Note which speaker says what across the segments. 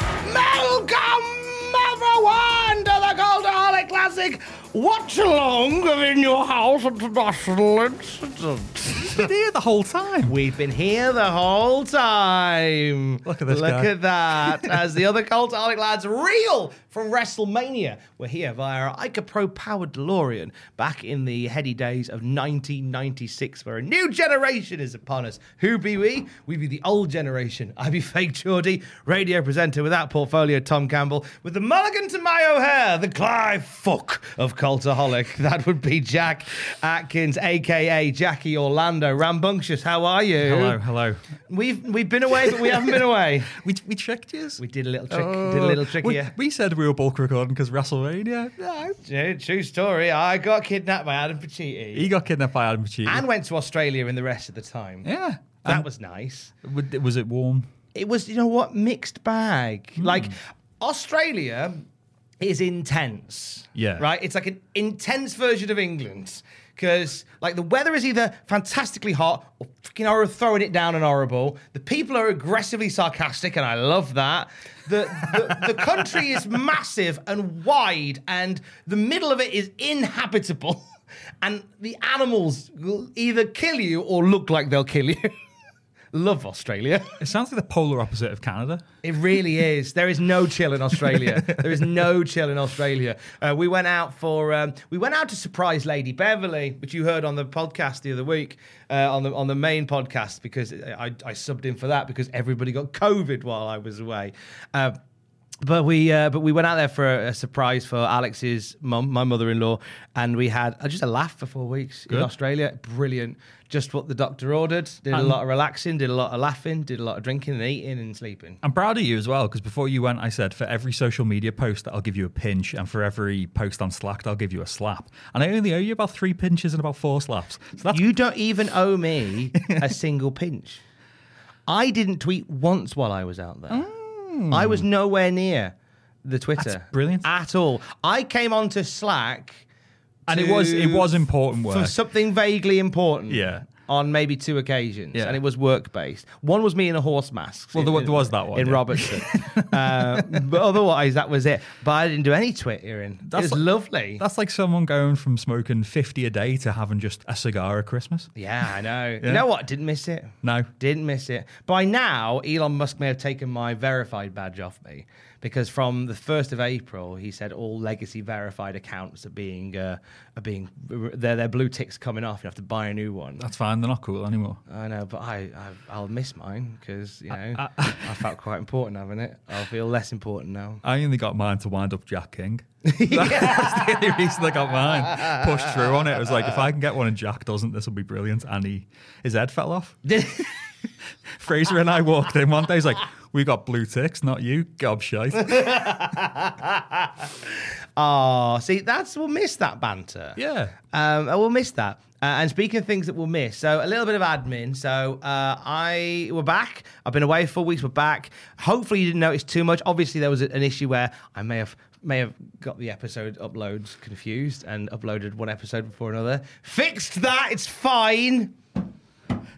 Speaker 1: Welcome everyone to the Cultaholic Classic Watch Along of In Your House International Incident.
Speaker 2: been here the whole time.
Speaker 1: We've been here the whole time.
Speaker 2: Look at this
Speaker 1: Look
Speaker 2: guy.
Speaker 1: at that. As the other Cultaholic lads reel from WrestleMania, we're here via our Ica Pro powered DeLorean back in the heady days of 1996, where a new generation is upon us. Who be we? We be the old generation. I be fake Geordie, radio presenter without portfolio, Tom Campbell, with the mulligan to my O'Hare, the Clive Fuck of Cultaholic. That would be Jack Atkins, aka Jackie Orlando. Rambunctious, how are you?
Speaker 2: Hello, hello.
Speaker 1: We've we've been away, but we haven't been away.
Speaker 2: We, we checked yours.
Speaker 1: We did a little trick, did a little trick
Speaker 2: we,
Speaker 1: here.
Speaker 2: We said we were bulk recording because WrestleMania. No.
Speaker 1: True- True story. I got kidnapped by Adam Pacitti
Speaker 2: He got kidnapped by Adam Pacitti.
Speaker 1: and went to Australia in the rest of the time.
Speaker 2: yeah.
Speaker 1: That
Speaker 2: And
Speaker 1: was nice.
Speaker 2: w- was it warm?
Speaker 1: It was, you know what, mixed bag. Like Australia is intense.
Speaker 2: Yeah.
Speaker 1: Right? It's like an intense version of England. Because like the weather is either fantastically hot or freaking horror throwing it down and horrible. The people are aggressively sarcastic, and I love that. The, the the country is massive and wide, and the middle of it is inhabitable. And the animals will either kill you or look like they'll kill you. love Australia.
Speaker 2: It sounds like the polar opposite of Canada.
Speaker 1: It really is. There is no chill in Australia. there is no chill in Australia. Uh, we went out for um, we went out to surprise Lady Beverly, which you heard on the podcast the other week uh, on the on the main podcast because I, I subbed in for that because everybody got COVID while I was away. Uh, but we uh, but we went out there for a, a surprise for Alex's mum, my mother-in-law, and we had uh, just a laugh for four weeks in
Speaker 2: Good.
Speaker 1: Australia. Brilliant. Just what the doctor ordered. Did a
Speaker 2: And-
Speaker 1: lot of relaxing, did a lot of laughing, did a lot of drinking and eating and sleeping.
Speaker 2: I'm proud of you as well because before you went, I said for every social media post, I'll give you a pinch, and for every post on Slack, I'll give you a slap. And I only owe you about three pinches and about four slaps. So that's
Speaker 1: You don't even owe me a single pinch. I didn't tweet once while I was out there. I was nowhere near the Twitter.
Speaker 2: Mm. brilliant.
Speaker 1: At all. I came onto Slack.
Speaker 2: and it was it
Speaker 1: to-
Speaker 2: was important work.
Speaker 1: For something vaguely important.
Speaker 2: Yeah.
Speaker 1: On maybe two occasions,
Speaker 2: Yeah.
Speaker 1: and it was work based. One was me in a horse mask.
Speaker 2: Well, there wa- there was that one,
Speaker 1: in
Speaker 2: yeah.
Speaker 1: Robertson. uh, but otherwise, that was it. But I didn't do any twittering. That
Speaker 2: That's
Speaker 1: was
Speaker 2: like-
Speaker 1: lovely.
Speaker 2: That's like someone going from smoking 50 a day to having just a cigar at Christmas.
Speaker 1: Yeah, I know. You know what? Didn't miss it.
Speaker 2: No.
Speaker 1: Didn't miss it. By now, Elon Musk may have taken my verified badge off me because from the 1st of April, he said all legacy verified accounts are being, uh, are being, their, their blue tick's coming off. You have to buy a new one.
Speaker 2: That's fine. They're not cool anymore.
Speaker 1: I know, but I, I I'll miss mine because you know I, felt quite important having it. I'll feel less important now.
Speaker 2: I only got mine to wind up Jack King. That's the only reason I got mine. Pushed through on it. I was like, if I can get one and Jack doesn't, this will be brilliant. And he, his head fell off. Fraser and I walked in one day. He's like, we got blue ticks, not you, gobshite.
Speaker 1: Oh, see, that's we'll miss that banter.
Speaker 2: yeah.
Speaker 1: Um, I will miss that. Uh, and speaking of things that we'll miss, so a little bit of admin. So uh, I we're back. I've been away for four weeks. We're back. Hopefully you didn't notice too much. Obviously there was a- an issue where I may have may have got the episode uploads confused and uploaded one episode before another. Fixed that. It's fine.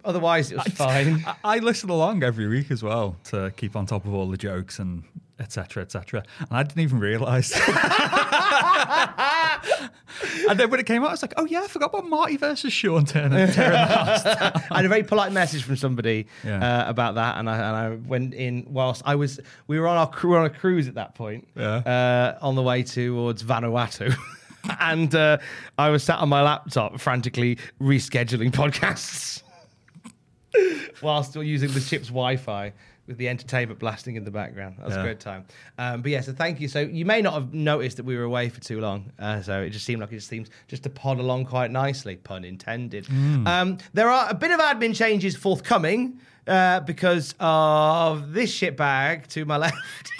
Speaker 1: Otherwise it was fine.
Speaker 2: I, I listen along every week as well to keep on top of all the jokes and etc., etc. And I didn't even realize. and then when it came out, I was like, oh yeah, I forgot about Marty versus Sean Turner.
Speaker 1: I had a very polite message from somebody
Speaker 2: Yeah.
Speaker 1: uh, about that, and I, and I went in whilst I was. We were on our cru- we were on a cruise at that point, uh, on the way towards Vanuatu. And uh, I was sat on my laptop frantically rescheduling podcasts while still using the ship's Wi-Fi with the entertainment blasting in the background. That was
Speaker 2: Yeah.
Speaker 1: a great time. Um, but yeah, so thank you. So you may not have noticed that we were away for too long. Uh, so it just seemed like it just seems just to pod along quite nicely, pun intended. Um, there are a bit of admin changes forthcoming uh, because of this shit bag to my left.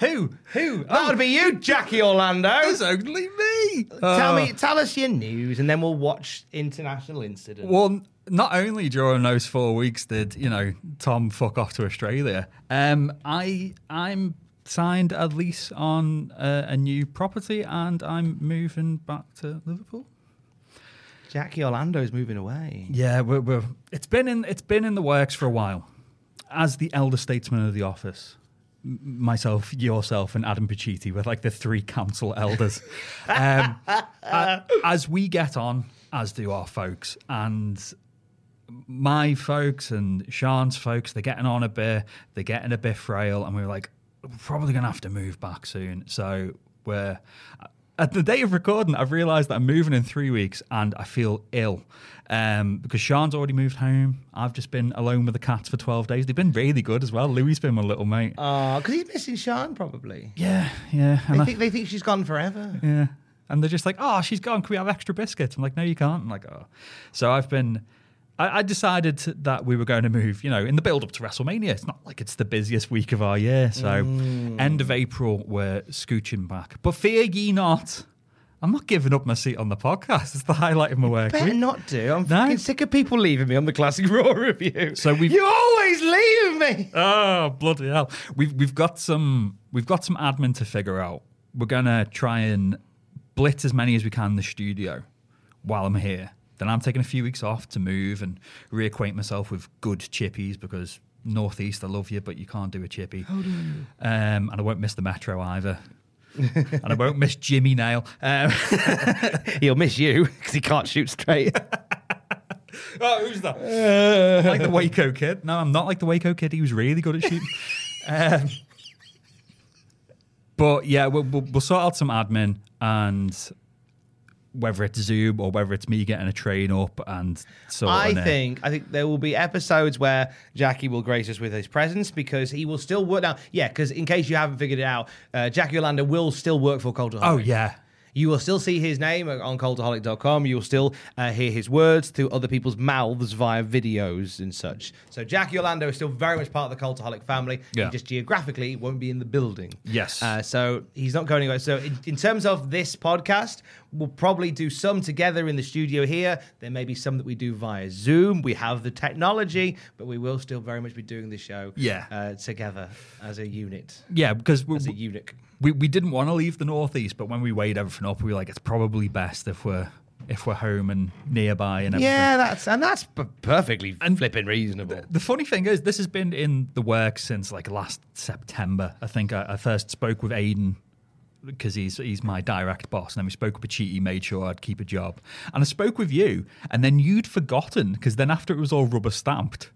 Speaker 1: Who? Who? That would be you, Jackie Orlando.
Speaker 2: It's only me. Uh,
Speaker 1: tell me, tell us your news, and then we'll watch international incidents.
Speaker 2: Well, not only during those four weeks did you know Tom fuck off to Australia, um, I I'm signed a lease on uh, a new property and I'm moving back to Liverpool.
Speaker 1: Jackie Orlando's moving away.
Speaker 2: Yeah, we're, we're, it's been in it's been in the works for a while. As the elder statesman of the office, m- myself, yourself, and Adam Pacitti, we're like the three council elders. um, a- as we get on, as do our folks, and my folks and Sean's folks, they're getting on a bit, they're getting a bit frail, and we were like, we're probably going to have to move back soon. So we're uh, at the day of recording, I've realised that I'm moving in three weeks, and I feel ill um, because Sean's already moved home. I've just been alone with the cats for twelve days. They've been really good as well. Louis's been my little mate.
Speaker 1: Oh, because he's missing Sean probably.
Speaker 2: yeah, yeah. And
Speaker 1: They
Speaker 2: I-
Speaker 1: think, they think she's gone forever.
Speaker 2: yeah. And they're just like, oh, she's gone. Can we have extra biscuits? I'm like, no, you can't. I'm like, oh. So I've been, I, I decided to- that we were going to move, you know, in the build up to WrestleMania. It's not like it's the busiest week of our year. So end of April, we're scooching back. But fear ye not. I'm not giving up my seat on the podcast. It's the highlight of my work.
Speaker 1: Better
Speaker 2: week.
Speaker 1: not do. I'm
Speaker 2: No.
Speaker 1: fucking sick of people leaving me on the Classic Raw review.
Speaker 2: So we've-
Speaker 1: you always leave me.
Speaker 2: Oh bloody hell! We've we've got some we've got some admin to figure out. We're gonna try and blitz as many as we can in the studio while I'm here. Then I'm taking a few weeks off to move and reacquaint myself with good chippies because northeast I love you, but you can't do a chippy. Um, and I won't miss the metro either. and I won't miss Jimmy Nail. Um,
Speaker 1: He'll miss you because he can't shoot straight.
Speaker 2: oh, who's that? like the Waco kid. No, I'm not like the Waco kid. He was really good at shooting. um, but yeah, we'll, we'll, we'll sort out some admin and whether it's Zoom or whether it's me getting a train up and so
Speaker 1: I think I think there will be episodes where Jackie will grace us with his presence because he will still work now. Yeah, because in case you haven't figured it out, uh, Jackie Orlando will still work for Cold
Speaker 2: Oh, yeah.
Speaker 1: You will still see his name on cultaholic.com. You will still uh, hear his words through other people's mouths via videos and such. So Jackie Orlando is still very much part of the cultaholic family.
Speaker 2: Yeah.
Speaker 1: He just geographically won't be in the building.
Speaker 2: Yes.
Speaker 1: Uh, so he's not going anywhere. So in, in terms of this podcast, we'll probably do some together in the studio here. There may be some that we do via Zoom. We have the technology, but we will still very much be doing the show
Speaker 2: Yeah.
Speaker 1: uh, together as a unit,
Speaker 2: Yeah, because we,
Speaker 1: as a eunuch.
Speaker 2: we, we didn't want to leave the Northeast, but when we weighed everything up, we were like, it's probably best if we're if we're home and nearby and everything.
Speaker 1: Yeah, that's and that's p- perfectly flipping reasonable.
Speaker 2: The funny thing is, this has been in the works since like last September. I think I, I first spoke with Aiden because he's he's my direct boss, and then we spoke with Pachiti, made sure I'd keep a job, and I spoke with you, and then you'd forgotten because then after it was all rubber stamped,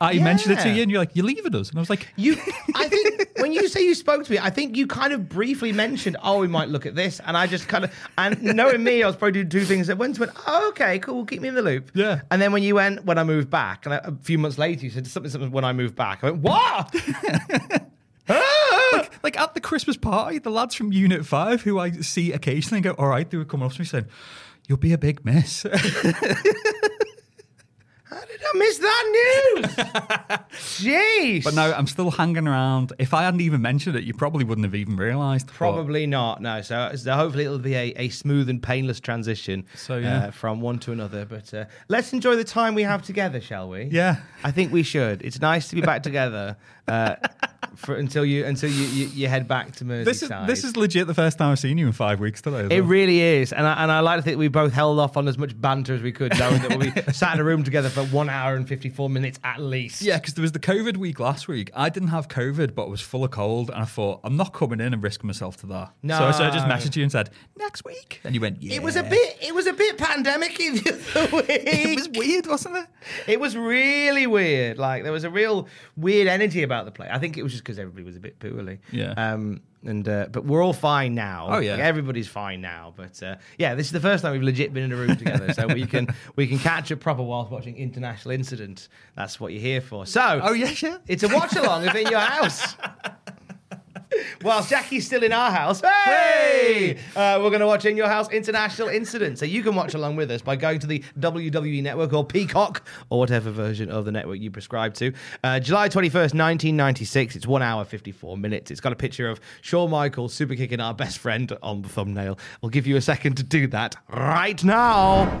Speaker 2: I, I mentioned it to
Speaker 1: Yeah.
Speaker 2: you, and you're like, "You're leaving us," and I was like,
Speaker 1: You, I think when you say you spoke to me, I think you kind of briefly mentioned, oh, we might look at this, and I just kind of, and knowing me, I was probably doing two things at once. Went, oh, okay, cool, well, keep me in the loop.
Speaker 2: Yeah.
Speaker 1: And then when you went, when I moved back, and I, a few months later, you said something, something. When I moved back, I went, what?
Speaker 2: like, like at the Christmas party, the lads from Unit Five, who I see occasionally, go, "All right," they were coming up to me saying, "You'll be a big miss."
Speaker 1: How did I miss that news? Jeez.
Speaker 2: but no, I'm still hanging around. If I hadn't even mentioned it, you probably wouldn't have even realised. but-
Speaker 1: Probably not. No. So, uh, so hopefully it'll be a, a smooth and painless transition
Speaker 2: So, yeah.
Speaker 1: uh, from one to another. But uh, let's enjoy the time we have together, shall we?
Speaker 2: Yeah.
Speaker 1: I think we should. It's nice to be back together uh, for until you until you, you, you head back to Merseyside.
Speaker 2: This is this is legit the first time I've seen you in five weeks today. as
Speaker 1: It
Speaker 2: well.
Speaker 1: really is, and I, and I like to think we both held off on as much banter as we could, knowing that we sat in a room together for one hour and fifty four minutes at least.
Speaker 2: yeah, because there was the COVID week last week. I didn't have COVID, but I was full of cold, and I thought I'm not coming in and risking myself to that. So, so I just
Speaker 1: No.
Speaker 2: messaged you and said next week, and you went. Yeah.
Speaker 1: It was a bit. It was a bit pandemic in the other week.
Speaker 2: It was weird, wasn't it?
Speaker 1: It was really weird. Like there was a real weird energy about the play. I think it was just because everybody was a bit poorly.
Speaker 2: Yeah.
Speaker 1: Um. And uh, but we're all fine now.
Speaker 2: Oh, yeah.
Speaker 1: Like, everybody's fine now. But uh, yeah, this is the first time we've legit been in a room together, so we can we can catch a proper whilst watching International Incident. That's what you're here for. So
Speaker 2: Oh yeah, yeah.
Speaker 1: it's a watch along of in your house. Whilst Jackie's still in our house, hey, Uh, we're going to watch In Your House International Incident. So you can watch along with us by going to the WWE Network or Peacock or whatever version of the network you prescribe to. Uh, July 21st, 1996. It's one hour, 54 minutes. It's got a picture of Shawn Michaels super kicking our best friend on the thumbnail. We'll give you a second to do that right now.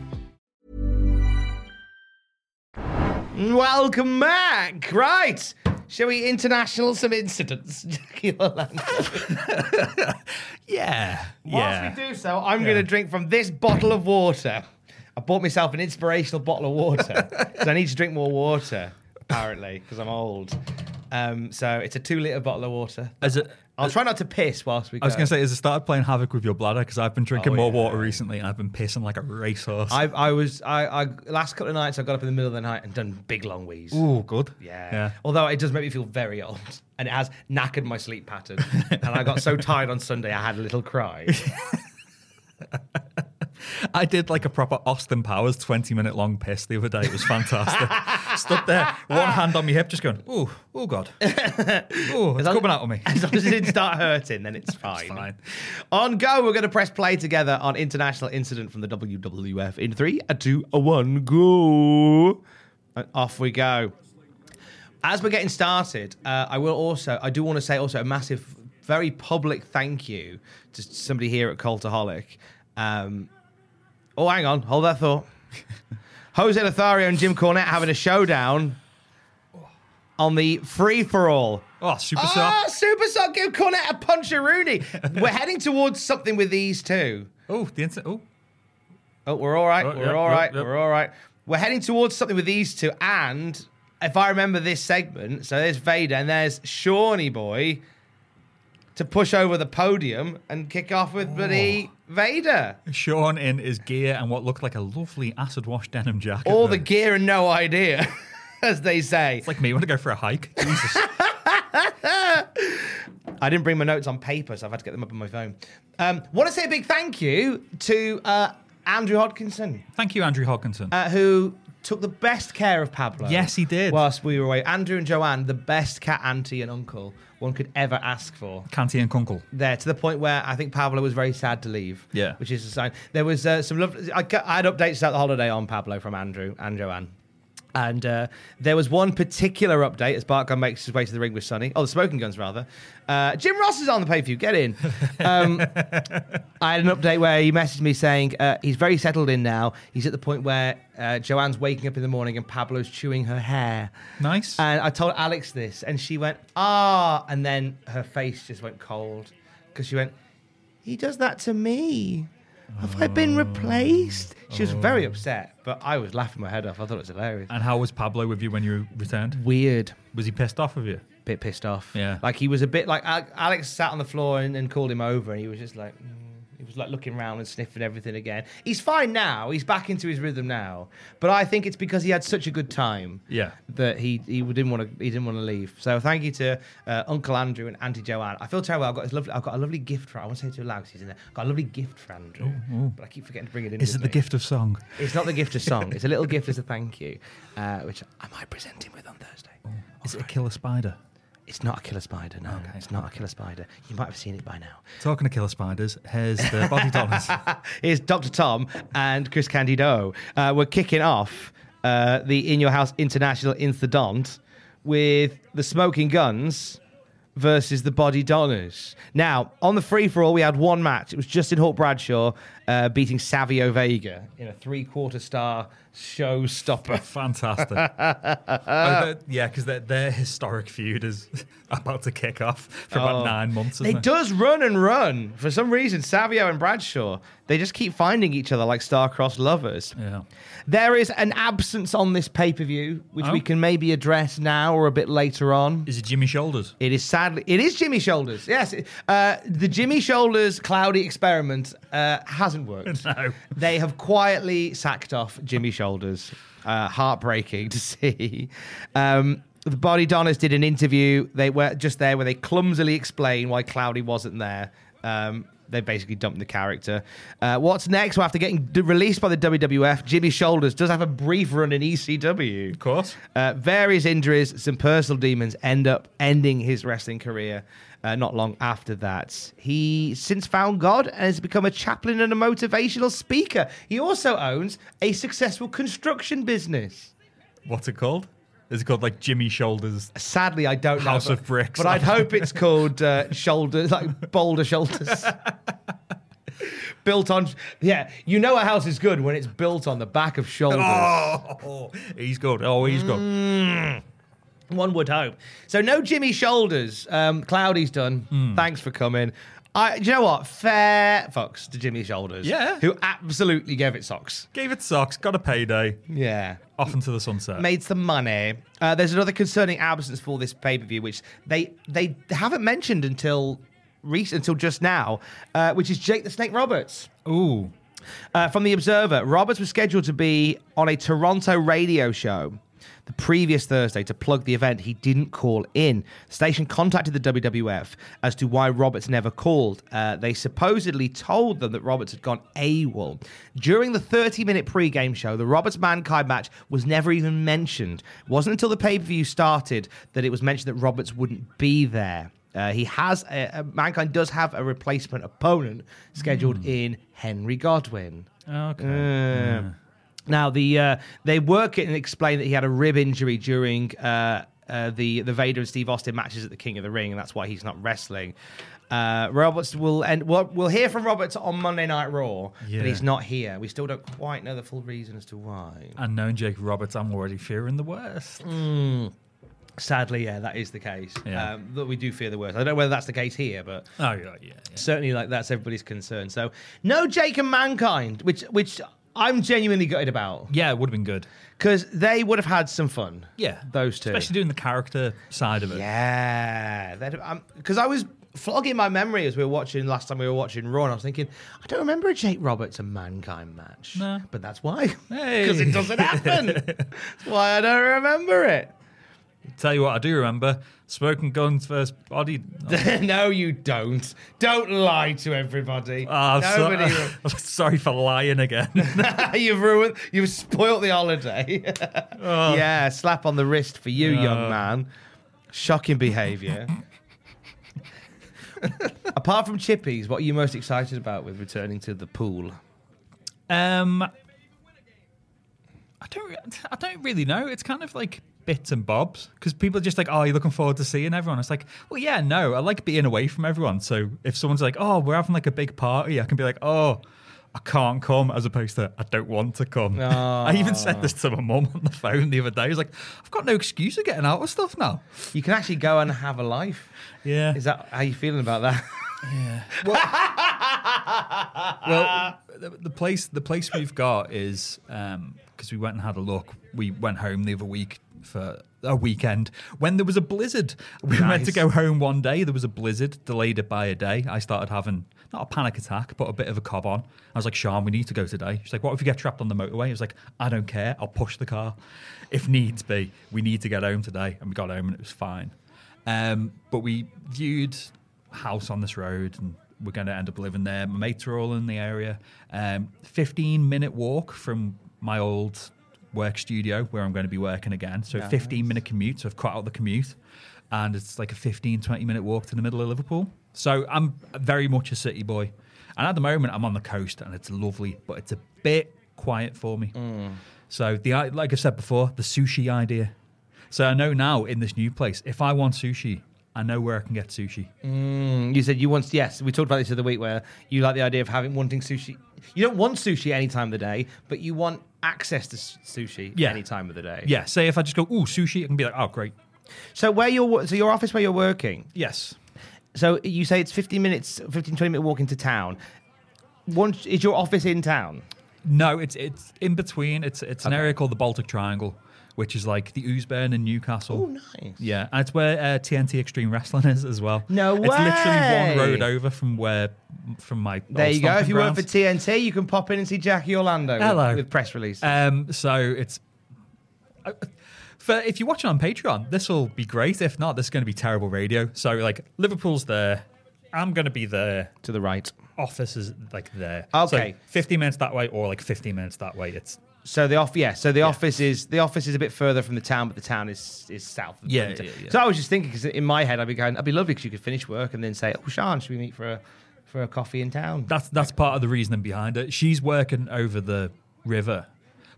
Speaker 1: Welcome back. Right. Shall we international some incidents, Jackie Orlando?
Speaker 2: Yeah.
Speaker 1: Whilst
Speaker 2: yeah.
Speaker 1: we do so, I'm going to drink from this bottle of water. I bought myself an inspirational bottle of water because I need to drink more water, apparently, because I'm old. Um, so it's a two litre bottle of water.
Speaker 2: As it,
Speaker 1: I'll try not to piss whilst we go.
Speaker 2: I was going to say, as it started playing havoc with your bladder, because I've been drinking
Speaker 1: Oh,
Speaker 2: more
Speaker 1: yeah.
Speaker 2: water recently, and I've been pissing like a racehorse.
Speaker 1: I, I was, I, I, last couple of nights, I got up in the middle of the night and done big long wheeze.
Speaker 2: Oh, good.
Speaker 1: Yeah.
Speaker 2: Yeah.
Speaker 1: Although it does make me feel very old and it has knackered my sleep pattern. and I got so tired on Sunday, I had a little cry.
Speaker 2: I did like a proper Austin Powers 20 minute long piss the other day. It was fantastic. Stood there, one hand on my hip, just going, oh, oh God. Oh, it's
Speaker 1: long-
Speaker 2: coming out of me.
Speaker 1: As long as it didn't start hurting, then it's fine.
Speaker 2: fine.
Speaker 1: On go, we're going to press play together on International Incident from the WWF in three, a two, a one, go. And off we go. As we're getting started, uh, I will also, I do want to say also a massive, very public thank you to somebody here at Cultaholic. Um, oh, hang on, hold that thought. Jose Lothario and Jim Cornette having a showdown on the free for all.
Speaker 2: Oh, super
Speaker 1: Ah,
Speaker 2: soft.
Speaker 1: Super Sock give Cornette a puncheroonie. we're heading towards something with these two.
Speaker 2: Oh, the internet. Oh,
Speaker 1: Oh, we're all right.
Speaker 2: Oh,
Speaker 1: we're
Speaker 2: yep,
Speaker 1: all
Speaker 2: yep,
Speaker 1: right.
Speaker 2: yep.
Speaker 1: We're all right. We're heading towards something with these two. And if I remember this segment, so there's Vader and there's Shawnee Boy to push over the podium and kick off with bloody
Speaker 2: Oh.
Speaker 1: Vader.
Speaker 2: Sean in his gear and what looked like a lovely acid wash denim jacket.
Speaker 1: All the
Speaker 2: there.
Speaker 1: gear and no idea, as they say.
Speaker 2: It's like me when I go for a hike. Jesus.
Speaker 1: I didn't bring my notes on paper, so I've had to get them up on my phone. Um, want to say a big thank you to uh, Andrew Hodkinson.
Speaker 2: Thank you, Andrew Hodkinson.
Speaker 1: uh, who took the best care of Pablo.
Speaker 2: Yes, he did.
Speaker 1: Whilst we were away, Andrew and Joanne, the best cat auntie and uncle one could ever ask for.
Speaker 2: Canty and Kunkel.
Speaker 1: There to the point where I think Pablo was very sad to leave.
Speaker 2: Yeah.
Speaker 1: which is a sign. There was uh, some love. I, ca- I had updates throughout the holiday on Pablo from Andrew and Joanne. And uh, there was one particular update as Bart Gunn makes his way to the ring with Sonny. Oh, the smoking guns, rather. Uh, Jim Ross is on the pay per view. Get in. Um, I had an update where he messaged me saying uh, he's very settled in now. He's at the point where uh, Joanne's waking up in the morning and Pablo's chewing her hair.
Speaker 2: Nice.
Speaker 1: And I told Alex this, and she went, ah. And then her face just went cold because she went, he does that to me. Have I been replaced? She was very upset, but I was laughing my head off. I thought it was hilarious.
Speaker 2: and how was Pablo with you when you returned?
Speaker 1: Weird.
Speaker 2: Was he pissed off with you?
Speaker 1: Bit pissed off.
Speaker 2: Yeah.
Speaker 1: Like he was a bit like Al- Alex sat on the floor and, and called him over, and he was just like, mm. he was like looking around and sniffing everything again. He's fine now. He's back into his rhythm now. But I think it's because he had such a good time.
Speaker 2: Yeah.
Speaker 1: that he he didn't want to he didn't want to leave. So thank you to uh, Uncle Andrew and Auntie Joanne. I feel terrible. I've got this lovely. I've got a lovely gift for. I want to say it to Alex. He's in there. I've got a lovely gift for Andrew, but I keep forgetting to bring it in.
Speaker 2: Is
Speaker 1: with
Speaker 2: it the
Speaker 1: me.
Speaker 2: gift of song?
Speaker 1: It's not the gift of song. It's a little gift as a thank you, uh, which I might present him with on Thursday.
Speaker 2: Is it a killer spider?
Speaker 1: It's not a killer spider. No, it's not a killer spider. You might have seen it by now.
Speaker 2: Talking to killer spiders, here's the body dollars.
Speaker 1: Here's Dr. Tom and Chris Candido. Uh, we're kicking off uh, the In Your House International Incident with the Smoking Guns versus the Body Donners. Now, on the free for all, we had one match. It was Justin Hawk Bradshaw uh, beating Savio Vega in a three quarter star showstopper.
Speaker 2: Fantastic. Oh, they're- yeah, because their, their historic feud is about to kick off for about nine months.
Speaker 1: They
Speaker 2: Isn't it?
Speaker 1: Oh. does run and run. For some reason, Savio and Bradshaw, they just keep finding each other like star-crossed lovers.
Speaker 2: Yeah.
Speaker 1: There is an absence on this pay per view, which
Speaker 2: Oh.
Speaker 1: we can maybe address now or a bit later on.
Speaker 2: Is it Jimmy Shoulders?
Speaker 1: It is sadly, it is Jimmy Shoulders. Yes, it- uh, the Jimmy Shoulders cloudy experiment uh, hasn't worked.
Speaker 2: No.
Speaker 1: They have quietly sacked off Jimmy Shoulders. Uh, heartbreaking to see. Um, the Body Donners did an interview. They were just there where they clumsily explain why Cloudy wasn't there. Um, they basically dumped the character. Uh, what's next? Well, after getting d- released by the WWF, Jimmy Shoulders does have a brief run in E ECW.
Speaker 2: Of course.
Speaker 1: Uh, various injuries, some personal demons end up ending his wrestling career uh, not long after that. He since found God and has become a chaplain and a motivational speaker. He also owns a successful construction business.
Speaker 2: What's it called? Is it called like Jimmy Shoulders?
Speaker 1: Sadly, I don't know.
Speaker 2: House
Speaker 1: but-
Speaker 2: of Bricks.
Speaker 1: But I'd hope it's called uh, Shoulders, like Boulder Shoulders. built on, yeah, you know a house is good when it's built on the back of shoulders.
Speaker 2: Oh, he's good. Oh, he's good.
Speaker 1: Mm. One would hope. So no Jimmy Shoulders. Um, Cloudy's done.
Speaker 2: Hmm.
Speaker 1: Thanks for coming. I, do you know what? Fair fucks to Jimmy Shoulders.
Speaker 2: Yeah.
Speaker 1: Who absolutely gave it socks.
Speaker 2: Gave it socks, got a payday,
Speaker 1: Yeah.
Speaker 2: off into the sunset.
Speaker 1: Made some money. Uh, there's another concerning absence for this pay per view, which they they haven't mentioned until recent, until just now, uh, which is Jake the Snake Roberts.
Speaker 2: Ooh.
Speaker 1: Uh, from The Observer, Roberts was scheduled to be on a Toronto radio show the previous Thursday to plug the event. He didn't call in. The station contacted the WWF as to why Roberts never called. Uh, they supposedly told them that Roberts had gone AWOL. During the 30 minute pre-game show, the Roberts Mankind match was never even mentioned. It wasn't until the pay per view started that it was mentioned that Roberts wouldn't be there. Uh, he has a, uh, mankind does have a replacement opponent scheduled in Henry Godwin.
Speaker 2: Okay.
Speaker 1: Mm. Uh, Now the uh, they work it and explain that he had a rib injury during uh, uh, the the Vader and Steve Austin matches at the King of the Ring, and that's why he's not wrestling. Uh, Roberts will and we'll, we'll hear from Roberts on Monday Night Raw,
Speaker 2: Yeah.
Speaker 1: but he's not here. We still don't quite know the full reason as to why.
Speaker 2: And knowing Jake Roberts, I'm already fearing the worst.
Speaker 1: Mm. Sadly, yeah, that is the case.
Speaker 2: Yeah.
Speaker 1: Um, but we do fear the worst. I don't know whether that's the case here, but
Speaker 2: Oh, yeah, yeah. yeah.
Speaker 1: certainly like that's everybody's concern. So no Jake and Mankind, which which I'm genuinely gutted about
Speaker 2: Yeah, it would have been good.
Speaker 1: because they would have had some fun.
Speaker 2: Yeah.
Speaker 1: those two.
Speaker 2: Especially doing the character side of it.
Speaker 1: Yeah, because I was flogging my memory as we were watching last time we were watching Raw, and I was thinking I don't remember a Jake Roberts and Mankind match,
Speaker 2: No.
Speaker 1: but that's why
Speaker 2: Hey.
Speaker 1: because it doesn't happen. that's why I don't remember it.
Speaker 2: Tell you what, I do remember smoking guns first body. Oh,
Speaker 1: no, you don't. Don't lie to everybody.
Speaker 2: Ah, I'm, so-
Speaker 1: Nobody.
Speaker 2: I'm sorry for lying again.
Speaker 1: you've ruined. You've spoilt the holiday.
Speaker 2: Oh.
Speaker 1: Yeah, slap on the wrist for you, young man. Shocking behaviour. Apart from chippies, what are you most excited about with returning to the pool?
Speaker 2: um, I Um, don't. re- I don't really know. It's kind of like bits and bobs because people are just like, "Oh, you're looking forward to seeing everyone." It's like, well, yeah, no, I like being away from everyone. So if someone's like, "Oh, we're having like a big party," I can be like, "Oh." I can't come, as opposed to I don't want to come. I even said this to my mum on the phone the other day. I was like, I've got no excuse for getting out of stuff now.
Speaker 1: You can actually go and have a life.
Speaker 2: Yeah.
Speaker 1: Is that how you feeling about that?
Speaker 2: well, the, the place the place we've got is because we went and had a look. We went home the other week for a weekend when there was a blizzard. We were meant to go home one day. There was a blizzard, delayed it by a day. I started having not a panic attack, but a bit of a cob on. I was like, Sean, we need to go today. She's like, What if you get trapped on the motorway? I was like, I don't care. I'll push the car if needs be. We need to get home today, and we got home and it was fine. Um, but we viewed house on this road and we're going to end up living there. My mates are all in the area. Um, 15 minute walk from my old work studio where I'm going to be working again. So 15 minute commute. So I've cut out the commute and it's like a 15, 20 minute walk to the middle of Liverpool. So I'm very much a city boy. And at the moment, I'm on the coast and it's lovely, but it's a bit quiet for me. So the i- like I said before, the sushi idea. So I know now in this new place, if I want sushi, I know where I can get sushi.
Speaker 1: Mm. you said you once, yes, we talked about this the other week where you like the idea of having wanting sushi. You don't want sushi any time of the day, but you want access to s- sushi
Speaker 2: Yeah.
Speaker 1: any time of the day.
Speaker 2: Yeah, say if I just go, ooh, sushi, I can be like, oh, great.
Speaker 1: So where you're, wo- so your office where you're working,
Speaker 2: Yes.
Speaker 1: So you say it's 15 minutes, 15, 20 minute walk into town. Once is your office in town?
Speaker 2: No, it's it's in between. It's it's an area called the Baltic Triangle, which is like the Uzburn and Newcastle.
Speaker 1: nice.
Speaker 2: Yeah, and it's where uh, TNT Extreme Wrestling is as well.
Speaker 1: No
Speaker 2: It's literally
Speaker 1: way!
Speaker 2: one road over from where from my.
Speaker 1: There
Speaker 2: old
Speaker 1: you go. If
Speaker 2: stomping
Speaker 1: you work
Speaker 2: grounds.
Speaker 1: for TNT, you can pop in and see Jackie Orlando with-
Speaker 2: Hello.
Speaker 1: With, press release.
Speaker 2: Um, so it's I- for if you're watching on Patreon, this will be great. If not, this is going to be terrible radio. So like Liverpool's there, I'm going to be there.
Speaker 1: to the right.
Speaker 2: Office is like there.
Speaker 1: Okay.
Speaker 2: so 15 minutes that way or like 15 minutes that way. It's
Speaker 1: So the off, yeah. So the office is the office is a bit further from the town, but the town is is south. Of
Speaker 2: Yeah,
Speaker 1: the town.
Speaker 2: yeah, yeah.
Speaker 1: So I was just thinking because in my head I'd be going, I'd be lovely because you could finish work and then say, oh, Sean, should we meet for a for a coffee in town?
Speaker 2: that's that's part of the reasoning behind it. She's working over the river.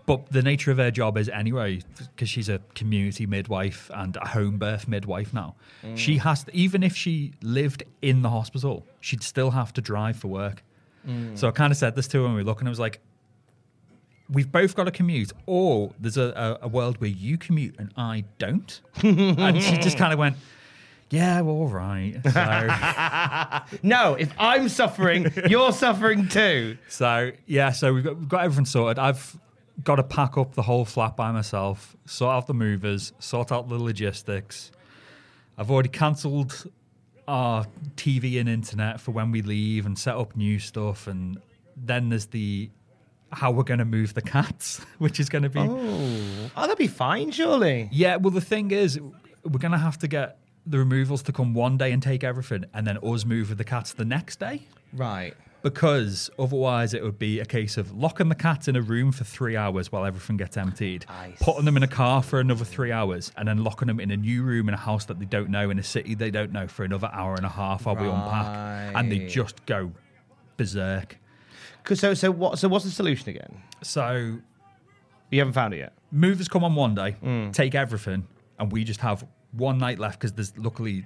Speaker 2: But the nature of her job is anyway, because she's a community midwife and a home birth midwife now. She has to, even if she lived in the hospital, she'd still have to drive for work. So I kind of said this to her when we were looking. I was like, we've both got to commute, or there's a, a, a world where you commute and I don't. and she just kind of went, yeah, well, all right. So.
Speaker 1: no, if I'm suffering, you're suffering too.
Speaker 2: So yeah, so we've got, we've got everything sorted. I've got to pack up the whole flat by myself, sort out the movers, sort out the logistics. I've already cancelled our TV and internet for when we leave and set up new stuff. And then there's the how we're going to move the cats, which is going to be
Speaker 1: Oh, that'd be fine, surely.
Speaker 2: yeah. Well, the thing is, we're going to have to get the removals to come one day and take everything, and then us move with the cats the next day
Speaker 1: Right.
Speaker 2: because otherwise it would be a case of locking the cat in a room for three hours while everything gets emptied, putting them in a car for another three hours, and then locking them in a new room in a house that they don't know in a city they don't know for another hour and a half while we unpack, and they just go berserk.
Speaker 1: 'Cause So so what? So what's the solution again?
Speaker 2: So
Speaker 1: You haven't found it yet.
Speaker 2: movers come on one day, take everything, and we just have one night left because there's luckily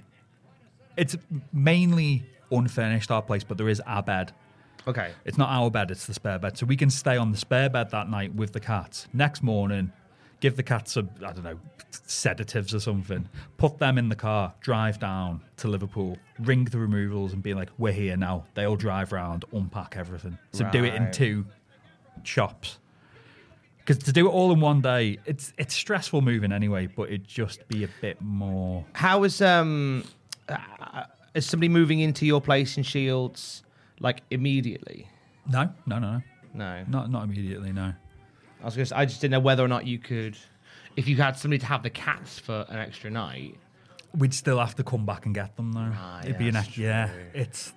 Speaker 2: it's mainly unfurnished our place, but there is our bed.
Speaker 1: Okay.
Speaker 2: It's not our bed, it's the spare bed. So we can stay on the spare bed that night with the cat. Next morning, give the cat some, I don't know, sedatives or something. Put them in the car, drive down to Liverpool, ring the removals and be like, we're here now. They all drive round, unpack everything. So do it in
Speaker 1: Right.
Speaker 2: two chops. Because to do it all in one day, it's it's stressful moving anyway, but it'd just be a bit more.
Speaker 1: How is um uh, is somebody moving into your place in Shields like immediately?
Speaker 2: No, no, no, no.
Speaker 1: No.
Speaker 2: Not, not immediately, no.
Speaker 1: I was gonna say, I just didn't know whether or not you could if you had somebody to have the cats for an extra night.
Speaker 2: we'd still have to come back and get them though.
Speaker 1: Ah,
Speaker 2: It'd
Speaker 1: yeah,
Speaker 2: be an
Speaker 1: that's
Speaker 2: act, yeah. It's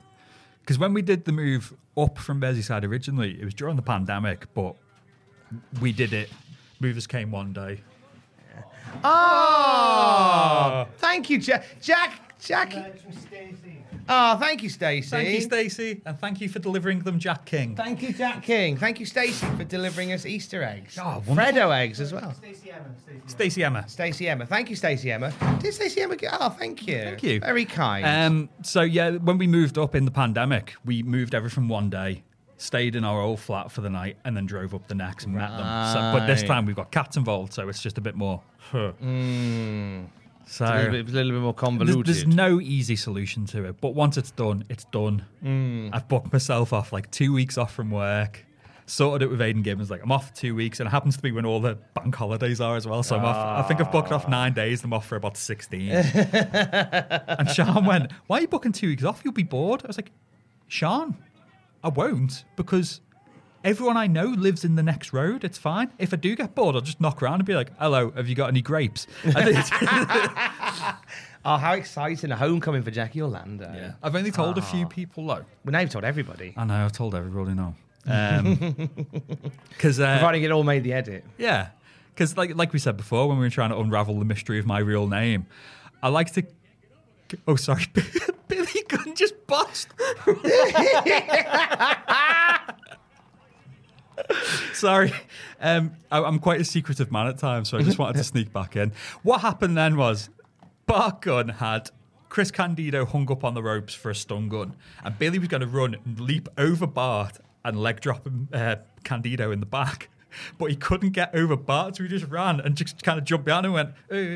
Speaker 2: because when we did the move up from Merseyside originally, it was during the pandemic, but we did it. Movers came one day.
Speaker 1: Oh, thank you, Jack. Jack. Jack. Oh, thank you, Stacey.
Speaker 2: Thank you, Stacey, and thank you for delivering them, Jack King.
Speaker 1: Thank you, Jack King. Thank you, Stacey, for delivering us Easter eggs.
Speaker 2: Oh, wonderful.
Speaker 1: Freddo eggs as well.
Speaker 2: Stacey Emma.
Speaker 1: Stacey Emma. Thank you, Stacey Emma. Did Stacey Emma get. Oh, thank you.
Speaker 2: Thank you.
Speaker 1: Very kind.
Speaker 2: Um, so yeah, when we moved up in the pandemic, we moved everything one day, stayed in our old flat for the night, and then drove up the next and met them. So, but this
Speaker 1: Right.
Speaker 2: time we've got cats involved, so it's just a bit more. huh. So
Speaker 1: Mm. a, little bit, a little bit more
Speaker 2: There's,
Speaker 1: convoluted.
Speaker 2: there's no easy solution to it, but once it's done, it's done. I've booked myself off like two weeks off from work. Sorted it with Aiden Gibbons, like I'm off for two weeks, and it happens to be when all the bank holidays are as well. So I'm off. I think I've booked off nine days. I'm off for about sixteen. and Sean went, "Why are you booking two weeks off? You'll be bored." I was like, "Sean, I won't because everyone I know lives in the next road. It's fine. If I do get bored, I'll just knock around and be like, hello, have you got any grapes?'" And it's-
Speaker 1: oh, how exciting. A homecoming for Jackie Orlando. Uh,
Speaker 2: I've only told a few people though.
Speaker 1: Well, now you've told everybody.
Speaker 2: I know. I've told everybody now. Because uh,
Speaker 1: Providing it all made the edit.
Speaker 2: yeah, because like like we said before, when we were trying to unravel the mystery of my real name, I like to. Oh, sorry, Billy Gunn just bust. sorry, um, I, I'm quite a secretive man at times, so I just wanted to sneak back in. What happened then was Bart Gunn had Chris Candido hung up on the ropes for a stun gun, and Billy was going to run and leap over Bart and leg drop him, uh, Candido in the back. But he couldn't get over Bart, so he just ran and just kind of jumped behind and went, "Hey."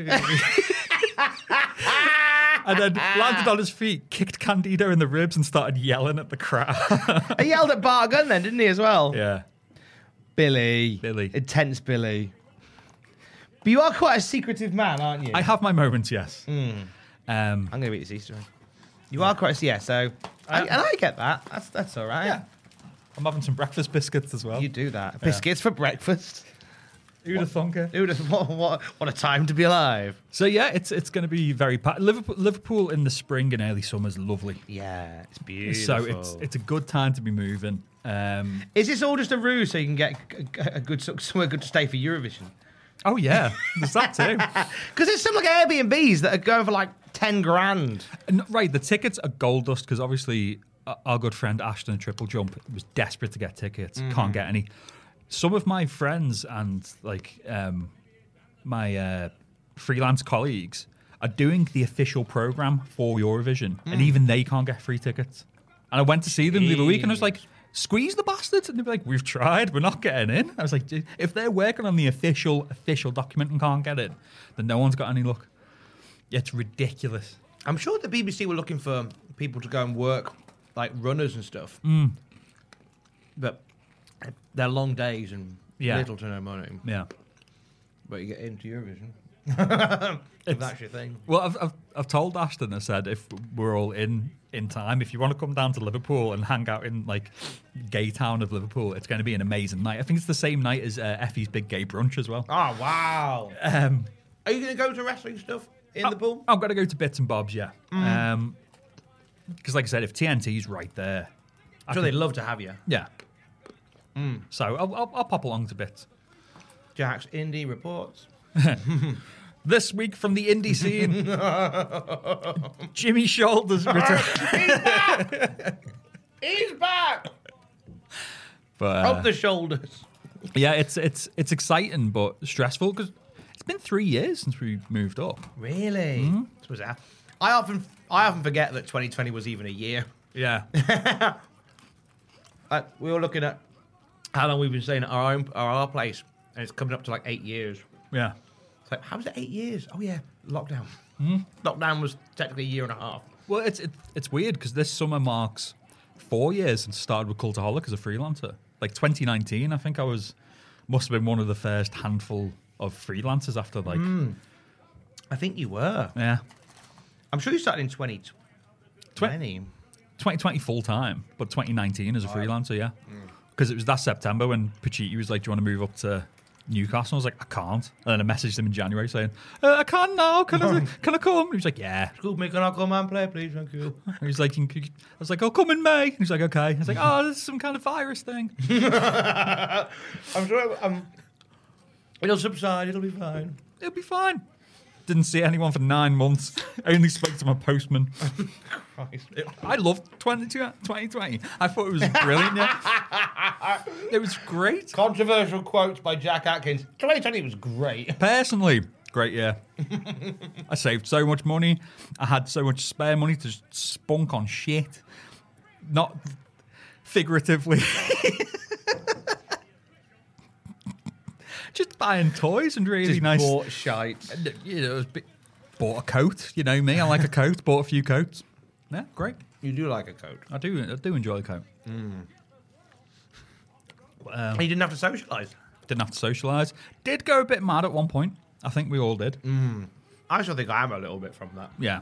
Speaker 2: and then landed on his feet, kicked Candido in the ribs, and started yelling at the crowd.
Speaker 1: He yelled at Bart Gunn then, didn't he, as well?
Speaker 2: yeah.
Speaker 1: Billy.
Speaker 2: Billy.
Speaker 1: Intense Billy. But you are quite a secretive man, aren't you?
Speaker 2: I have my moments, yes.
Speaker 1: Mm.
Speaker 2: Um,
Speaker 1: I'm going to eat this Easter egg. You are quite, yeah, so. I, and I get that. That's that's all right.
Speaker 2: yeah. I'm having some breakfast biscuits as well.
Speaker 1: You do that. Biscuits for breakfast.
Speaker 2: Who'd have thunk it?
Speaker 1: Dude, what, what, what a time to be alive.
Speaker 2: So yeah, it's it's going to be very pa- Liverpool. Liverpool in the spring and early summer is lovely.
Speaker 1: Yeah, it's beautiful.
Speaker 2: So it's it's a good time to be moving. Um,
Speaker 1: Is this all just a ruse so you can get a, a good somewhere good to stay for Eurovision?
Speaker 2: oh yeah, there's that too.
Speaker 1: Because there's some like Airbnbs that are going for like ten grand.
Speaker 2: And, right, the tickets are gold dust because obviously uh, our good friend Ashton Triple Jump was desperate to get tickets, can't get any. Some of my friends and like um, my uh, freelance colleagues are doing the official program for Eurovision, and even they can't get free tickets. And I went to see them the other week, and I was like. Squeeze the bastards, and they were like, "We've tried, we're not getting in." I was like, "Dude, "If they're working on the official official document and can't get it, then no one's got any luck." It's ridiculous.
Speaker 1: I'm sure the BBC were looking for people to go and work like runners and stuff.
Speaker 2: Mm.
Speaker 1: But they're long days and
Speaker 2: Yeah.
Speaker 1: little to no money.
Speaker 2: Yeah.
Speaker 1: But you get into Eurovision. if that's your thing.
Speaker 2: Well, I've, I've, I've told Ashton, I said, if we're all in in time, if you want to come down to Liverpool and hang out in like gay town of Liverpool, it's going to be an amazing night. I think it's the same night as uh, Effie's big gay brunch as well.
Speaker 1: Oh wow.
Speaker 2: Um,
Speaker 1: Are you going to go to wrestling stuff in the pool?
Speaker 2: I've got to go to Bits and Bobs, yeah. Um 'cause because like I said, if TNT's right there,
Speaker 1: I'm sure they'd love to have you.
Speaker 2: yeah. So I'll, I'll, I'll pop along to Bits.
Speaker 1: Jack's indie reports.
Speaker 2: This week from the indie scene, Jimmy Shoulders return.
Speaker 1: He's
Speaker 2: Uh,
Speaker 1: back.
Speaker 2: But, uh,
Speaker 1: Up the shoulders.
Speaker 2: Yeah, it's it's it's exciting but stressful because it's been three years since we moved up.
Speaker 1: Really? This was a- I often I often forget that 2020 was even a year.
Speaker 2: Yeah,
Speaker 1: Uh, we were looking at how long we've been staying at our own our, our place, and it's coming up to like eight years.
Speaker 2: yeah.
Speaker 1: It's like, how was it eight years? Oh yeah, lockdown. Lockdown was technically a year and a half.
Speaker 2: Well, it's it, it's weird because this summer marks four years since I started with Cultaholic as a freelancer. Like 2019, I think I was must have been one of the first handful of freelancers after like
Speaker 1: I think you were.
Speaker 2: yeah
Speaker 1: I'm sure you started in 2020. Tw-
Speaker 2: 2020 full time, but 2019 as a freelancer, yeah. Because it was that September when Pachiti was like, "Do you want to move up to Newcastle?" I was like, "I can't." And then I messaged him in January saying, uh, "I can now. Can I? Can I come?" And he was like, "Yeah."
Speaker 1: Excuse me, can I come and play, please? Thank you.
Speaker 2: And he's like, "You can- I was like, I'll come in May. And he's like, okay. I was like, oh, this is some kind of virus thing.
Speaker 1: I'm sure it, um, it'll subside. It'll be fine.
Speaker 2: It'll be fine. Didn't see anyone for nine months. Only spoke to my postman.
Speaker 1: Christ.
Speaker 2: I loved 22 2020. I thought it was brilliant. Yeah. It was great.
Speaker 1: Controversial quotes by Jack Atkins. 2020 was great.
Speaker 2: Personally, great year. I saved so much money. I had so much spare money to spunk on shit. Not figuratively. Just buying toys and really
Speaker 1: Just
Speaker 2: nice.
Speaker 1: bought shite.
Speaker 2: you know, it was a bit- bought a coat. You know me. I like a coat. Bought a few coats. Yeah, great.
Speaker 1: You do like a coat.
Speaker 2: I do. I do enjoy the coat.
Speaker 1: And you didn't have to socialise.
Speaker 2: Didn't have to socialise. Did go a bit mad at one point. I think we all did.
Speaker 1: I still think I am a little bit from that.
Speaker 2: Yeah.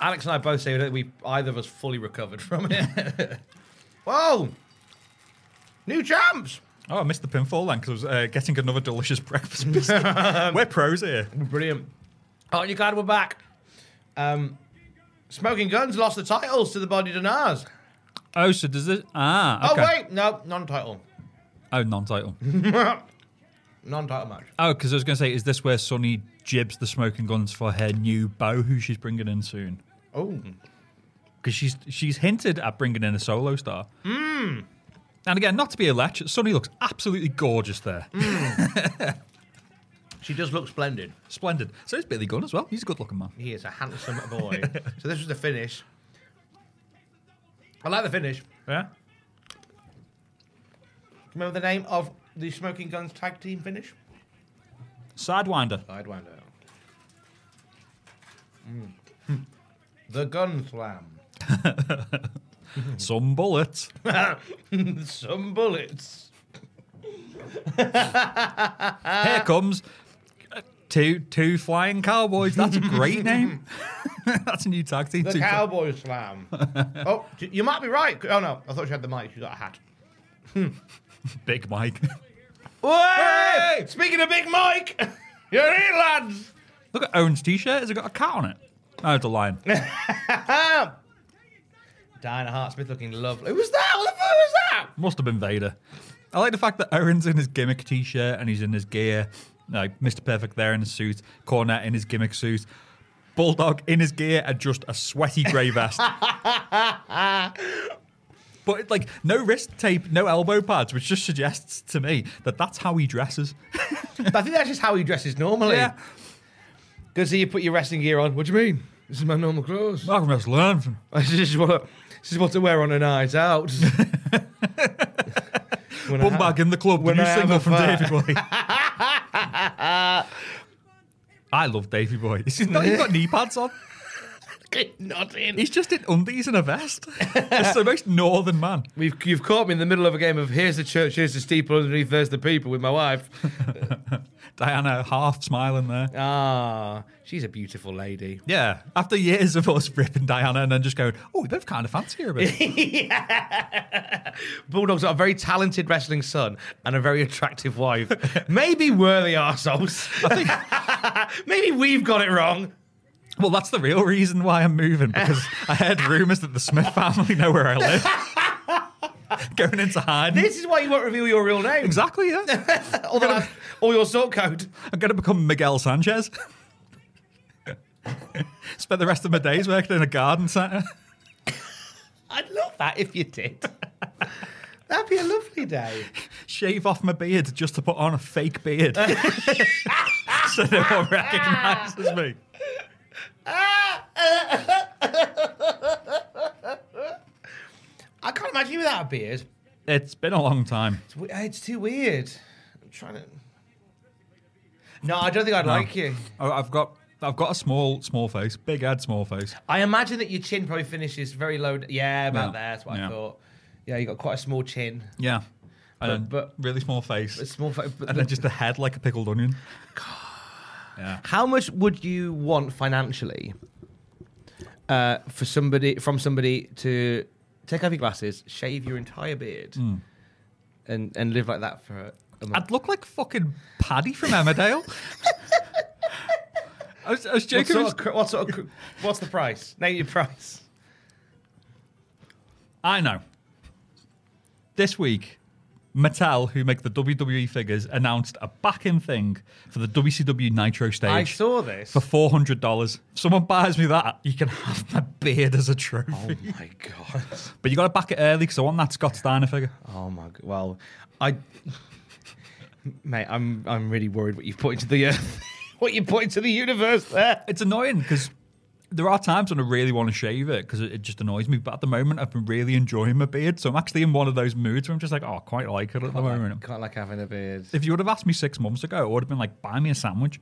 Speaker 1: Alex and I both say that we either of us fully recovered from it. Whoa! New champs!
Speaker 2: Oh, I missed the pinfall then because I was uh, getting another delicious breakfast biscuit. We're pros here.
Speaker 1: Brilliant. Oh, you glad we're back? Um, Smoking Guns lost the titles to the Body Donars.
Speaker 2: Oh, so does it? Ah, okay.
Speaker 1: Oh, wait! No, non title.
Speaker 2: Oh, non-title.
Speaker 1: Non title match.
Speaker 2: oh, because I was going to say, is this where Sonny jibs the smoking guns for her new beau, who she's bringing in soon?
Speaker 1: Oh.
Speaker 2: Hmm. Because she's she's hinted at bringing in a solo star. Mm.
Speaker 1: Hmm.
Speaker 2: And again, not to be a lech, Sonny looks absolutely gorgeous there.
Speaker 1: Hmm. She does look splendid.
Speaker 2: Splendid. So is Billy Gunn as well. He's a good-looking man.
Speaker 1: He is a handsome boy. so this was the finish. I like the finish.
Speaker 2: Yeah.
Speaker 1: Remember the name of the Smoking Guns tag team finish?
Speaker 2: Sidewinder.
Speaker 1: Sidewinder. Mm. the Gun Slam.
Speaker 2: Some bullets.
Speaker 1: Some bullets.
Speaker 2: Here comes uh, two two flying cowboys. That's a great name. That's a new tag team.
Speaker 1: The
Speaker 2: Two fly-
Speaker 1: Cowboy Slam. oh, d- you might be right. Oh no, I thought she had the mic. She got a hat.
Speaker 2: Big Mike.
Speaker 1: Hey! Speaking of Big Mike, you're in, lads.
Speaker 2: Look at Owen's t-shirt. Has it got a cat on it? Oh, it's a lion.
Speaker 1: Diana Hart Smith looking lovely. Who was that? What the fuck was that?
Speaker 2: Must have been Vader. I like the fact that Owen's in his gimmick t-shirt and he's in his gear. Like Mr. Perfect there in his suit, Cornette in his gimmick suit, Bulldog in his gear and just a sweaty grey vest. but like no wrist tape, no elbow pads, which just suggests to me that that's how he dresses.
Speaker 1: But I think that's just how he dresses normally.
Speaker 2: Yeah.
Speaker 1: Go see you put your wrestling gear on. What do you mean? This is my normal clothes.
Speaker 2: Malcolm has learned from.
Speaker 1: This is what I, this is what I wear on a night out. When I
Speaker 2: Bum
Speaker 1: ha-
Speaker 2: Bag in the Club, the
Speaker 1: when
Speaker 2: new
Speaker 1: I have
Speaker 2: single
Speaker 1: a
Speaker 2: from
Speaker 1: fight.
Speaker 2: David Boy. I love Davy Boy. He's not even got knee pads on.
Speaker 1: Not in.
Speaker 2: He's just in undies and a vest. It's the most northern man.
Speaker 1: We've, you've caught me in the middle of a game of here's the church, here's the steeple, underneath there's the people with my wife.
Speaker 2: Diana half smiling there.
Speaker 1: Ah, she's a beautiful lady.
Speaker 2: Yeah. After years of us ripping Diana and then just going, oh, we both kind of fancy her a bit.
Speaker 1: Bulldogs got a very talented wrestling son and a very attractive wife. Maybe we're the arseholes. Maybe we've got it wrong.
Speaker 2: well, that's the real reason why I'm moving because I heard rumours that the Smith family know where I live. going into hiding.
Speaker 1: This is why you won't reveal your real name
Speaker 2: exactly, yeah.
Speaker 1: or, the last- or your sort code.
Speaker 2: I'm going to become Miguel Sanchez. Spent the rest of my days working in a garden centre.
Speaker 1: I'd love that if you did. That'd be a lovely day.
Speaker 2: Shave off my beard just to put on a fake beard. so no one recognises me.
Speaker 1: I can't imagine you without a beard.
Speaker 2: It's been a long time.
Speaker 1: It's, we- it's too weird. I'm trying to. No, I don't think I'd like you.
Speaker 2: Oh, I've got I've got a small small face, big head, small face.
Speaker 1: I imagine that your chin probably finishes very low. d- Yeah, about
Speaker 2: Yeah.
Speaker 1: there. That's what I
Speaker 2: Yeah.
Speaker 1: thought. Yeah, you got quite a small chin.
Speaker 2: Yeah, and
Speaker 1: But-
Speaker 2: but, really small face,
Speaker 1: A small. fa- But,
Speaker 2: and then just a head like a pickled onion.
Speaker 1: how much would you want financially uh, for somebody from somebody to take off your glasses, shave your entire beard,
Speaker 2: Hmm.
Speaker 1: and and live like that for a month?
Speaker 2: I'd look like fucking Paddy from Emmerdale. I was, I was
Speaker 1: What
Speaker 2: joking.
Speaker 1: sort
Speaker 2: with-
Speaker 1: of cr- what sort of cr- what's the price? Name your price.
Speaker 2: I know. This week, Mattel, who make the WWE figures, announced a backing thing for the WCW Nitro stage.
Speaker 1: I saw this.
Speaker 2: For four hundred dollars, someone buys me that, you can have my beard as a trophy.
Speaker 1: my god.
Speaker 2: Oh. But you got to back it early because I want that Scott Steiner figure.
Speaker 1: Oh my god. Well, I mate, I'm I'm really worried what you've put into the earth. what you put into the universe there.
Speaker 2: It's annoying because there are times when I really want to shave it because it, it just annoys me. But at the moment, I've been really enjoying my beard, so I'm actually in one of those moods where I'm just like, oh, I quite like it at the moment.
Speaker 1: Quite like having a beard.
Speaker 2: If you would have asked me six months ago, I would have been like, buy me a sandwich.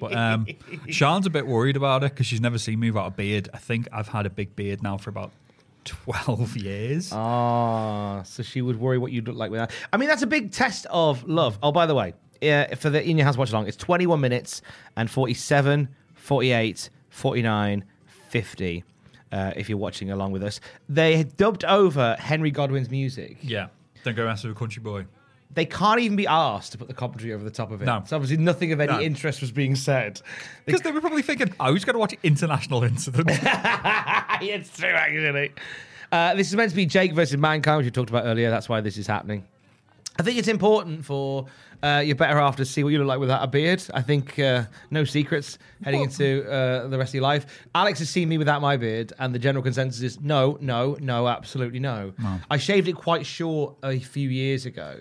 Speaker 2: but um, Sean's a bit worried about it because she's never seen me without a beard. I think I've had a big beard now for about 12 years.
Speaker 1: Oh. Ah, so she would worry what you'd look like without. I mean, that's a big test of love. Oh, by the way, uh, for the In Your House Watch Along, it's 21 minutes and 47, 48, 49, 50. Uh, if you're watching along with us, they had dubbed over Henry Godwin's music.
Speaker 2: yeah. Don't go mess with a country boy.
Speaker 1: They can't even be asked to put the commentary over the top of it.
Speaker 2: No.
Speaker 1: So obviously, nothing of any
Speaker 2: No.
Speaker 1: interest was being said. They-
Speaker 2: Because they were probably thinking, oh, who's going to watch International Incident?
Speaker 1: it's true, actually. Uh, this is meant to be Jake versus Mankind, which we talked about earlier. That's why this is happening. I think it's important for uh, your better half to see what you look like without a beard. I think uh, no secrets heading into uh, the rest of your life. Alex has seen me without my beard, and the general consensus is no, no, no, absolutely no. I shaved it quite short a few years ago,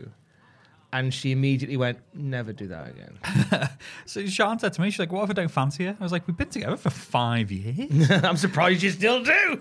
Speaker 1: and she immediately went, "Never do that again."
Speaker 2: so Sean said to me, she's like, what if I don't fancy her? I was like, we've been together for five years.
Speaker 1: I'm surprised you still do.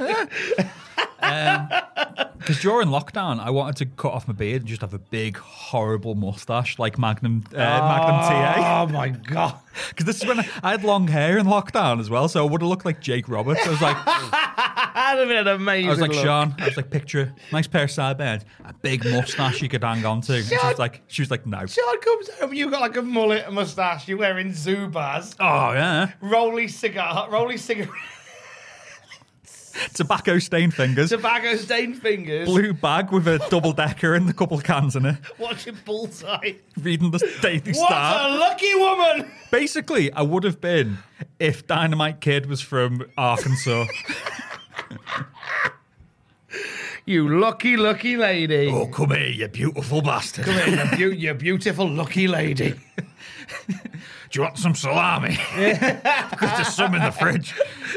Speaker 2: Because during lockdown, I wanted to cut off my beard and just have a big, horrible mustache like Magnum, uh, Magnum TA.
Speaker 1: oh my god.
Speaker 2: Because this is when I, I had long hair in lockdown as well, so I would have looked like Jake Roberts. I was like, I
Speaker 1: That'd have been an amazing.
Speaker 2: was like
Speaker 1: look.
Speaker 2: Sean. I was like, picture nice pair of sideburns, a big mustache you could hang on to. And she
Speaker 1: Sean-
Speaker 2: was like, she was like, no.
Speaker 1: Sean comes home, you've got like a mullet, a mustache, you're wearing Zubas,
Speaker 2: Oh yeah,
Speaker 1: rolly cigar, rolly cigarette,
Speaker 2: tobacco stained fingers,
Speaker 1: tobacco stained fingers,
Speaker 2: blue bag with a double decker and a couple of cans in it.
Speaker 1: watching Bullseye.
Speaker 2: Reading the Daily
Speaker 1: What
Speaker 2: Star.
Speaker 1: a lucky woman!
Speaker 2: Basically, I would have been if Dynamite Kid was from Arkansas.
Speaker 1: You lucky, lucky lady.
Speaker 2: oh, come here, you beautiful bastard.
Speaker 1: Come here, you, beau- you beautiful, lucky lady.
Speaker 2: Do you want some salami? because there's some in the fridge.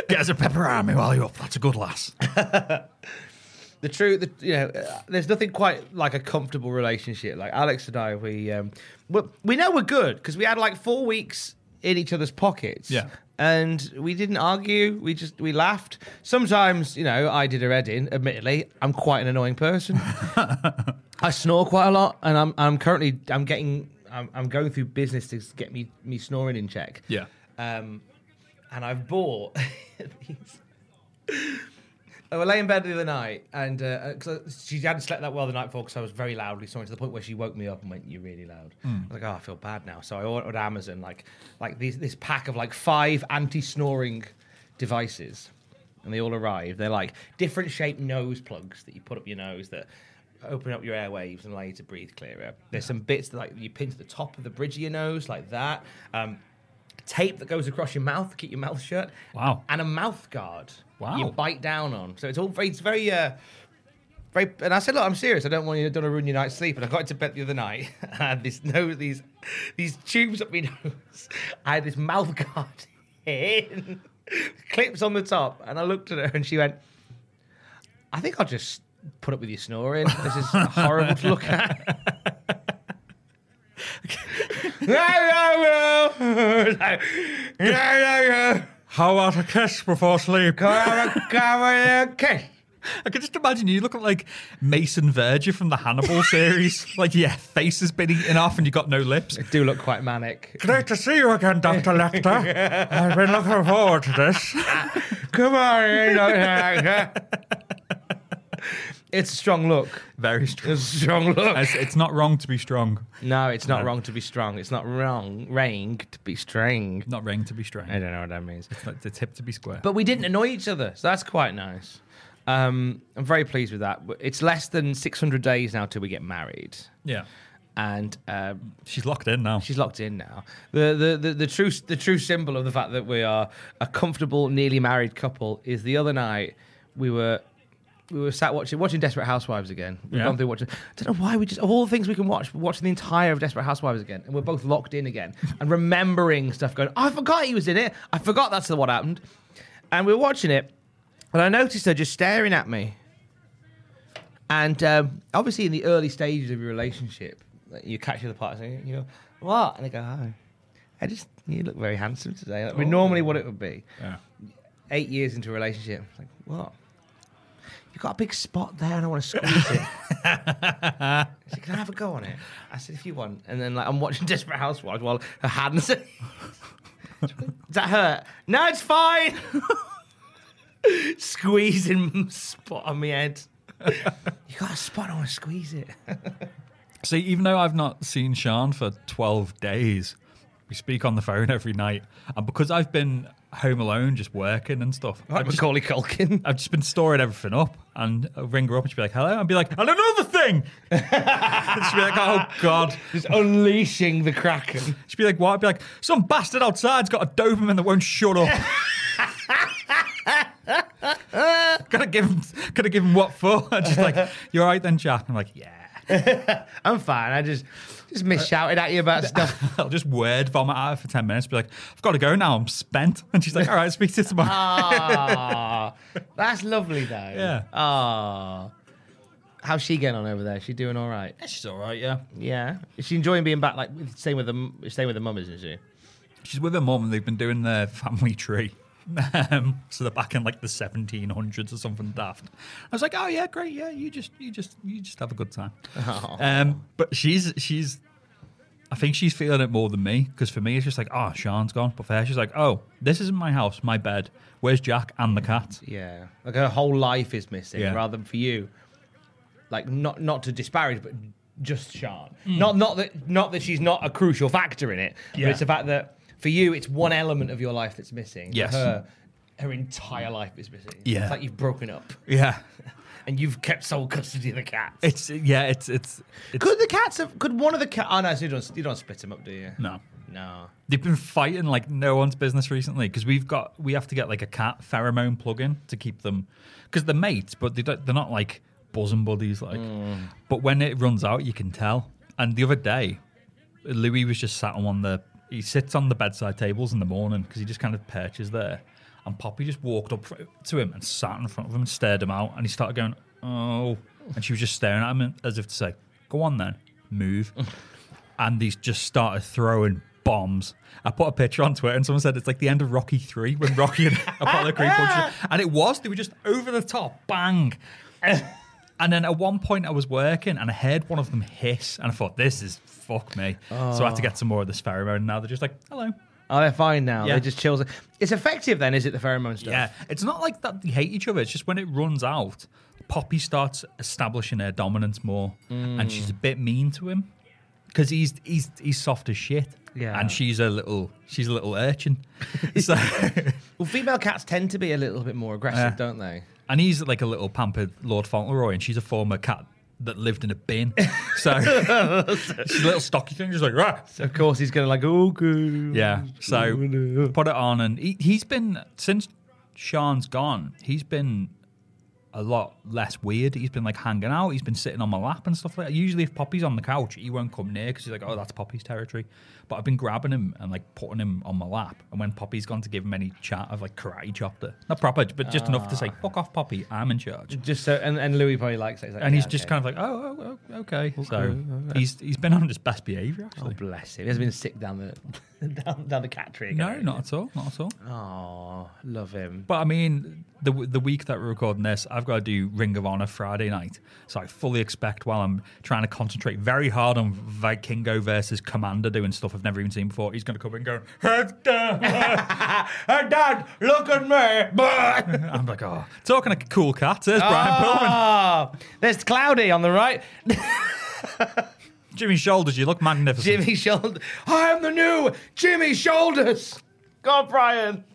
Speaker 2: Get us a pepperami while you're up. That's a good lass.
Speaker 1: The truth, the, you know, uh, there's nothing quite like a comfortable relationship. Like Alex and I, we, um, well, we know we're good because we had like four weeks in each other's pockets.
Speaker 2: Yeah.
Speaker 1: And we didn't argue. We just we laughed. Sometimes, you know, I did her head in. Admittedly, I'm quite an annoying person. I snore quite a lot, and I'm I'm currently I'm getting I'm, I'm going through business to get me me snoring in check
Speaker 2: Yeah.
Speaker 1: and I've bought these. I were laying in bed the other night, and uh, 'cause I- she hadn't slept that well the night before because I was very loudly snoring to the point where she woke me up and went, "You're really loud." I was like, "Oh, I feel bad now." So I ordered Amazon like like these, this pack of like five anti-snoring devices, and they all arrived. They're like different shaped nose plugs that you put up your nose that open up your airwaves and allow you to breathe clearer. There's some bits that like you pin to the top of the bridge of your nose like that. Um, tape that goes across your mouth to keep your mouth shut.
Speaker 2: Wow.
Speaker 1: And a mouth guard.
Speaker 2: Wow.
Speaker 1: You bite down on. So it's all very, it's very, uh, very. And I said, look, I'm serious. I don't want you to don't wanna ruin your night's sleep. And I got into bed the other night. And I had this nose, these, these tubes up my nose. I had this mouth guard in, clips on the top. And I looked at her and she went, I think I'll just put up with you snoring. This is horrible to look at. No, no, no. No, no, no.
Speaker 2: How about a kiss before sleep?
Speaker 1: Okay.
Speaker 2: I can just imagine you looking like Mason Verger from the Hannibal series. like, yeah, face has been eaten off and you got no lips.
Speaker 1: Do look quite manic.
Speaker 2: Great to see you again, Dr. Lecter. I've been looking forward to this.
Speaker 1: Come on, you know. It's a strong look.
Speaker 2: Very strong.
Speaker 1: It's a strong look.
Speaker 2: It's, it's not wrong to be strong.
Speaker 1: No, it's not wrong to be strong. It's not wrong, wrong to be strong.
Speaker 2: Not wrong to be strong.
Speaker 1: I don't know what that means.
Speaker 2: It's not the tip to be square.
Speaker 1: But we didn't annoy each other, so that's quite nice. Um, I'm very pleased with that. It's less than 600 days now till we get married,
Speaker 2: yeah.
Speaker 1: and um,
Speaker 2: She's locked in now.
Speaker 1: She's locked in now. The, the the the true the true symbol of the fact that we are a comfortable, nearly married couple is the other night we were we were sat watching watching Desperate Housewives again. We've
Speaker 2: Yeah.
Speaker 1: gone through watching. I don't know why we just of all the things we can watch, we're watching the entire of Desperate Housewives again, and we're both locked in again and remembering stuff. Going, I forgot he was in it. I forgot that's what happened. And we we're watching it, and I noticed her just staring at me. And um, obviously, in the early stages of your relationship, like, you catch the other part, and you go, "What?" And they go, "Oh, I just you look very handsome today." Like, I mean, normally, what it would be
Speaker 2: Yeah.
Speaker 1: eight years into a relationship. It's like, what? You've got a big spot there and I want to squeeze it. She said, Can I have a go on it? I said, If you want. And then like I'm watching Desperate Housewives while her hands. Does that hurt? No, it's fine. Squeezing spot on my head. you got a spot, I want to squeeze it.
Speaker 2: See, even though I've not seen Sean for 12 days, we speak on the phone every night. And because I've been home alone, just working and stuff,
Speaker 1: Like
Speaker 2: I've, just,
Speaker 1: Macaulay Culkin.
Speaker 2: I've just been storing everything up. And I'll ring her up and she'll be like, hello. And be like, and another thing. she'll be like, oh, God.
Speaker 1: Just unleashing the Kraken.
Speaker 2: She'd be like, what? I'd be like, some bastard outside's got a Doberman that won't shut up. gotta give him, gotta give him what for? And she's like, you're right then, Jack. I'm like, yeah.
Speaker 1: I'm fine. I just just miss shouting at you about stuff.
Speaker 2: I'll just word vomit at her for 10 minutes, be like, I've got to go now, I'm spent. And she's like, all right, speak to you tomorrow.
Speaker 1: Ah, that's lovely though.
Speaker 2: Yeah.
Speaker 1: Ah, how's she getting on over there? She doing all right?
Speaker 2: she's all right, yeah.
Speaker 1: Yeah. Is she enjoying being back? Like with- staying with the m- staying with the mum, isn't she?
Speaker 2: She's with her mum and they've been doing their family tree. Um, so they're back in like the 1700s or something daft. I was like, oh yeah, great, yeah, you just, you just, you just have a good time. Um, but she's, she's, I think she's feeling it more than me because for me it's just like, oh, Sean's gone. But for her, she's like, oh, this isn't my house, my bed. Where's Jack and the cat?
Speaker 1: Yeah. Like her whole life is missing,
Speaker 2: Yeah.
Speaker 1: rather than for you. Like not not to disparage, but just Sean. Not not that not that she's not a crucial factor in it.
Speaker 2: Hmm. Yeah.
Speaker 1: But it's the fact that for you, it's one element of your life that's missing. For
Speaker 2: Yes.
Speaker 1: Her, her entire life is missing.
Speaker 2: Yeah.
Speaker 1: It's like you've broken up
Speaker 2: Yeah,
Speaker 1: and you've kept sole custody of the cat.
Speaker 2: it's, yeah, it's, it's, it's
Speaker 1: Could the cats have? Could one of the cats? Oh no, so you don't. You don't split them up, do you?
Speaker 2: no.
Speaker 1: No.
Speaker 2: They've been fighting like no one's business recently because we've got we have to get like a cat pheromone plug-in to keep them because they're mates, but they don't, they're not like bosom buddies. Like, but when it runs out, you can tell. And the other day, Louis was just sat on one of the he sits on the bedside tables in the morning because he just kind of perches there. And Poppy just walked up fr- to him and sat in front of him and stared him out. And he started going, "Oh," and she was just staring at him as if to say, "Go on then, move." and he's just started throwing bombs. I put a picture on Twitter and someone said it's like the end of Rocky 3 when Rocky and Apollo Creed punch each- And it was, they were just over the top, bang. and then at one point I was working and I heard one of them hiss and I thought, this is fuck me. So I had to get some more of this pheromone. And now they're just like, hello.
Speaker 1: Oh, they're fine now.
Speaker 2: Yeah.
Speaker 1: They just chills. It's effective then, is it? The pheromone stuff.
Speaker 2: Yeah, it's not like that they hate each other. It's just when it runs out, Poppy starts establishing her dominance more, and she's a bit mean to him because he's he's he's soft as shit.
Speaker 1: Yeah.
Speaker 2: and she's a little she's a little urchin. so,
Speaker 1: Well, female cats tend to be a little bit more aggressive,
Speaker 2: Yeah.
Speaker 1: don't they?
Speaker 2: and he's like a little pampered Lord Fauntleroy, and she's a former cat that lived in a bin. So she's a little stocky thing. She's like, Rah!
Speaker 1: So of course he's gonna like, oh good.
Speaker 2: yeah. So put it on, and he, he's been since Sean's gone. He's been a lot less weird. He's been like hanging out. He's been sitting on my lap and stuff like that. Usually, if Poppy's on the couch, he won't come near because he's like, "Oh, that's Poppy's territory." But I've been grabbing him and like putting him on my lap. And when Poppy's gone to give him any chat, I've like karate chopped her. Not proper, but just enough to say,
Speaker 1: Ah.
Speaker 2: "Fuck off, Poppy. I'm in charge."
Speaker 1: Just so, and, and Louis probably likes it. He's like,
Speaker 2: And
Speaker 1: yeah,
Speaker 2: he's just
Speaker 1: okay.
Speaker 2: kind of like, "Oh, oh, oh okay." So he's he's been on his best behavior. Actually.
Speaker 1: Oh, bless him. He hasn't been sick down the down, down the cat tree.
Speaker 2: no, not at all. Not at all.
Speaker 1: Oh, love him.
Speaker 2: But I mean, the the week that we're recording this, I've got to do Ring of Honor Friday night, so I fully expect while I'm trying to concentrate very hard on Vikingo versus Commander doing stuff I've never even seen before, he's going to come in going, "Hey, Dad, hey, Dad, look at me!" I'm like, "Oh, talking like a cool cat." There's Brian Pillman.
Speaker 1: Ah, there's Cloudy on the right.
Speaker 2: Jimmy Shoulders, you look magnificent.
Speaker 1: Jimmy Shoulders. I am the new Jimmy Shoulders. God, Brian.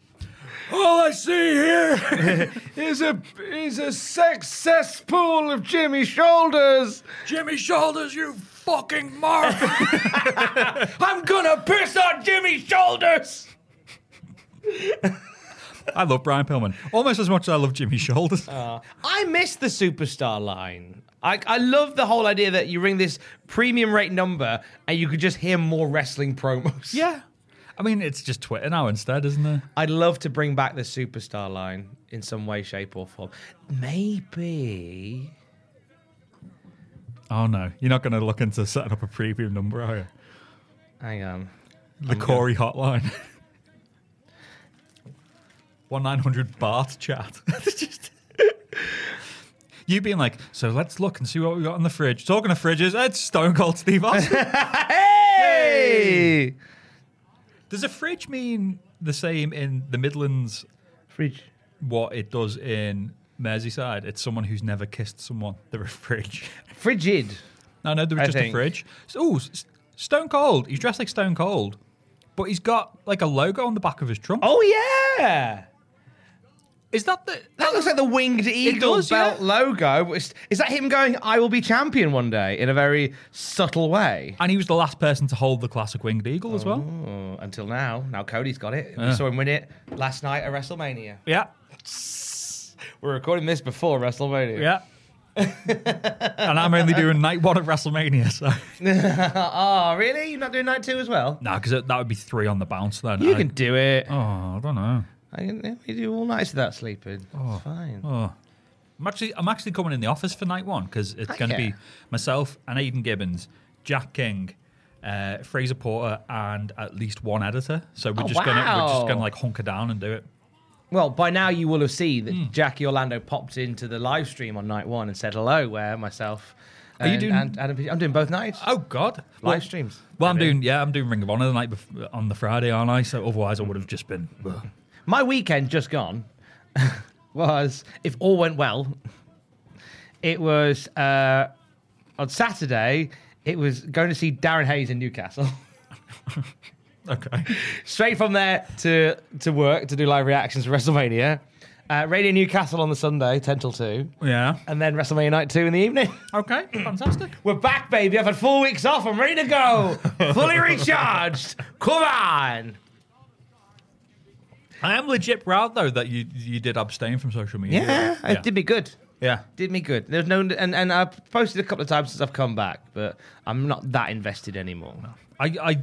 Speaker 2: All I see here.
Speaker 1: is a is a sex cesspool of Jimmy Shoulders.
Speaker 2: Jimmy Shoulders, you fucking mark.
Speaker 1: I'm gonna piss on Jimmy Shoulders.
Speaker 2: I love Brian Pillman almost as much as I love Jimmy
Speaker 1: Ah.
Speaker 2: Shoulders.
Speaker 1: I miss the superstar line. I, I love the whole idea that you ring this premium rate number and you could just hear more wrestling promos.
Speaker 2: yeah. I mean, it's just Twitter now instead, isn't it?
Speaker 1: I'd love to bring back the superstar line in some way, shape, or form. Maybe.
Speaker 2: Oh, no. You're not going to look into setting up a premium number, are you?
Speaker 1: Hang on.
Speaker 2: The Corey hotline. 1 900 Bart chat. It's just- you being like, so let's look and see what we got in the fridge. Talking of fridges, it's Stone Cold Steve Austin.
Speaker 1: Hey!
Speaker 2: Does a fridge mean the same in the Midlands
Speaker 1: Fridge.
Speaker 2: what it does in Merseyside? It's someone who's never kissed someone. They're a fridge.
Speaker 1: Frigid.
Speaker 2: No, no, they were
Speaker 1: I
Speaker 2: just
Speaker 1: think.
Speaker 2: a fridge. So, ooh, S- Stone Cold. He's dressed like Stone Cold, but he's got like a logo on the back of his trunk.
Speaker 1: Oh, yeah!
Speaker 2: Is that the?
Speaker 1: That looks like the winged eagle
Speaker 2: does, yeah.
Speaker 1: belt logo. but it's- Is that him going, I will be champion one day in a very subtle way?
Speaker 2: And he was the last person to hold the classic winged eagle as well.
Speaker 1: Oh, until now. Now Cody's got it. We saw him win it last night at WrestleMania.
Speaker 2: Yeah,
Speaker 1: We're recording this before WrestleMania.
Speaker 2: yeah. and I'm only doing night one at WrestleMania, so
Speaker 1: Oh, really? You're not doing night two as well?
Speaker 2: no, because that would be three on the bounce then.
Speaker 1: You
Speaker 2: I-
Speaker 1: can do it.
Speaker 2: Oh, I don't know.
Speaker 1: I can yeah, we do all nights without sleeping. It's fine.
Speaker 2: Oh. I'm actually, I'm actually coming in the office for night one because it's going to
Speaker 1: yeah.
Speaker 2: be myself and Aidan Gibbons, Jack King, uh, Fraser Porter, and at least one editor. So we're
Speaker 1: Oh,
Speaker 2: just gonna we're just
Speaker 1: wow.
Speaker 2: gonna like hunker down and do it.
Speaker 1: Well, by now you will have seen that Jackie Orlando popped into the live stream on night one and said hello, where myself.
Speaker 2: Are you
Speaker 1: and-
Speaker 2: doing-
Speaker 1: And Adam, I'm doing both nights.
Speaker 2: Oh God,
Speaker 1: Live
Speaker 2: Well-
Speaker 1: streams.
Speaker 2: Well, I'm
Speaker 1: I mean.
Speaker 2: doing yeah, I'm doing Ring of Honor the night bef- on the Friday, aren't I? So otherwise, I would have just been.
Speaker 1: Mm. My weekend just gone was, if all went well, it was uh, on Saturday. It was going to see Darren Hayes in Newcastle.
Speaker 2: Okay,
Speaker 1: Straight from there to to work to do live reactions for WrestleMania. Uh, Radio Newcastle on the Sunday, ten till two,
Speaker 2: yeah,
Speaker 1: and then WrestleMania night two in the evening.
Speaker 2: okay, fantastic.
Speaker 1: We're back, baby. I've had four weeks off. I'm ready to go. Fully recharged. Come on.
Speaker 2: I am legit proud though that you you did abstain from social media.
Speaker 1: Yeah,
Speaker 2: yeah.
Speaker 1: it did me good.
Speaker 2: Yeah.
Speaker 1: Did me good. There's no and, and I've posted a couple of times since I've come back, but I'm not that invested anymore.
Speaker 2: I, I,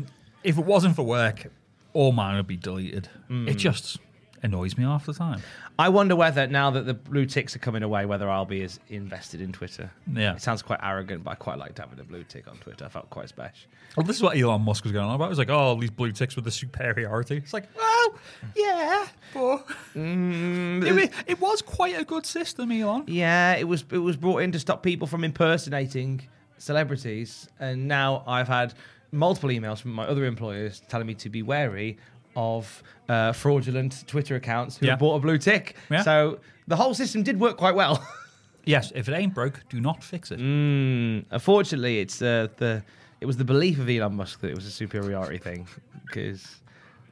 Speaker 2: if it wasn't for work, all mine would be deleted.
Speaker 1: Mm.
Speaker 2: It just annoys me half the time.
Speaker 1: I wonder whether now that the blue ticks are coming away, whether I'll be as invested in Twitter.
Speaker 2: Yeah.
Speaker 1: It sounds quite arrogant, but I quite liked having a blue tick on Twitter. I felt quite special.
Speaker 2: Well, this is what Elon Musk was going on about. It was like, oh, all these blue ticks with the superiority. It's like, well, Oh, yeah, but it, wa- it was quite a good system, Elon.
Speaker 1: Yeah, it was it was brought in to stop people from impersonating celebrities, and now I've had multiple emails from my other employers telling me to be wary of uh, fraudulent Twitter accounts who
Speaker 2: Yeah.
Speaker 1: have bought a blue tick.
Speaker 2: Yeah.
Speaker 1: So the whole system did work quite well.
Speaker 2: Yes, if it ain't broke, do not fix it.
Speaker 1: Mm, Unfortunately, it's uh, the it was the belief of Elon Musk that it was a superiority thing because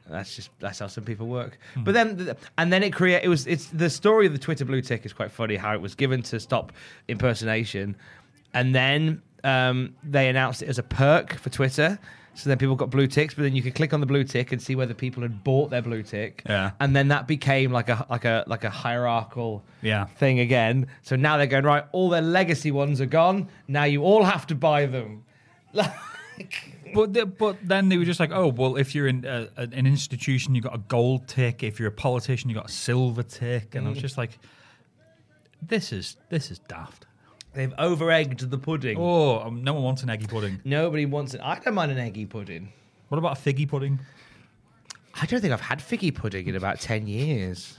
Speaker 1: that's just that's how some people work. But then and then it create it was it's the story of the Twitter blue tick is quite funny how it was given to stop impersonation, and then um, they announced it as a perk for Twitter. So then people got blue ticks, but then you could click on the blue tick and see whether people had bought their blue tick.
Speaker 2: Yeah.
Speaker 1: And then that became like a like a like a hierarchical
Speaker 2: Yeah.
Speaker 1: thing again. So now they're going right. All their legacy ones are gone. Now you all have to buy them.
Speaker 2: But the, but then they were just like, oh well, if you're in a, an an institution, you got a gold tick. If you're a politician, you got a silver tick. And I was just like, this is this is daft.
Speaker 1: They've over egged the pudding.
Speaker 2: Oh, um, no one wants an eggy pudding.
Speaker 1: Nobody wants it. I don't mind an eggy pudding.
Speaker 2: What about a figgy pudding?
Speaker 1: I don't think I've had figgy pudding in about ten years.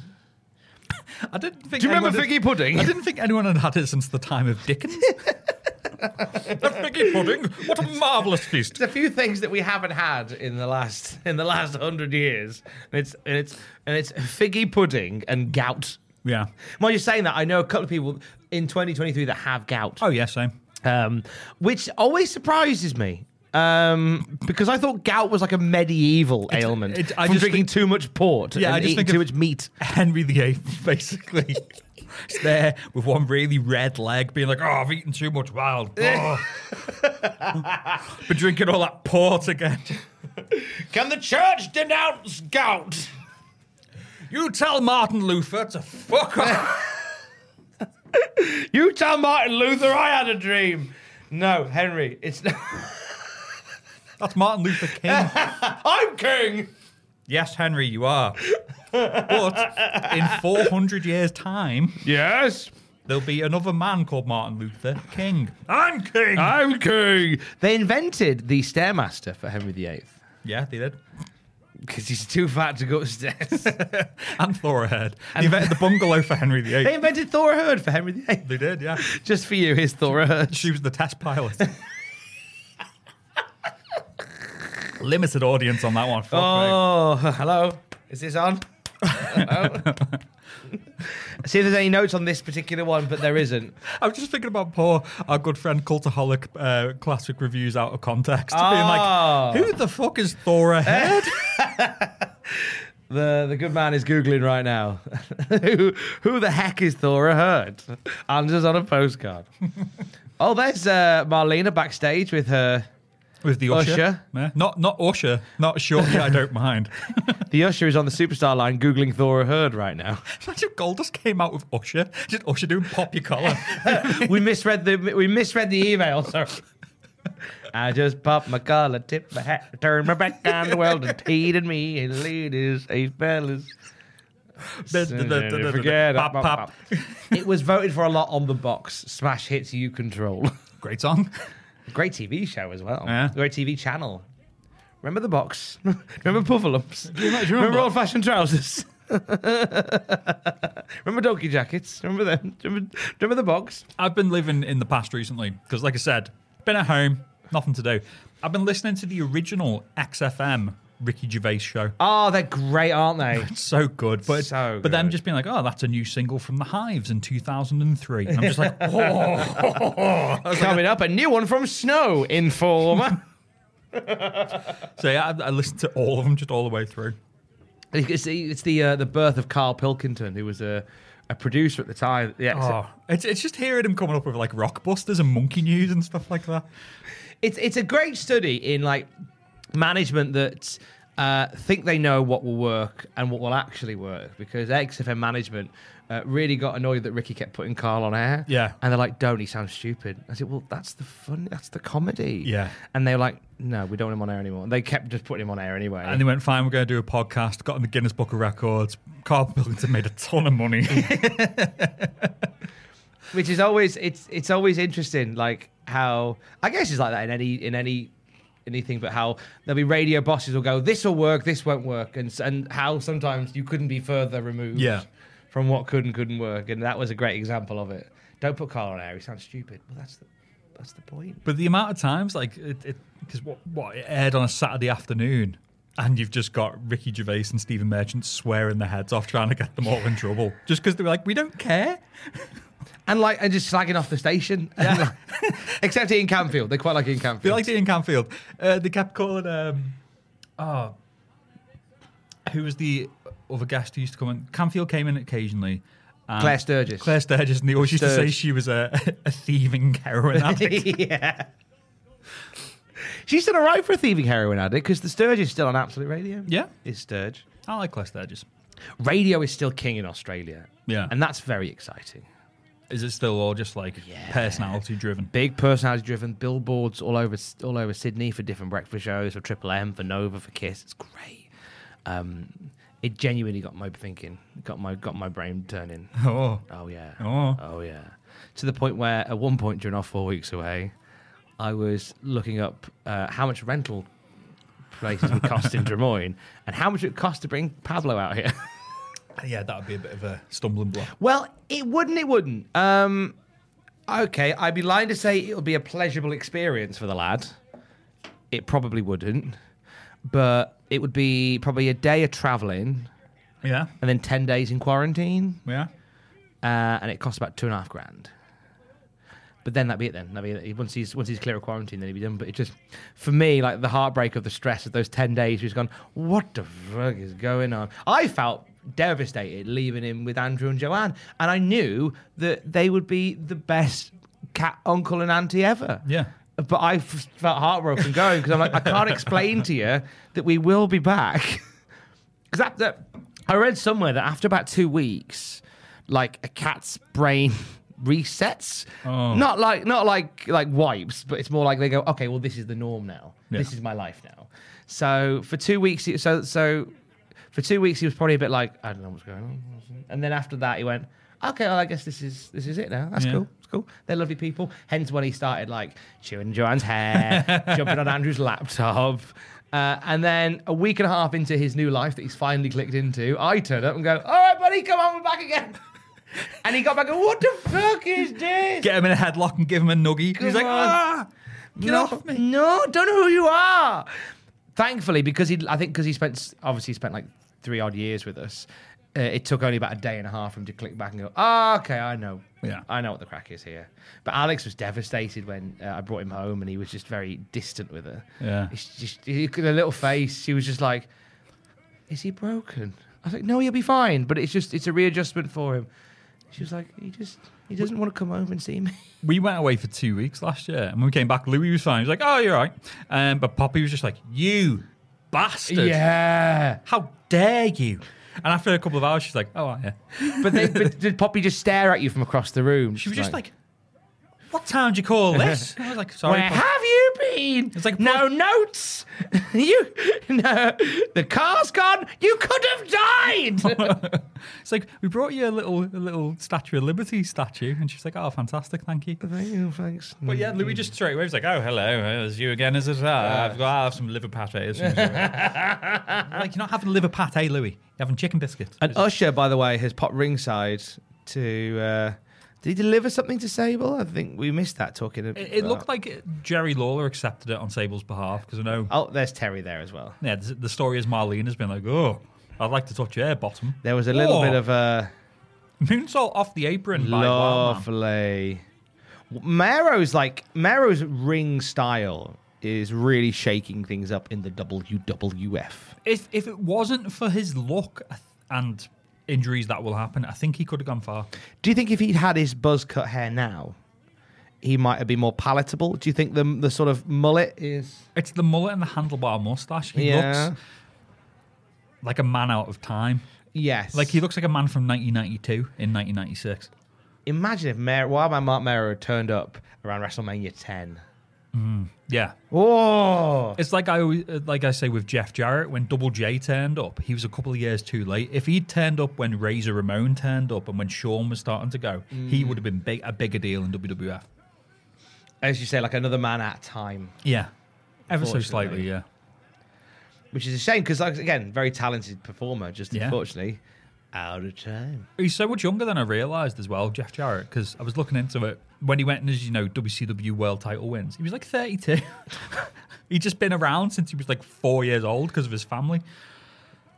Speaker 2: I didn't think.
Speaker 1: Do you remember
Speaker 2: anyone
Speaker 1: figgy
Speaker 2: had-
Speaker 1: pudding?
Speaker 2: I didn't think anyone had had it since the time of Dickens. the figgy pudding. What a marvelous feast.
Speaker 1: There's a few things that we haven't had in the last in the last hundred years. And it's and it's and it's figgy pudding and gout.
Speaker 2: Yeah.
Speaker 1: While you're saying that, I know a couple of people in 2023 that have gout.
Speaker 2: Oh yeah, same.
Speaker 1: um, which always surprises me. Um, because I thought gout was like a medieval ailment
Speaker 2: it- I
Speaker 1: from
Speaker 2: just
Speaker 1: drinking
Speaker 2: think-
Speaker 1: too much port
Speaker 2: Yeah, I
Speaker 1: and
Speaker 2: just
Speaker 1: eating
Speaker 2: think
Speaker 1: too
Speaker 2: of-
Speaker 1: much meat.
Speaker 2: Henry VIII, basically. It's there with one really red leg, being like, "Oh, I've eaten too much wild. Oh. Been drinking all that port again.
Speaker 1: Can the church denounce gout?
Speaker 2: You tell Martin Luther to fuck off.
Speaker 1: You tell Martin Luther I had a dream. No, Henry, it's
Speaker 2: That's Martin Luther King.
Speaker 1: I'm king.
Speaker 2: yes, Henry, you are. But in 400 years' time,
Speaker 1: Yes,
Speaker 2: there'll be another man called Martin Luther King. I'm king.
Speaker 1: I'm king. They invented the stairmaster for Henry VIII
Speaker 2: yeah, they did.
Speaker 1: because he's too fat to go upstairs.
Speaker 2: And Thor ahead. They invented the bungalow for Henry VIII.
Speaker 1: they invented Thora Heard for Henry VIII.
Speaker 2: They did, yeah.
Speaker 1: Just for you, here's Thora Heard.
Speaker 2: She was the test pilot. Limited audience on that one. Fuck me.
Speaker 1: Oh, hello. Is this on? Hello? See if there's any notes on this particular one, but there isn't.
Speaker 2: I was just thinking about poor, our good friend Cultaholic uh, classic reviews out of context. Being
Speaker 1: Oh. Eh?
Speaker 2: like, who the fuck is Thor ahead?
Speaker 1: The the good man is googling right now. who who the heck is Thora Heard? Anders on a postcard. oh, there's uh, Marlena backstage with her.
Speaker 2: With the Usher.
Speaker 1: Usher.
Speaker 2: Yeah. Not not Usher. Not Shorty, I don't mind.
Speaker 1: The usher is on the superstar line googling Thora Heard right now.
Speaker 2: Imagine if Goldust came out with Usher. Just Usher doing Pop Your Collar.
Speaker 1: we misread the we misread the email. Sorry. I just popped my collar, tipped my hat, turned my back on the world, and teeted me, and ladies, hey fellas. Forget
Speaker 2: Pop,
Speaker 1: it.
Speaker 2: pop.
Speaker 1: It was voted for a lot on the box. Smash hits you control.
Speaker 2: Great song.
Speaker 1: Great TV show as well.
Speaker 2: Yeah.
Speaker 1: Great TV channel. Remember the box? remember Puffalumps? Remember,
Speaker 2: remember?
Speaker 1: old fashioned trousers? remember donkey jackets? Remember them? Remember, remember the box?
Speaker 2: I've been living in the past recently because, like I said, been at home, nothing to do. I've been listening to the original XFM Ricky Gervais show.
Speaker 1: Oh, they're great, aren't they?
Speaker 2: So good, but
Speaker 1: So
Speaker 2: but then
Speaker 1: good.
Speaker 2: just being like, oh, that's a new single from the Hives in 2003. And I'm just like, oh,
Speaker 1: Coming up, a new one from Snow Informer.
Speaker 2: so yeah, I, I listened to all of them just all the way through.
Speaker 1: it's the, it's the, uh, the birth of Carl Pilkington, who was a, a producer at the time. Yeah,
Speaker 2: Oh, it's, it's just hearing him coming up with like Rockbusters and Monkey News and stuff like that.
Speaker 1: it's it's a great study in like management that uh, think they know what will work and what will actually work because XFM management uh, really got annoyed that Ricky kept putting Carl on air.
Speaker 2: Yeah.
Speaker 1: and they're like, "Don't he sounds stupid?" I said, "Well, that's the fun. That's the comedy."
Speaker 2: Yeah.
Speaker 1: and they were like, "No, we don't want him on air anymore." And they kept just putting him on air anyway.
Speaker 2: And they went, fine, we're going to do a podcast. Got in the Guinness Book of Records. Carl Pilkington made a ton of money.
Speaker 1: which is always it's it's always interesting like how i guess it's like that in any in any anything but how there'll be radio bosses will go this will work this won't work and s- and how sometimes you couldn't be further removed
Speaker 2: Yeah.
Speaker 1: from what could and couldn't work and that was a great example of it don't put carl on air he sounds stupid well that's the that's the point
Speaker 2: But the amount of times, like, it, it, because what, what, it aired on a Saturday afternoon, and you've just got Ricky Gervais and Stephen Merchant swearing their heads off trying to get them all in trouble. Just because they were like, we don't care.
Speaker 1: and like and just slagging off the station except ian canfield they quite like ian canfield
Speaker 2: They liked it in Canfield. Uh, they kept calling, um, oh, who was the other guest who used to come in? Canfield came in occasionally. and-
Speaker 1: Claire Sturgis.
Speaker 2: Claire Sturgis, and they always used to say
Speaker 1: Sturge.
Speaker 2: she was a, a thieving heroin addict.
Speaker 1: yeah she's still all right for a thieving heroin addict because the sturge is still on absolute radio
Speaker 2: yeah,
Speaker 1: is sturge
Speaker 2: I like Claire Sturgis.
Speaker 1: radio is still king in Australia.
Speaker 2: Yeah.
Speaker 1: And that's very exciting.
Speaker 2: Is it still all just like personality driven?
Speaker 1: Big personality driven billboards all over all over Sydney for different breakfast shows, for Triple M, for Nova, for Kiss. It's great. Um, it genuinely got my thinking, got my got my brain turning.
Speaker 2: Oh,
Speaker 1: Oh yeah.
Speaker 2: Oh.
Speaker 1: yeah. To the point where at one point during our four weeks away, I was looking up uh, how much rental places would cost in Des Moines and how much it would cost to bring Pablo out here.
Speaker 2: yeah, that would be a bit of a stumbling block.
Speaker 1: Well, it wouldn't. It wouldn't. Um, okay, I'd be lying to say it'll be a pleasurable experience for the lad. It probably wouldn't, but it would be probably a day of travelling
Speaker 2: Yeah,
Speaker 1: and then ten days in quarantine,
Speaker 2: yeah.
Speaker 1: uh, and it costs about two and a half grand. But then that'd be it. Then that'd be it. once he's once he's clear of quarantine, then he'd be done. But it just for me, like the heartbreak of the stress of those ten days, he's gone. What the fuck is going on? I felt devastated leaving him with Andrew and Joanne, and I knew that they would be the best cat uncle and auntie ever.
Speaker 2: Yeah.
Speaker 1: But I f- felt heartbroken going because I'm like, I can't explain to you that we will be back. Because that, that I read somewhere that after about two weeks, like a cat's brain resets. Not like not like like wipes, but it's more like they go, okay, well this is the norm now. This is my life now. So for two weeks, he- so so for two weeks he was probably a bit like, I don't know what's going on, and then after that he went. Okay, well, I guess this is this is it now. That's
Speaker 2: Yeah.
Speaker 1: cool. It's cool. They're lovely people. Hence, when he started like chewing Joanne's hair, jumping on Andrew's laptop, uh, and then a week and a half into his new life that he's finally clicked into, I turn up and go, "All right, buddy, come on, we're back again." and he got back and what the fuck is this?
Speaker 2: Get him in a headlock and give him a nuggie. He's like,
Speaker 1: on.
Speaker 2: ah, get
Speaker 1: no,
Speaker 2: off me.
Speaker 1: no, don't know who you are. Thankfully, because he, I think, because he spent obviously he spent like three odd years with us. Uh, it took only about a day and a half for him to click back and go, oh, okay, I know.
Speaker 2: Yeah.
Speaker 1: I know what the crack is here. But Alex was devastated when uh, I brought him home and he was just very distant with her.
Speaker 2: Yeah.
Speaker 1: It's just, he got a little face. She was just like, is he broken? I was like, no, he'll be fine. But it's just, it's a readjustment for him. She was like, he just, he doesn't want to come home and see me.
Speaker 2: We went away for two weeks last year, and when we came back, Louis was fine. He was like, oh, you're all right. Um, but Poppy was just like, you bastard.
Speaker 1: Yeah.
Speaker 2: How dare you? And after a couple of hours, she's like, oh, all right, yeah.
Speaker 1: But, they, but did Poppy just stare at you from across the room?
Speaker 2: She was just like, what town do you call this? I was like, sorry.
Speaker 1: "Where
Speaker 2: Poppy."
Speaker 1: have you been?
Speaker 2: It's like-
Speaker 1: no notes. you, no, the car's gone. You could have died.
Speaker 2: It's like we brought you a little a little Statue of Liberty statue, and she's like, "Oh, fantastic, thank you."
Speaker 1: Thank you, thanks.
Speaker 2: But yeah, Louis just straight away was like, "Oh, hello, it's you again, is it? Uh, I've got I'll have some liver pate." as soon as you're-" like you're not having liver pate, eh, Louis. You're having chicken biscuits.
Speaker 1: And Usher, by the way, has popped ringside to. Uh, did he deliver something to Sable? I think we missed that talking.
Speaker 2: it, it looked like Jerry Lawler accepted it on Sable's behalf because I know.
Speaker 1: Oh, there's Terry there as well.
Speaker 2: Yeah, the the story is Marlene has been like, "Oh, I'd like to touch your bottom."
Speaker 1: There was a little
Speaker 2: Oh,
Speaker 1: bit of a
Speaker 2: moonsault off the apron. by Wildman.
Speaker 1: lovely. Marrow's like Marrow's ring style is really shaking things up in the WWF.
Speaker 2: If if it wasn't for his luck I th- and injuries that will happen, I think he could have gone far.
Speaker 1: Do you think if he'd had his buzz cut hair now, he might have been more palatable? Do you think the the sort of mullet is?
Speaker 2: It's the mullet and the handlebar mustache. He
Speaker 1: Yeah.
Speaker 2: looks like a man out of time.
Speaker 1: Yes.
Speaker 2: Like he looks like a man from 1992 in 1996.
Speaker 1: Imagine if Mer- Wildman Mark Merrow had turned up around WrestleMania 10.
Speaker 2: Yeah,
Speaker 1: Oh,
Speaker 2: it's like I always, uh, like I say with Jeff Jarrett when Double J turned up, he was a couple of years too late. If he'd turned up when Razor Ramon turned up and when Shawn was starting to go, he would have been big, a bigger deal in WWF.
Speaker 1: as you say, like another man at a time,
Speaker 2: Yeah, ever so
Speaker 1: Unfortunately.
Speaker 2: slightly. Yeah,
Speaker 1: which is a shame because, like, again, very talented performer, just
Speaker 2: Yeah.
Speaker 1: unfortunately out of time.
Speaker 2: He's so much younger than I realised as well, Jeff Jarrett, because I was looking into it when he went in his, you know, WCW World Title wins. He was like 32. He'd just been around since he was like four years old because of his family.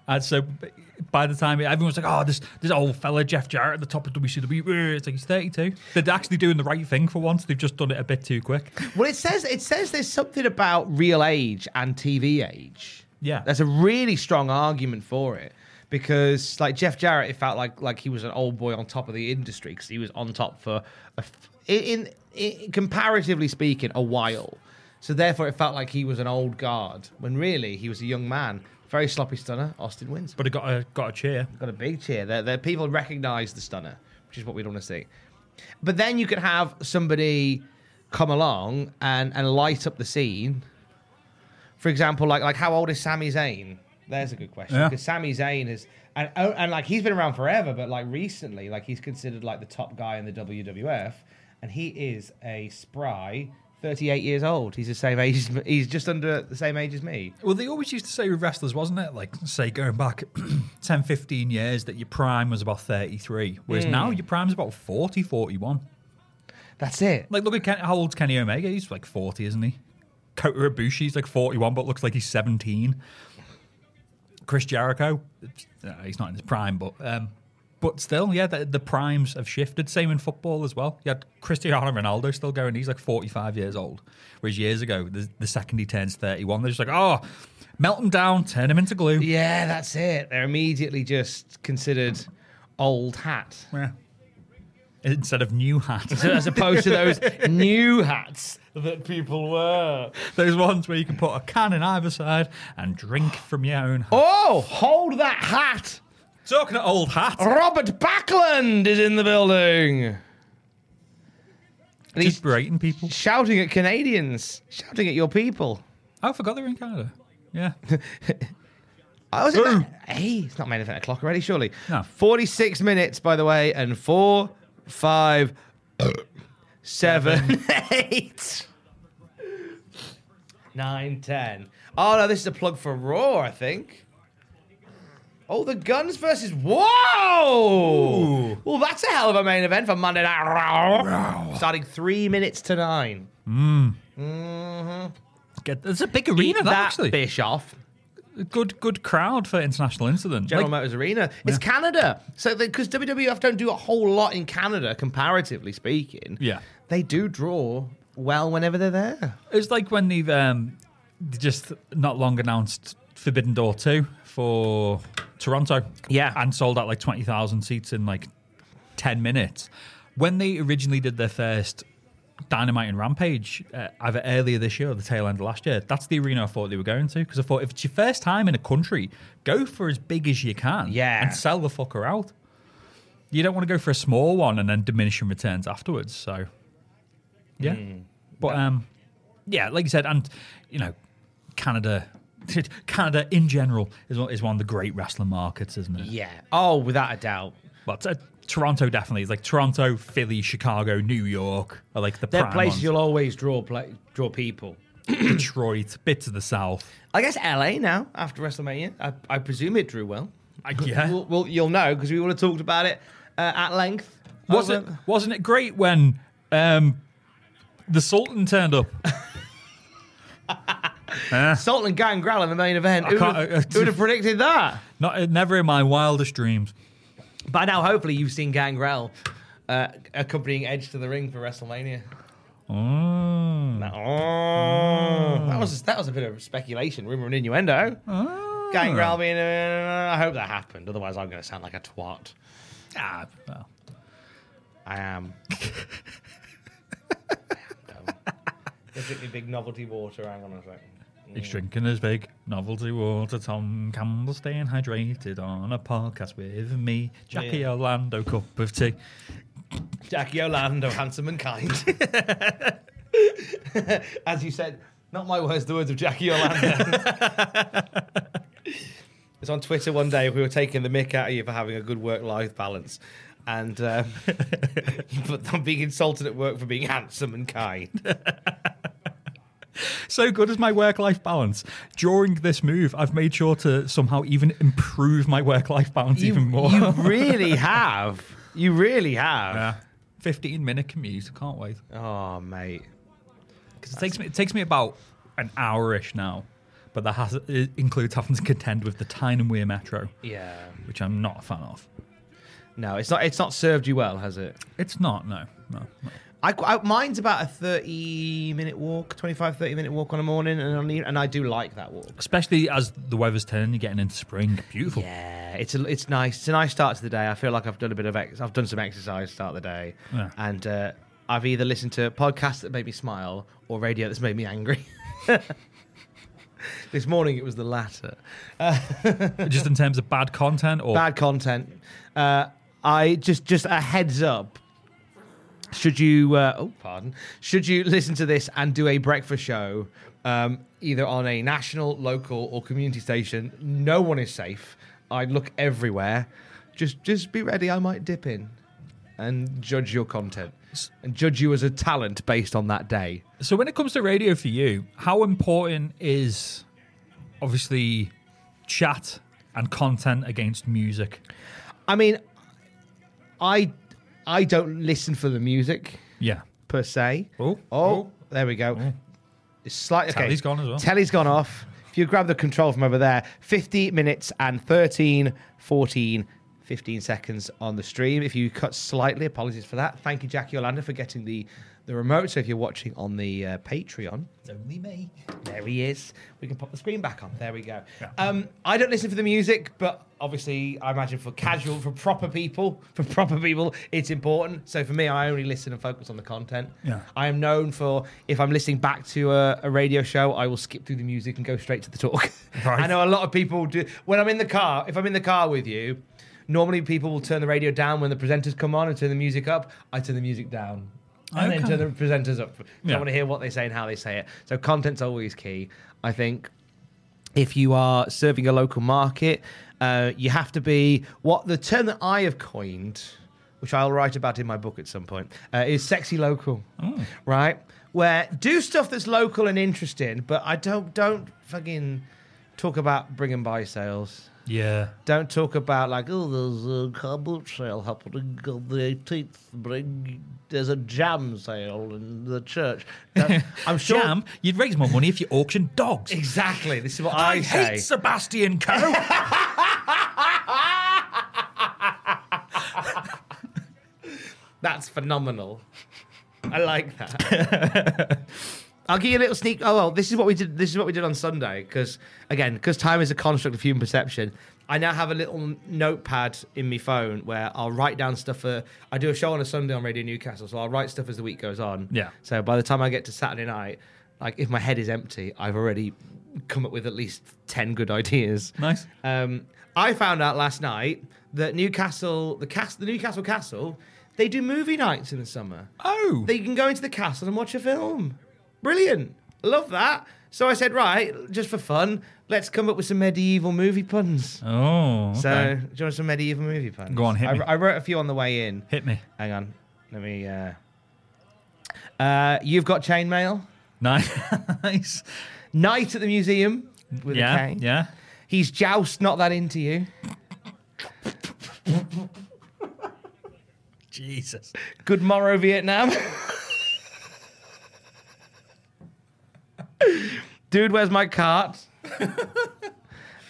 Speaker 2: And so b- by the time everyone was like, oh, this this old fella, Jeff Jarrett, at the top of WCW, eh, it's like he's 32. They're actually doing the right thing for once. They've just done it a bit too quick.
Speaker 1: Well, it says it says there's something about real age and TV age.
Speaker 2: Yeah.
Speaker 1: that's a really strong argument for it because, like Jeff Jarrett, it felt like like he was an old boy on top of the industry because he was on top for a f in, in comparatively speaking a while. So therefore, it felt like he was an old guard when really he was a young man. Very sloppy stunner. Austin wins.
Speaker 2: But I got a, got a cheer.
Speaker 1: Got a big cheer. They're, they're- people recognise the stunner, which is what we don't want to see. But then you can have somebody come along and, and light up the scene. For example, like like how old is Sami Zayn? There's a good question
Speaker 2: Yeah.
Speaker 1: because Sami Zayn is and oh, and like he's been around forever, but like recently, like he's considered like the top guy in the WWF, and he is a spry. 38 years old. He's the same age. as me- He's just under the same age as me.
Speaker 2: Well, they always used to say with wrestlers, wasn't it? Like, say, going back 10, 15 years, that your prime was about 33, whereas now your prime's about 40, 41.
Speaker 1: That's it.
Speaker 2: Like, look at Ken, how old's Kenny Omega? He's like 40, isn't he? Kota Ibushi's like 41, but looks like he's 17. Chris Jericho, it's- uh, he's not in his prime, but um, but still, yeah, the, the primes have shifted. Same in football as well. You had Cristiano Ronaldo still going. He's like 45 years old, whereas years ago, the, the second he turns 31, they're just like, oh, melt him down, turn him into glue.
Speaker 1: Yeah, that's it. They're immediately just considered old hat.
Speaker 2: Yeah. Instead of new hats.
Speaker 1: So as opposed to those new hats that people wear.
Speaker 2: Those ones where you can put a can in either side and drink from your own hat.
Speaker 1: Oh, hold that hat.
Speaker 2: Talking of old hat.
Speaker 1: Robert Backlund is in the building. And
Speaker 2: Just
Speaker 1: he's
Speaker 2: berating people.
Speaker 1: shouting at Canadians, shouting at your people.
Speaker 2: Oh, I forgot they're in Canada. Yeah.
Speaker 1: I was in Hey, it's not made anything o'clock already, surely.
Speaker 2: No.
Speaker 1: 46 minutes, by the way, and four, five, seven, eight, nine, ten. Oh, no, this is a plug for Raw, I think. Oh, the Guns versus. Whoa! Well, that's a hell of a main event for Monday Night Raw. Starting three minutes to nine.
Speaker 2: Get, there's a big arena, that,
Speaker 1: Eat that,
Speaker 2: actually.
Speaker 1: Bischoff.
Speaker 2: Good good crowd for International Incident.
Speaker 1: General
Speaker 2: Like,
Speaker 1: Motors Arena. It's Canada. So because WWF don't do a whole lot in Canada, comparatively speaking.
Speaker 2: Yeah.
Speaker 1: They do draw well whenever they're there.
Speaker 2: It was like when they've um, they just not long announced Forbidden Door 2 for Toronto.
Speaker 1: Yeah.
Speaker 2: And sold out like 20,000 seats in like 10 minutes. When they originally did their first Dynamite and Rampage, uh, either earlier this year or the tail end of last year, that's the arena I thought they were going to. Because I thought if it's your first time in a country, go for as big as you can.
Speaker 1: Yeah.
Speaker 2: And sell the fucker out. You don't want to go for a small one and then diminishing returns afterwards. So, yeah.
Speaker 1: Mm.
Speaker 2: But, um, yeah, like you said, and you know, Canada, Canada in general is one, is one of the great wrestling markets, isn't it?
Speaker 1: Yeah. Oh, without a doubt.
Speaker 2: But uh, Toronto definitely is like Toronto, Philly, Chicago, New York are like the
Speaker 1: They're
Speaker 2: prime
Speaker 1: places
Speaker 2: ones.
Speaker 1: you'll always draw pla draw people.
Speaker 2: Detroit, bits of the South.
Speaker 1: I guess LA now after WrestleMania. I, I presume it drew well.
Speaker 2: I, yeah,
Speaker 1: We'll, we'll, you'll know because we will have talked about it uh, at length.
Speaker 2: was
Speaker 1: Over-
Speaker 2: it wasn't it great when um, the Sultan turned up?
Speaker 1: Salt and Gangrel in the main event? Who'd
Speaker 2: can't- uh,
Speaker 1: have, who'd have predicted that?
Speaker 2: Not uh, never in my wildest dreams.
Speaker 1: By now, hopefully, you've seen Gangrel uh, accompanying Edge to the ring for WrestleMania.
Speaker 2: Oh.
Speaker 1: Oh, that was that was a bit of speculation, rumor and innuendo. Gangrel being, uh, I hope that happened. Otherwise, I'm going to sound like a twat.
Speaker 2: Ah, well.
Speaker 1: I am. Just drink me big novelty water. Hang on a second. Mm.
Speaker 2: He's drinking his big novelty water. Tom Campbell staying hydrated on a podcast with me. Jackie
Speaker 1: Yeah.
Speaker 2: Orlando cup of tea.
Speaker 1: Jackie Orlando, handsome and kind. As you said, not my words, the words of Jackie Orlando. it's on Twitter one day we were taking the mick out of you for having a good work life balance. And um, you put I'm being insulted at work for being handsome and kind.
Speaker 2: So good is my work life balance. During this move, I've made sure to somehow even improve my work life balance even more.
Speaker 1: You really have. You really have.
Speaker 2: Yeah. 15 minute commute. Can't wait.
Speaker 1: Oh, mate.
Speaker 2: Because it takes me it takes me about an hour ish now. But that has it includes having to contend with the Tyne and Weir Metro,
Speaker 1: Yeah.
Speaker 2: which I'm not a fan of.
Speaker 1: No, it's not. It's not served you well, has it?
Speaker 2: It's not, no. No. no.
Speaker 1: I, qu- I- mine's about a 30 minute walk 25 30 minute walk on a morning and on the, and I do like that walk
Speaker 2: Especially as the weather's turning, you're getting into spring. Beautiful.
Speaker 1: yeah it's a, it's nice it's a nice start to the day I feel like I've done a bit of ex- I've done some exercise to start the day
Speaker 2: Yeah.
Speaker 1: and uh, I've either listened to podcasts that made me smile or radio that's made me angry this morning it was the latter
Speaker 2: just in terms of bad content or
Speaker 1: bad content. Uh, I just just a heads up. Should you uh, oh pardon? Should you listen to this and do a breakfast show, um, either on a national, local, or community station? No one is safe. I'd look everywhere. Just just be ready. I might dip in and judge your content and judge you as a talent based on that day.
Speaker 2: so when it comes to radio for you how important is obviously chat and content against music
Speaker 1: I mean, I I don't listen for the music.
Speaker 2: yeah
Speaker 1: per se.
Speaker 2: Oh.
Speaker 1: oh, there we go. It's slightly okay.
Speaker 2: Telly's Mm. gone as well.
Speaker 1: Telly's gone off. If you grab the control from over there, 50 minutes and 13, 14, 15 seconds on the stream. If you cut slightly, apologies for that. Thank you, Jackie Orlando, for getting the, the remote. So if you're watching on the uh, Patreon,
Speaker 2: it's only me
Speaker 1: there he is. We can pop the screen back on. There we go. Um, I don't listen for the music, but obviously, I imagine for casual, for proper people, for proper people, it's important. So for me, I only listen and focus on the content.
Speaker 2: Yeah.
Speaker 1: I am known for if I'm listening back to a, a radio show, I will skip through the music and go straight to the talk.
Speaker 2: Right.
Speaker 1: I know a lot of people do. When I'm in the car, if I'm in the car with you, Normally, people will turn the radio down when the presenters come on and turn the music up. I turn the music down. And
Speaker 2: Oh, Okay.
Speaker 1: then turn the presenters up. 'Cause I
Speaker 2: Yeah.
Speaker 1: want to hear what they say and how they say it. So content's always key. I think if you are serving a local market, uh, you have to be what the term that I have coined, which I'll write about in my book at some point, uh, is sexy local, right? Where do stuff that's local and interesting, but I don't don't fucking talk about bring and buy sales.
Speaker 2: Yeah.
Speaker 1: Don't talk about like oh, there's a car boot sale happening on the 18th. Bring there's a jam sale in the church. That- I'm sure.
Speaker 2: Jam, you'd raise more money if you auctioned dogs.
Speaker 1: Exactly. This is what I,
Speaker 2: I
Speaker 1: say.
Speaker 2: hate Sebastian Coe.
Speaker 1: That's phenomenal. I like that. I'll give you a little sneak. Oh well, this is what we did. This is what we did on Sunday because again, because time is a construct of human perception. I now have a little notepad in my phone where I'll write down stuff. For I do a show on a Sunday on Radio Newcastle, so I'll write stuff as the week goes on.
Speaker 2: Yeah.
Speaker 1: So by the time I get to Saturday night, like if my head is empty, I've already come up with at least ten good ideas.
Speaker 2: Nice.
Speaker 1: Um, I found out last night that Newcastle, the cast, the Newcastle Castle, they do movie nights in the summer.
Speaker 2: Oh.
Speaker 1: They can go into the castle and watch a film. Brilliant. Love that. So I said, right, just for fun, let's come up with some medieval movie puns.
Speaker 2: oh.
Speaker 1: So,
Speaker 2: okay.
Speaker 1: do you want some medieval movie puns?
Speaker 2: Go on, hit
Speaker 1: I,
Speaker 2: me.
Speaker 1: I wrote a few on the way in.
Speaker 2: hit me.
Speaker 1: Hang on, let me. Uh, uh, you've got chainmail.
Speaker 2: Nice. nice.
Speaker 1: Night at the museum with
Speaker 2: Yeah.
Speaker 1: a K.
Speaker 2: Yeah.
Speaker 1: He's joust, not that into you.
Speaker 2: Jesus.
Speaker 1: Good morrow, Vietnam. Dude, where's my cart?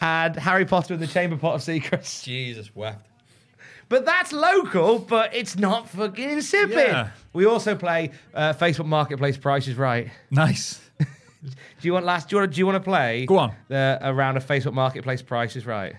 Speaker 1: and Harry Potter and the Chamber Pot of Secrets.
Speaker 2: Jesus wept.
Speaker 1: But that's local, but it's not fucking insipid.
Speaker 2: Yeah.
Speaker 1: We also play uh, Facebook Marketplace Price is Right.
Speaker 2: Nice.
Speaker 1: Do you want last? Do you want? Do you want to play?
Speaker 2: Go on.
Speaker 1: The, a round of Facebook Marketplace Price is Right.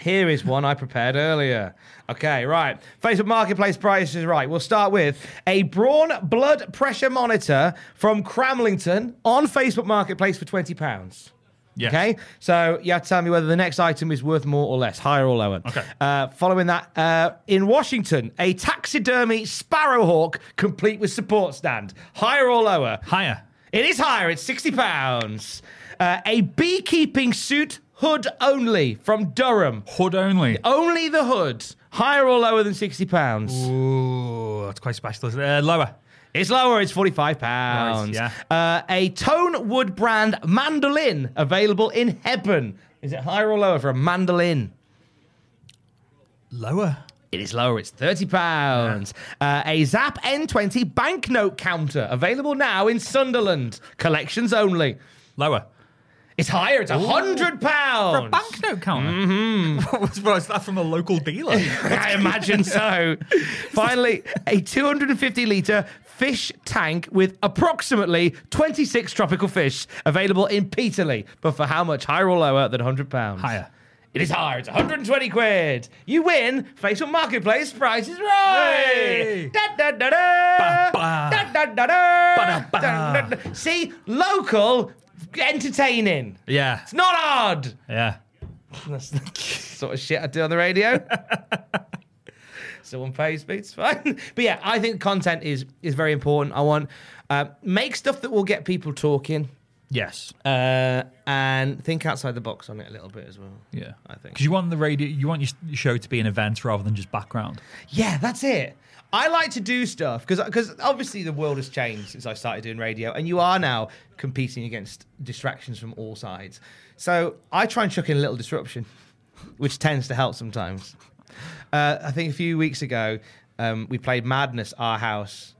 Speaker 1: Here is one I prepared earlier. Okay, right. Facebook Marketplace Price is Right. We'll start with a brawn blood pressure monitor from Cramlington on Facebook Marketplace for twenty pounds.
Speaker 2: Yes.
Speaker 1: Okay, so you have to tell me whether the next item is worth more or less, higher or lower.
Speaker 2: Okay.
Speaker 1: Uh, following that, uh, in Washington, a taxidermy sparrowhawk complete with support stand, higher or lower?
Speaker 2: Higher.
Speaker 1: It is higher. It's sixty pounds. Uh, a beekeeping suit, hood only from Durham.
Speaker 2: Hood only.
Speaker 1: Only the hood. Higher or lower than sixty pounds?
Speaker 2: Ooh, that's quite specialist. Uh, lower.
Speaker 1: It's lower. It's forty-five pounds.
Speaker 2: Nice,
Speaker 1: Uh, a tone wood brand mandolin available in Hebburn. Is it higher or lower for a mandolin?
Speaker 2: Lower.
Speaker 1: It is lower. It's thirty pounds. Uh, a Zap N20 banknote counter available now in Sunderland. Collections only.
Speaker 2: Lower.
Speaker 1: It's higher. It's hundred pounds.
Speaker 2: For a banknote counter. Mm-hmm. what, was, what was that from a local dealer?
Speaker 1: I imagine so. Finally, a 250 litre fish tank with approximately 26 tropical fish available in Peterlee, but for how much? Higher or lower than £100?
Speaker 2: Higher.
Speaker 1: It is higher. It's 120 quid. You win. Facebook Marketplace. Price is right.
Speaker 2: Hey.
Speaker 1: Da, da, da,
Speaker 2: Ba,
Speaker 1: da.
Speaker 2: ba.
Speaker 1: Da, da, da, da.
Speaker 2: Ba, da, ba.
Speaker 1: Da, da, da. See, local, entertaining.
Speaker 2: yeah.
Speaker 1: It's not hard.
Speaker 2: Yeah.
Speaker 1: That's the sort of shit I do on the radio. Someone pays me, it's fine. But yeah, I think content is is very important. I want uh, make stuff that will get people talking
Speaker 2: Yes.
Speaker 1: uh, and think outside the box on it a little bit as well.
Speaker 2: Yeah.
Speaker 1: I think.
Speaker 2: Because you want the radio, you want your s- your show to be an event rather than just background.
Speaker 1: Yeah, that's it. I like to do stuff because obviously the world has changed since I started doing radio, and you are now competing against distractions from all sides. So I try and chuck in a little disruption, which tends to help sometimes. Uh, I think a few weeks ago um, we played Madness Our House,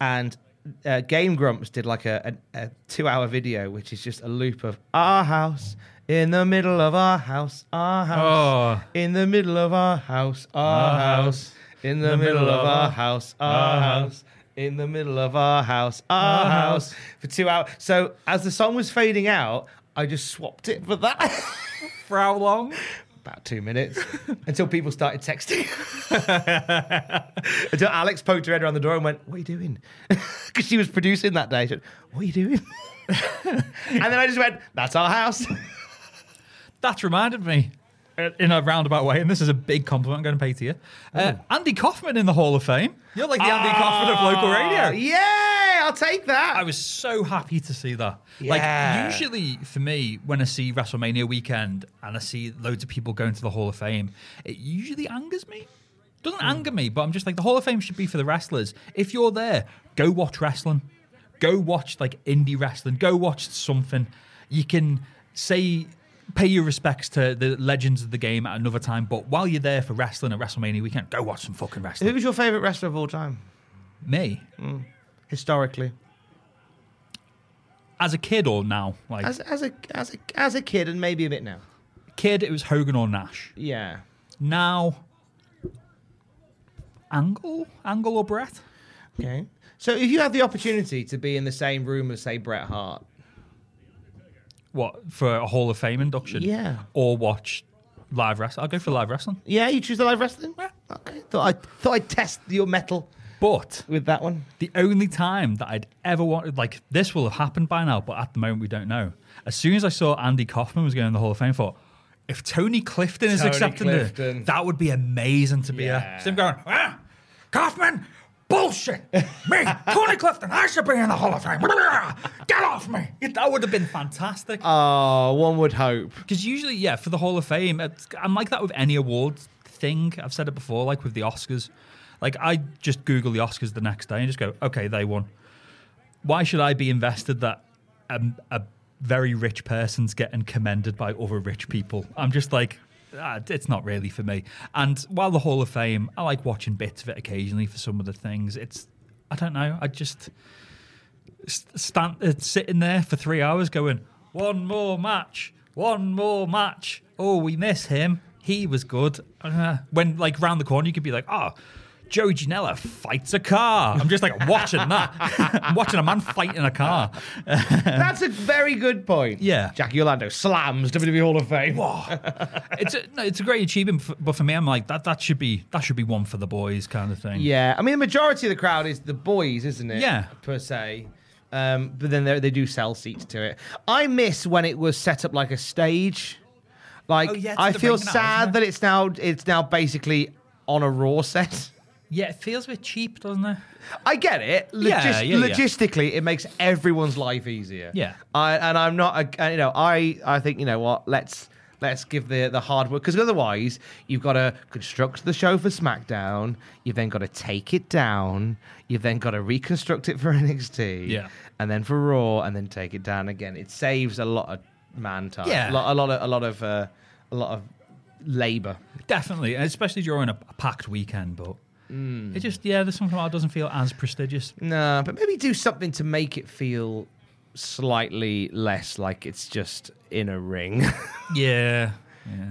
Speaker 1: and uh, Game Grumps did like a, a, a two-hour video, which is just a loop of Our House in the middle of Our House, Our House
Speaker 2: Oh.
Speaker 1: in the middle of Our House, Our,
Speaker 2: Our
Speaker 1: house.
Speaker 2: house.
Speaker 1: In the, middle, of our house, our house. In the middle of our house, our,
Speaker 2: Our
Speaker 1: house.
Speaker 2: house.
Speaker 1: For two hours. So as the song was fading out, I just swapped it for that.
Speaker 2: For how long?
Speaker 1: About two minutes until people started texting. until Alex poked her head around the door and went, What are you doing? Because she was producing that day. She went, What are you doing? and then I just went, That's our house.
Speaker 2: That's reminded me uh, in a roundabout way, and this is a big compliment I'm going to pay to you. Uh, Andy Kaufman in the Hall of Fame. You're like the Andy Kaufman of local radio.
Speaker 1: yeah, I'll take that.
Speaker 2: I was so happy to see that.
Speaker 1: Yeah.
Speaker 2: Like usually for me, when I see WrestleMania weekend and I see loads of people going to the Hall of Fame, it usually angers me. Doesn't
Speaker 1: Hmm.
Speaker 2: anger me, but I'm just like the Hall of Fame should be for the wrestlers. If you're there, go watch wrestling. Go watch like indie wrestling. Go watch something. You can say pay your respects to the legends of the game at another time, but while you're there for wrestling at WrestleMania weekend, go watch some fucking wrestling.
Speaker 1: Who's your favourite wrestler of all time,
Speaker 2: me.
Speaker 1: historically?
Speaker 2: As a kid or now? Like
Speaker 1: As, as, a, as, a, as a kid and maybe a bit now.
Speaker 2: kid it was Hogan or Nash.
Speaker 1: Yeah.
Speaker 2: Now, Angle, Angle or Brett?
Speaker 1: Okay. So if you had the opportunity to be in the same room as, say, Bret Hart,
Speaker 2: What for a Hall of Fame induction?
Speaker 1: Yeah.
Speaker 2: Or watch live wrestling? I'll go for live wrestling.
Speaker 1: yeah, you choose the live wrestling? Yeah. Okay. Thought I thought I'd test your metal
Speaker 2: But
Speaker 1: with that one.
Speaker 2: the only time that I'd ever wanted, like this will have happened by now, but at the moment we don't know. As soon as I saw Andy Kaufman was going in the Hall of Fame, I thought. If Tony Clifton is
Speaker 1: Tony
Speaker 2: accepting
Speaker 1: Clifton.
Speaker 2: it, that would be amazing to be
Speaker 1: Yeah.
Speaker 2: there. Just him going, ah, Kaufman, bullshit. Me, Tony Clifton, I should be in the Hall of Fame. Get off me. That would have been fantastic.
Speaker 1: Oh, one would hope.
Speaker 2: Because usually, yeah, for the Hall of Fame, it's, I'm like that with any award thing. I've said it before, like with the Oscars. Like, I just Google the Oscars the next day and just go, okay, they won. Why should I be invested that a, a very rich person's getting commended by other rich people? I'm just like, ah, it's not really for me. And while the Hall of Fame, I like watching bits of it occasionally for some of the things. It's, I don't know, I just stand uh, sitting there for three hours going one more match one more match oh we miss him he was good Uh, when like round the corner you could be like oh Joey Janela fights a car. I'm just like watching that. I'm watching a man fighting a car.
Speaker 1: That's a very good point.
Speaker 2: Yeah.
Speaker 1: Jackie Orlando slams WWE Hall of Fame.
Speaker 2: Whoa. It's a, no, it's a great achievement, f- but for me, I'm like that. That should be that should be one for the boys, kind of thing.
Speaker 1: Yeah. I mean, the majority of the crowd is the boys, isn't it?
Speaker 2: Yeah.
Speaker 1: Per se. Um, but then they they do sell seats to it. I miss when it was set up like a stage. Like
Speaker 2: Oh, yeah, it's
Speaker 1: I
Speaker 2: the
Speaker 1: feel
Speaker 2: ring now, isn't
Speaker 1: sad
Speaker 2: it?
Speaker 1: that it's now it's now basically on a raw set.
Speaker 2: yeah, it feels a bit cheap, doesn't it?
Speaker 1: I get it. Logis-
Speaker 2: Yeah, yeah, yeah.
Speaker 1: Logistically, it makes everyone's life easier.
Speaker 2: Yeah.
Speaker 1: I, and I'm not. A, uh, you know, I I think you know what. Let's let's give the the hard work because otherwise you've got to construct the show for SmackDown. You've then got to take it down. You've then got to reconstruct it for NXT.
Speaker 2: Yeah.
Speaker 1: And then for Raw, and then take it down again. It saves a lot of man time.
Speaker 2: Yeah.
Speaker 1: A lot, a lot of a lot of uh, a lot of labor.
Speaker 2: Definitely, and especially during a, a packed weekend. But it just yeah, there's something about it doesn't feel as prestigious.
Speaker 1: No, but maybe do something to make it feel slightly less like it's just in a ring.
Speaker 2: Yeah.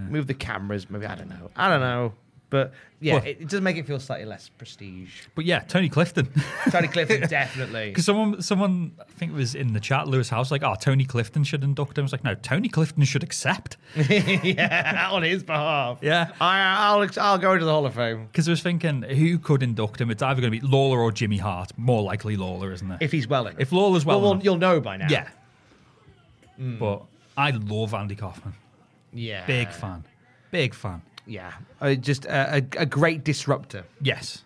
Speaker 1: Move the cameras, maybe. I don't know. I don't know. But yeah,
Speaker 2: Well-
Speaker 1: it, it does make it feel slightly less prestige.
Speaker 2: But yeah, Tony Clifton.
Speaker 1: Tony Clifton, definitely.
Speaker 2: Because someone, someone, I think it was in the chat, Lewis House, like, oh, Tony Clifton should induct him. I was like, no, Tony Clifton should accept.
Speaker 1: yeah, on his behalf.
Speaker 2: Yeah.
Speaker 1: I, I'll, I'll go into the Hall of Fame.
Speaker 2: Because I was thinking, who could induct him? It's either going to be Lawler or Jimmy Hart. More likely Lawler, isn't it?
Speaker 1: If he's well enough.
Speaker 2: If Lawler's well
Speaker 1: we'll-
Speaker 2: enough.
Speaker 1: you'll know by now.
Speaker 2: yeah. But I love Andy Kaufman.
Speaker 1: Yeah.
Speaker 2: Big fan. Big fan.
Speaker 1: Yeah. Uh, just a, a, a great disruptor.
Speaker 2: Yes.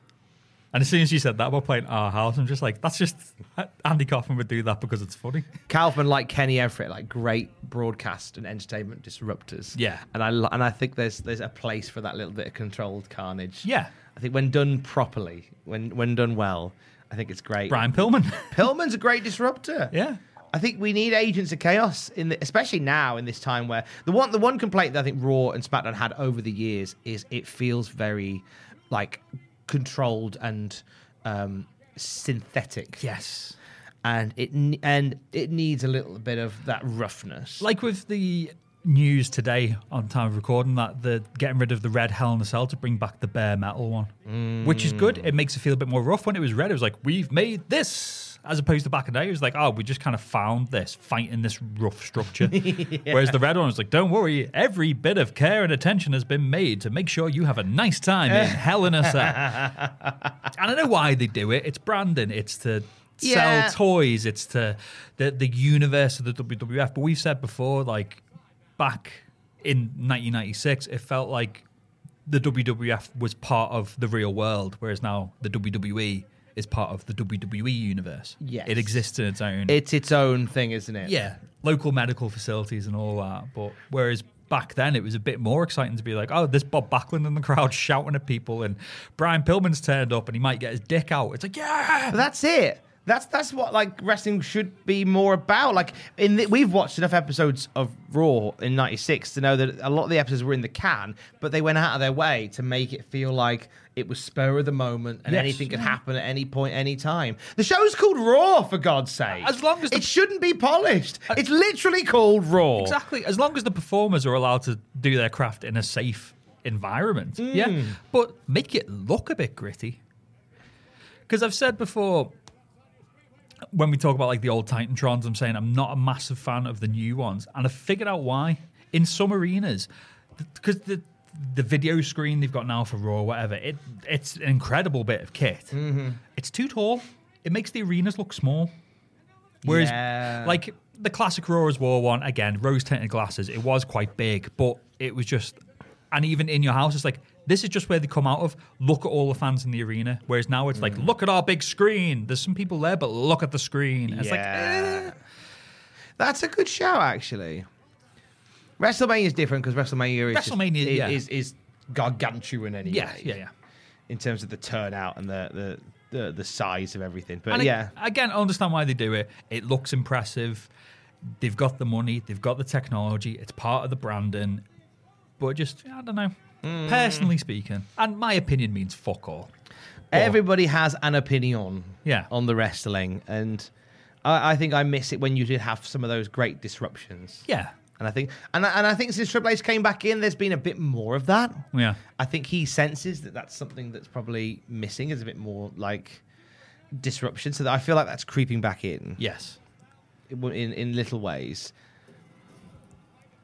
Speaker 2: And as soon as you said that, we're playing Our House. I'm just like, that's just, Andy Kaufman would do that because it's funny.
Speaker 1: Kaufman, like Kenny Everett, like great broadcast and entertainment disruptors.
Speaker 2: Yeah.
Speaker 1: and I lo- and I think there's there's a place for that little bit of controlled carnage.
Speaker 2: Yeah.
Speaker 1: I think when done properly, when when done well, I think it's great.
Speaker 2: Brian Pillman.
Speaker 1: Pillman's a great disruptor.
Speaker 2: yeah.
Speaker 1: I think we need agents of chaos in the, especially now in this time where the one the one complaint that I think Raw and SmackDown had over the years is it feels very like controlled and um, synthetic.
Speaker 2: Yes.
Speaker 1: and it n- and it needs a little bit of that roughness.
Speaker 2: Like with the news today on time of recording that the getting rid of the red Hell in a Cell to bring back the bare metal one, which is good. It makes it feel a bit more rough. When it was red, it was like, we've made this as opposed to back in the day, it was like, oh, we just kind of found this fighting this rough structure. Whereas the red one was like, don't worry, every bit of care and attention has been made to make sure you have a nice time in hell in a cell. and I know why they do it. It's branding. It's to
Speaker 1: Yeah.
Speaker 2: sell toys. It's to the the universe of the WWF. But we've said before, like back in 1996, it felt like the WWF was part of the real world, whereas now the WWE is part of the WWE universe.
Speaker 1: Yes.
Speaker 2: It exists in its own.
Speaker 1: It's its own thing, isn't it?
Speaker 2: yeah. Local medical facilities and all that. But whereas back then it was a bit more exciting to be like, oh, there's Bob Backlund in the crowd shouting at people and Brian Pillman's turned up and he might get his dick out. It's like, yeah.
Speaker 1: But that's it. That's that's what like wrestling should be more about. Like in the, we've watched enough episodes of Raw in '96 to know that a lot of the episodes were in the can, but they went out of their way to make it feel like it was spur of the moment and
Speaker 2: Yes.
Speaker 1: anything could happen at any point, any time. The show's called Raw, for God's sake.
Speaker 2: As long as the- Uh,
Speaker 1: it shouldn't be polished, it's literally called Raw.
Speaker 2: Exactly. As long as the performers are allowed to do their craft in a safe environment. Yeah. But make it look a bit gritty. Because I've said before, when we talk about like the old Titantrons, I'm saying I'm not a massive fan of the new ones. And I've figured out why. In some arenas, because the the video screen they've got now for Raw, or whatever, it it's an incredible bit of kit. It's too tall. It makes the arenas look small. Whereas,
Speaker 1: Yeah.
Speaker 2: like the classic Rora's War one, again, rose tinted glasses, it was quite big, but it was just, and even in your house, it's like, this is just where they come out of. Look at all the fans in the arena. Whereas now it's
Speaker 1: Mm.
Speaker 2: like, look at our big screen. There's some people there, but look at the screen. It's
Speaker 1: Yeah.
Speaker 2: like, eh.
Speaker 1: That's a good shout, actually. WrestleMania is different because WrestleMania is just-
Speaker 2: WrestleMania,
Speaker 1: is,
Speaker 2: yeah.
Speaker 1: is, is gargantuan anyway.
Speaker 2: yeah, yeah, yeah.
Speaker 1: in terms of the turnout and the the the, the size of everything. But
Speaker 2: And
Speaker 1: yeah,
Speaker 2: I, again, I understand why they do it. It looks impressive. They've got the money. They've got the technology. It's part of the branding. But just, I don't know.
Speaker 1: Hmm.
Speaker 2: Personally speaking, and my opinion means fuck all.
Speaker 1: everybody has an opinion.
Speaker 2: Yeah.
Speaker 1: on the wrestling, and I, I think I miss it when you did have some of those great disruptions.
Speaker 2: Yeah.
Speaker 1: And I think, and I, and I think since Triple H came back in, there's been a bit more of that.
Speaker 2: Yeah.
Speaker 1: I think he senses that that's something that's probably missing. Is a bit more like disruption. So that I feel like that's creeping back in
Speaker 2: Yes.
Speaker 1: in in little ways.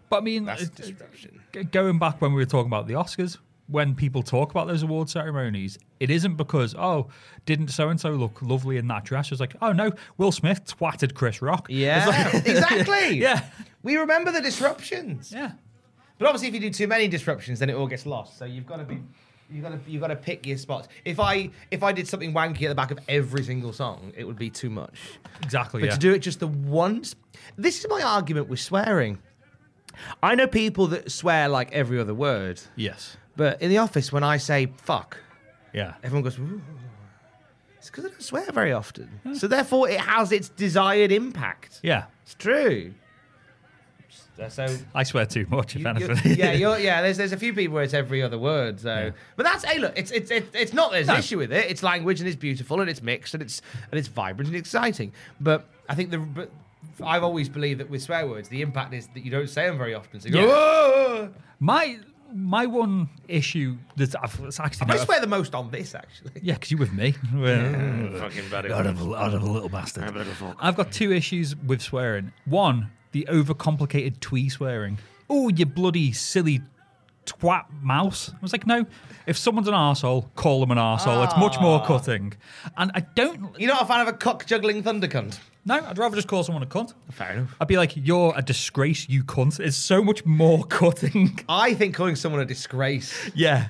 Speaker 2: But I mean,
Speaker 1: That's
Speaker 2: it-
Speaker 1: disruption.
Speaker 2: g- going back when we were talking about the Oscars, when people talk about those award ceremonies, it isn't because, oh, didn't so and so look lovely in that dress? It's like, oh no, Will Smith twatted Chris Rock.
Speaker 1: Yeah, exactly.
Speaker 2: Yeah.
Speaker 1: we remember the disruptions.
Speaker 2: Yeah.
Speaker 1: But obviously, if you do too many disruptions, then it all gets lost. So you've got to be, you got to, you got to pick your spots. If I, if I did something wanky at the back of every single song, it would be too much.
Speaker 2: Exactly.
Speaker 1: But
Speaker 2: yeah.
Speaker 1: to do it just the once, this is my argument with swearing. I know people that swear like every other word,
Speaker 2: yes.
Speaker 1: but in the office, when I say fuck,
Speaker 2: Yeah.
Speaker 1: everyone goes. Ooh. It's because I don't swear very often, so therefore it has its desired impact.
Speaker 2: Hmm. Yeah.
Speaker 1: It's true. So
Speaker 2: I swear too much, if
Speaker 1: you- you-
Speaker 2: anything.
Speaker 1: yeah, you're, yeah. There's there's a few people where it's every other word. So, but that's hey, look, it's it's it's, it's not there's an issue with it. It's language and it's beautiful and it's mixed and it's and it's vibrant and exciting. But I think the but I've always believed that with swear words, the impact is that you don't say them very often. So you go,
Speaker 2: Yeah.
Speaker 1: "Whoa!"
Speaker 2: my my one issue that I've it's actually
Speaker 1: I swear the most on this actually.
Speaker 2: Yeah, because you with me. Well,
Speaker 3: Fucking better.
Speaker 2: Out of, out of a little bastard.
Speaker 3: I'm a little fuck.
Speaker 2: I've got two issues with swearing. One, the overcomplicated twee swearing. Oh, you bloody silly twat mouse. I was like, no, if someone's an arsehole, call them an arsehole. It's much more
Speaker 1: Ah.
Speaker 2: cutting. And I don't,
Speaker 1: You're not a fan of a cock juggling thunder cunt.
Speaker 2: no, I'd rather just call someone a cunt.
Speaker 1: Fair enough.
Speaker 2: I'd be like, you're a disgrace, you cunt. It's so much more cutting.
Speaker 1: I think calling someone a disgrace
Speaker 2: yeah.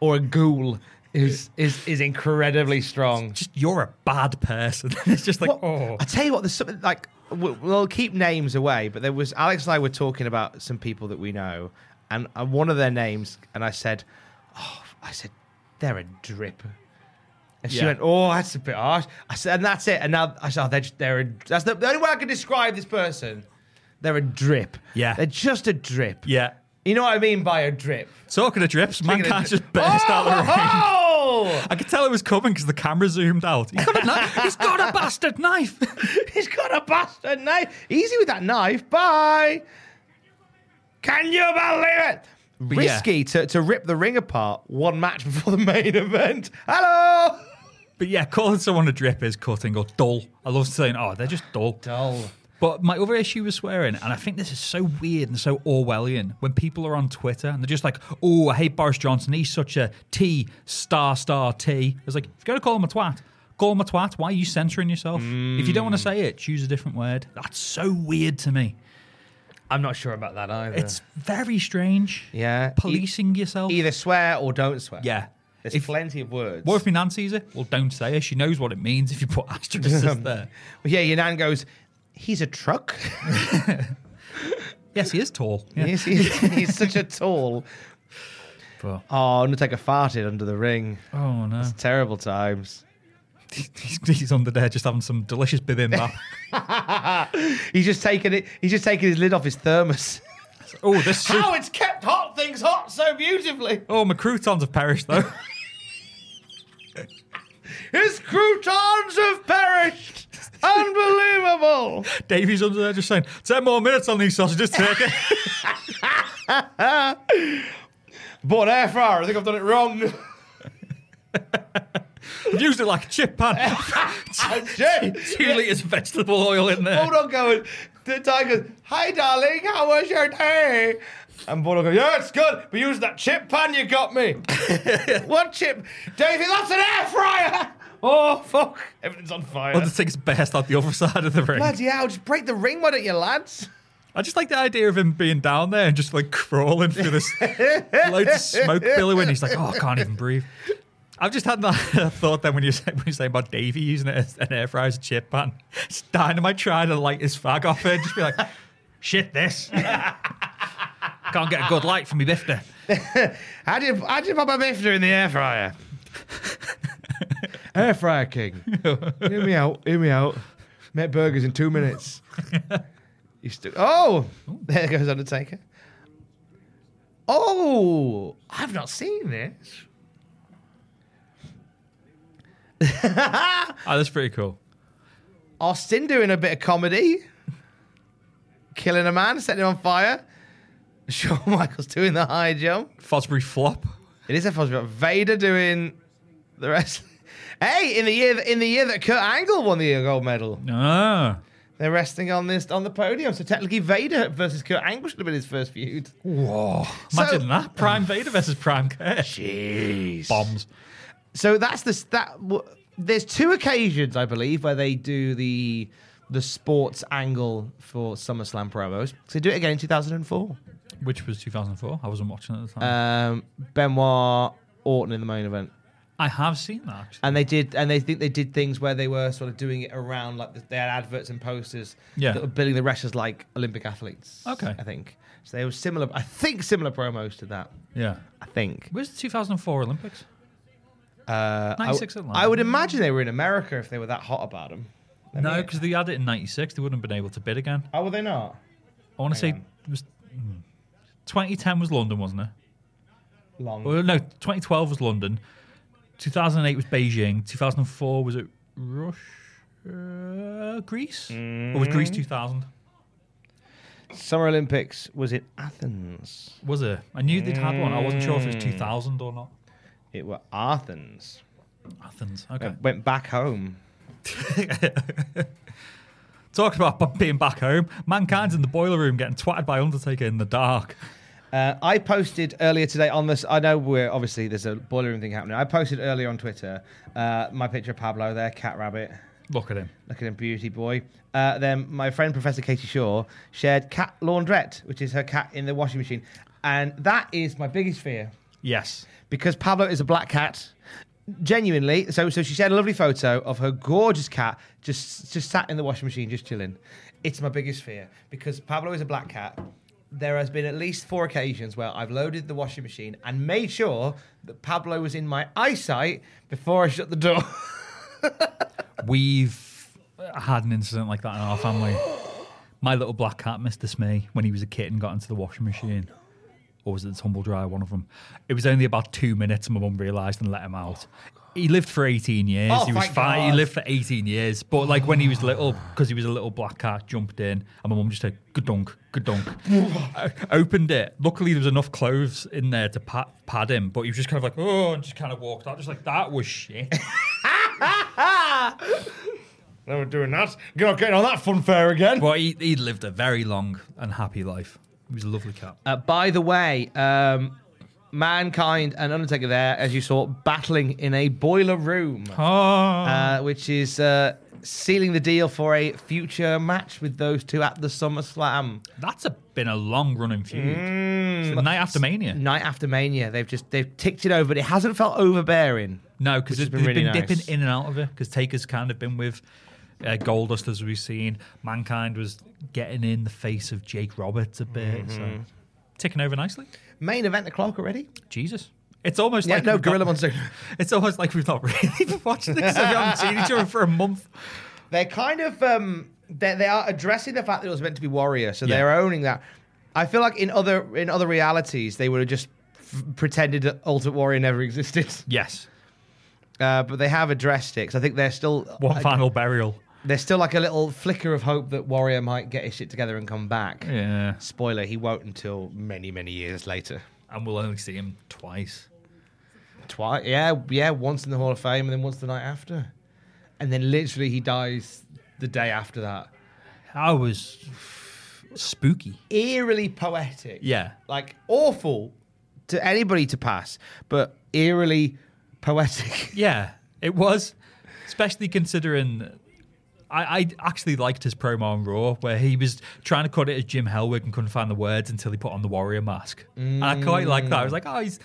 Speaker 1: or a ghoul is is is incredibly strong.
Speaker 2: Just, you're a bad person. it's just like,
Speaker 1: Well,
Speaker 2: oh.
Speaker 1: I tell you what, there's something like we'll, we'll keep names away, but there was Alex and I were talking about some people that we know, and uh, one of their names, and I said, "Oh, I said they're a drip," and she
Speaker 2: Yeah.
Speaker 1: went, "Oh, that's a bit harsh." I said, and that's it. And now I said, oh, "They're just, they're a, that's the, the only way I can describe this person. They're a drip.
Speaker 2: Yeah.
Speaker 1: they're just a drip.
Speaker 2: Yeah.
Speaker 1: you know what I mean by a drip."
Speaker 2: Talking of drips, man
Speaker 1: Speaking of
Speaker 2: can't
Speaker 1: dri-
Speaker 2: just burst out the rain.
Speaker 1: Oh!
Speaker 2: I could tell it was coming because the camera zoomed out. He's got a, kni- he's got a bastard knife.
Speaker 1: He's got a bastard knife. Easy with that knife. Bye. Can you believe it?
Speaker 2: But yeah.
Speaker 1: Risky to, to rip the ring apart one match before the main event. Hello.
Speaker 2: But yeah, calling someone a drip is cutting or dull. I love saying, oh, they're just dull.
Speaker 1: Dull.
Speaker 2: But my other issue with swearing, and I think this is so weird and so Orwellian, when people are on Twitter and they're just like, oh, I hate Boris Johnson. He's such a T, star, star, T. It's like, if you're going to call him a twat, call him a twat. Why are you censoring yourself? If you don't want to say it, choose a different word. That's so weird to me.
Speaker 1: I'm not sure about that either.
Speaker 2: It's very strange.
Speaker 1: Yeah. E-
Speaker 2: Policing yourself.
Speaker 1: either swear or don't swear.
Speaker 2: Yeah.
Speaker 1: There's
Speaker 2: If-
Speaker 1: plenty of words.
Speaker 2: What if my nan sees it? Well, don't say it. She knows what it means if you put asterisks there.
Speaker 1: Well, yeah, your nan goes, he's a truck.
Speaker 2: Yes, he is tall. Yeah.
Speaker 1: Yes, he's, he's such a tall.
Speaker 2: But-
Speaker 1: Oh, Undertaker farted under the ring.
Speaker 2: oh, no.
Speaker 1: Terrible times.
Speaker 2: He's, he's under there just having some delicious bibimbap.
Speaker 1: He's just taking it. He's just taking his lid off his thermos.
Speaker 2: oh, this soup.
Speaker 1: How it's kept hot things hot so beautifully.
Speaker 2: Oh, my croutons have perished, though.
Speaker 1: His croutons have perished. Unbelievable.
Speaker 2: Davey's under there just saying, 10 more minutes on these sausages, take it.
Speaker 1: But air fryer. I think I've done it wrong.
Speaker 2: I've used it like a chip pan.
Speaker 1: Shit.
Speaker 2: Two litres of vegetable oil in there.
Speaker 1: Hold on, going. The tiger. Hi, darling. How was your day? And Bono goes, yeah, it's good, but use that chip pan you got me. what chip? Davey, that's an air fryer! Oh, fuck. Everything's on fire.
Speaker 2: Undertaker's best out the other side of the ring.
Speaker 1: Bloody hell, just break the ring, why don't you, lads?
Speaker 2: I just like the idea of him being down there and just like crawling through this loads of smoke billowing. He's like, oh, I can't even breathe. I've just had that thought then when you say, when you say about Davey using it as an air fryer as a chip pan. It's dynamite trying to light his fag off it. Just be like, shit, this. can't get a good light from me bifter.
Speaker 1: How do you, how do you pop a bifter in the air fryer? air fryer king. hear me out, hear me out. Met burgers in two minutes. you stu- oh, there goes Undertaker. Oh, I've not seen this.
Speaker 2: Oh, that's pretty cool.
Speaker 1: Austin doing a bit of comedy, killing a man, setting him on fire. Shawn Michaels doing the high jump.
Speaker 2: Fosbury flop.
Speaker 1: It is a Fosbury. Vader doing the rest. Hey, in the year in the year that Kurt Angle won the gold medal,
Speaker 2: Ah.
Speaker 1: they're resting on this on the podium. So technically, Vader versus Kurt Angle should have been his first feud.
Speaker 2: Whoa. Imagine
Speaker 1: So-
Speaker 2: that. Prime Vader versus Prime Cash.
Speaker 1: Jeez.
Speaker 2: Bombs.
Speaker 1: So that's the that. w- There's two occasions I believe where they do the the sports angle for SummerSlam promos. So they do it again in 2004.
Speaker 2: Which was 2004. I wasn't watching at the time.
Speaker 1: Um, Benoit Orton in the main event.
Speaker 2: I have seen that. Actually.
Speaker 1: and they did and they think they did things where they were sort of doing it around like they had adverts and posters
Speaker 2: Yeah.
Speaker 1: that were billing the wrestlers like olympic athletes
Speaker 2: Okay.
Speaker 1: i think so they were similar i think similar promos to that
Speaker 2: Yeah.
Speaker 1: i think
Speaker 2: Where's the 2004 Olympics?
Speaker 1: uh, I,
Speaker 2: 96 at
Speaker 1: w-
Speaker 2: London.
Speaker 1: I would imagine they were in america if they were that hot about them
Speaker 2: No, because they had it in 96. They wouldn't have been able to bid again.
Speaker 1: oh were they not
Speaker 2: I want to say it was hmm. 2010 was London, wasn't it?
Speaker 1: long
Speaker 2: Well, no, 2012 was London. 2008 was Beijing. 2004 was it Russia, Greece, or was
Speaker 1: Mm.
Speaker 2: Greece 2000?
Speaker 1: summer olympics was in athens
Speaker 2: Was it? I knew they'd had one. I wasn't sure if it was
Speaker 1: Mm.
Speaker 2: 2000 or not.
Speaker 1: it were athens
Speaker 2: Athens. Okay.
Speaker 1: went back home
Speaker 2: Talking about b- being back home, mankind's in the boiler room getting twatted by Undertaker in the dark.
Speaker 1: Uh, I posted earlier today on this. I know we're obviously there's a boiler room thing happening. I posted earlier on Twitter uh, my picture of Pablo there, cat rabbit.
Speaker 2: Look at him.
Speaker 1: Look at him, beauty boy. Uh, then my friend Professor Katie Shaw shared cat laundrette, which is her cat in the washing machine, and that is my biggest fear
Speaker 2: Yes.
Speaker 1: because Pablo is a black cat. Genuinely, so so she shared a lovely photo of her gorgeous cat just just sat in the washing machine, just chilling. It's my biggest fear because Pablo is a black cat. There has been at least four occasions where I've loaded the washing machine and made sure that Pablo was in my eyesight before I shut the door.
Speaker 2: We've had an incident like that in our family. My little black cat, Mr. Smee, when he was a kitten, got into the washing machine. Or was it the tumble dryer? One of them. It was only about two minutes, and my mum realised and let him out. He lived for 18 years.
Speaker 1: Oh,
Speaker 2: he was
Speaker 1: thank
Speaker 2: fine. He
Speaker 1: God.
Speaker 2: lived for 18 years. But like when he was little, because he was a little black cat, jumped in, and my mum just said, good dunk, good dunk. I opened it. Luckily, there was enough clothes in there to pat, pad him, but he was just kind of like, oh, and just kind of walked out. Just like, that was shit.
Speaker 1: Never doing that. You're not getting on that fun fair again.
Speaker 2: But he, he lived a very long and happy life. He was a lovely cat.
Speaker 1: Uh, by the way, um, Mankind and Undertaker there, as you saw, battling in a boiler room,
Speaker 2: Oh.
Speaker 1: uh, which is uh, sealing the deal for a future match with those two at the SummerSlam.
Speaker 2: That's a, been a long running feud.
Speaker 1: Mm.
Speaker 2: It's the night after Mania.
Speaker 1: Night after Mania, they've just they've ticked it over, but it hasn't felt overbearing.
Speaker 2: No, because they've
Speaker 1: which has been
Speaker 2: been,
Speaker 1: really nice.
Speaker 2: dipping in and out of it. Because Taker's kind of been with uh, Goldust, as we've seen. Mankind was getting in the face of Jake Roberts a bit.
Speaker 1: Mm-hmm.
Speaker 2: So ticking over nicely.
Speaker 1: Main event o'clock already.
Speaker 2: Jesus. It's almost
Speaker 1: Yeah,
Speaker 2: like
Speaker 1: no,
Speaker 2: we've
Speaker 1: Gorilla
Speaker 2: not-
Speaker 1: Monsoon.
Speaker 2: It's almost like we've not really been watching this. 'cause we haven't seen each other for a month.
Speaker 1: They're kind of um, they they are addressing the fact that it was meant to be Warrior, so
Speaker 2: Yeah.
Speaker 1: they're owning that. I feel like in other in other realities, they would have just f- pretended that Ultimate Warrior never existed.
Speaker 2: Yes,
Speaker 1: Uh, but they have addressed it because I think they're still
Speaker 2: one
Speaker 1: I-
Speaker 2: final burial.
Speaker 1: There's still like a little flicker of hope that Warrior might get his shit together and come back.
Speaker 2: Yeah,
Speaker 1: Spoiler: he won't until many many years later.
Speaker 2: and we'll only see him twice.
Speaker 1: Twice, yeah, yeah. Once in the Hall of Fame, and then once the night after, and then literally he dies the day after that.
Speaker 2: I was spooky.
Speaker 1: eerily poetic.
Speaker 2: Yeah.
Speaker 1: Like awful to anybody to pass, but eerily poetic.
Speaker 2: Yeah, it was, especially considering. I, I actually liked his promo on Raw where he was trying to cut it as Jim Hellwig and couldn't find the words until he put on the warrior mask. And I quite like that. I was like, oh, he's.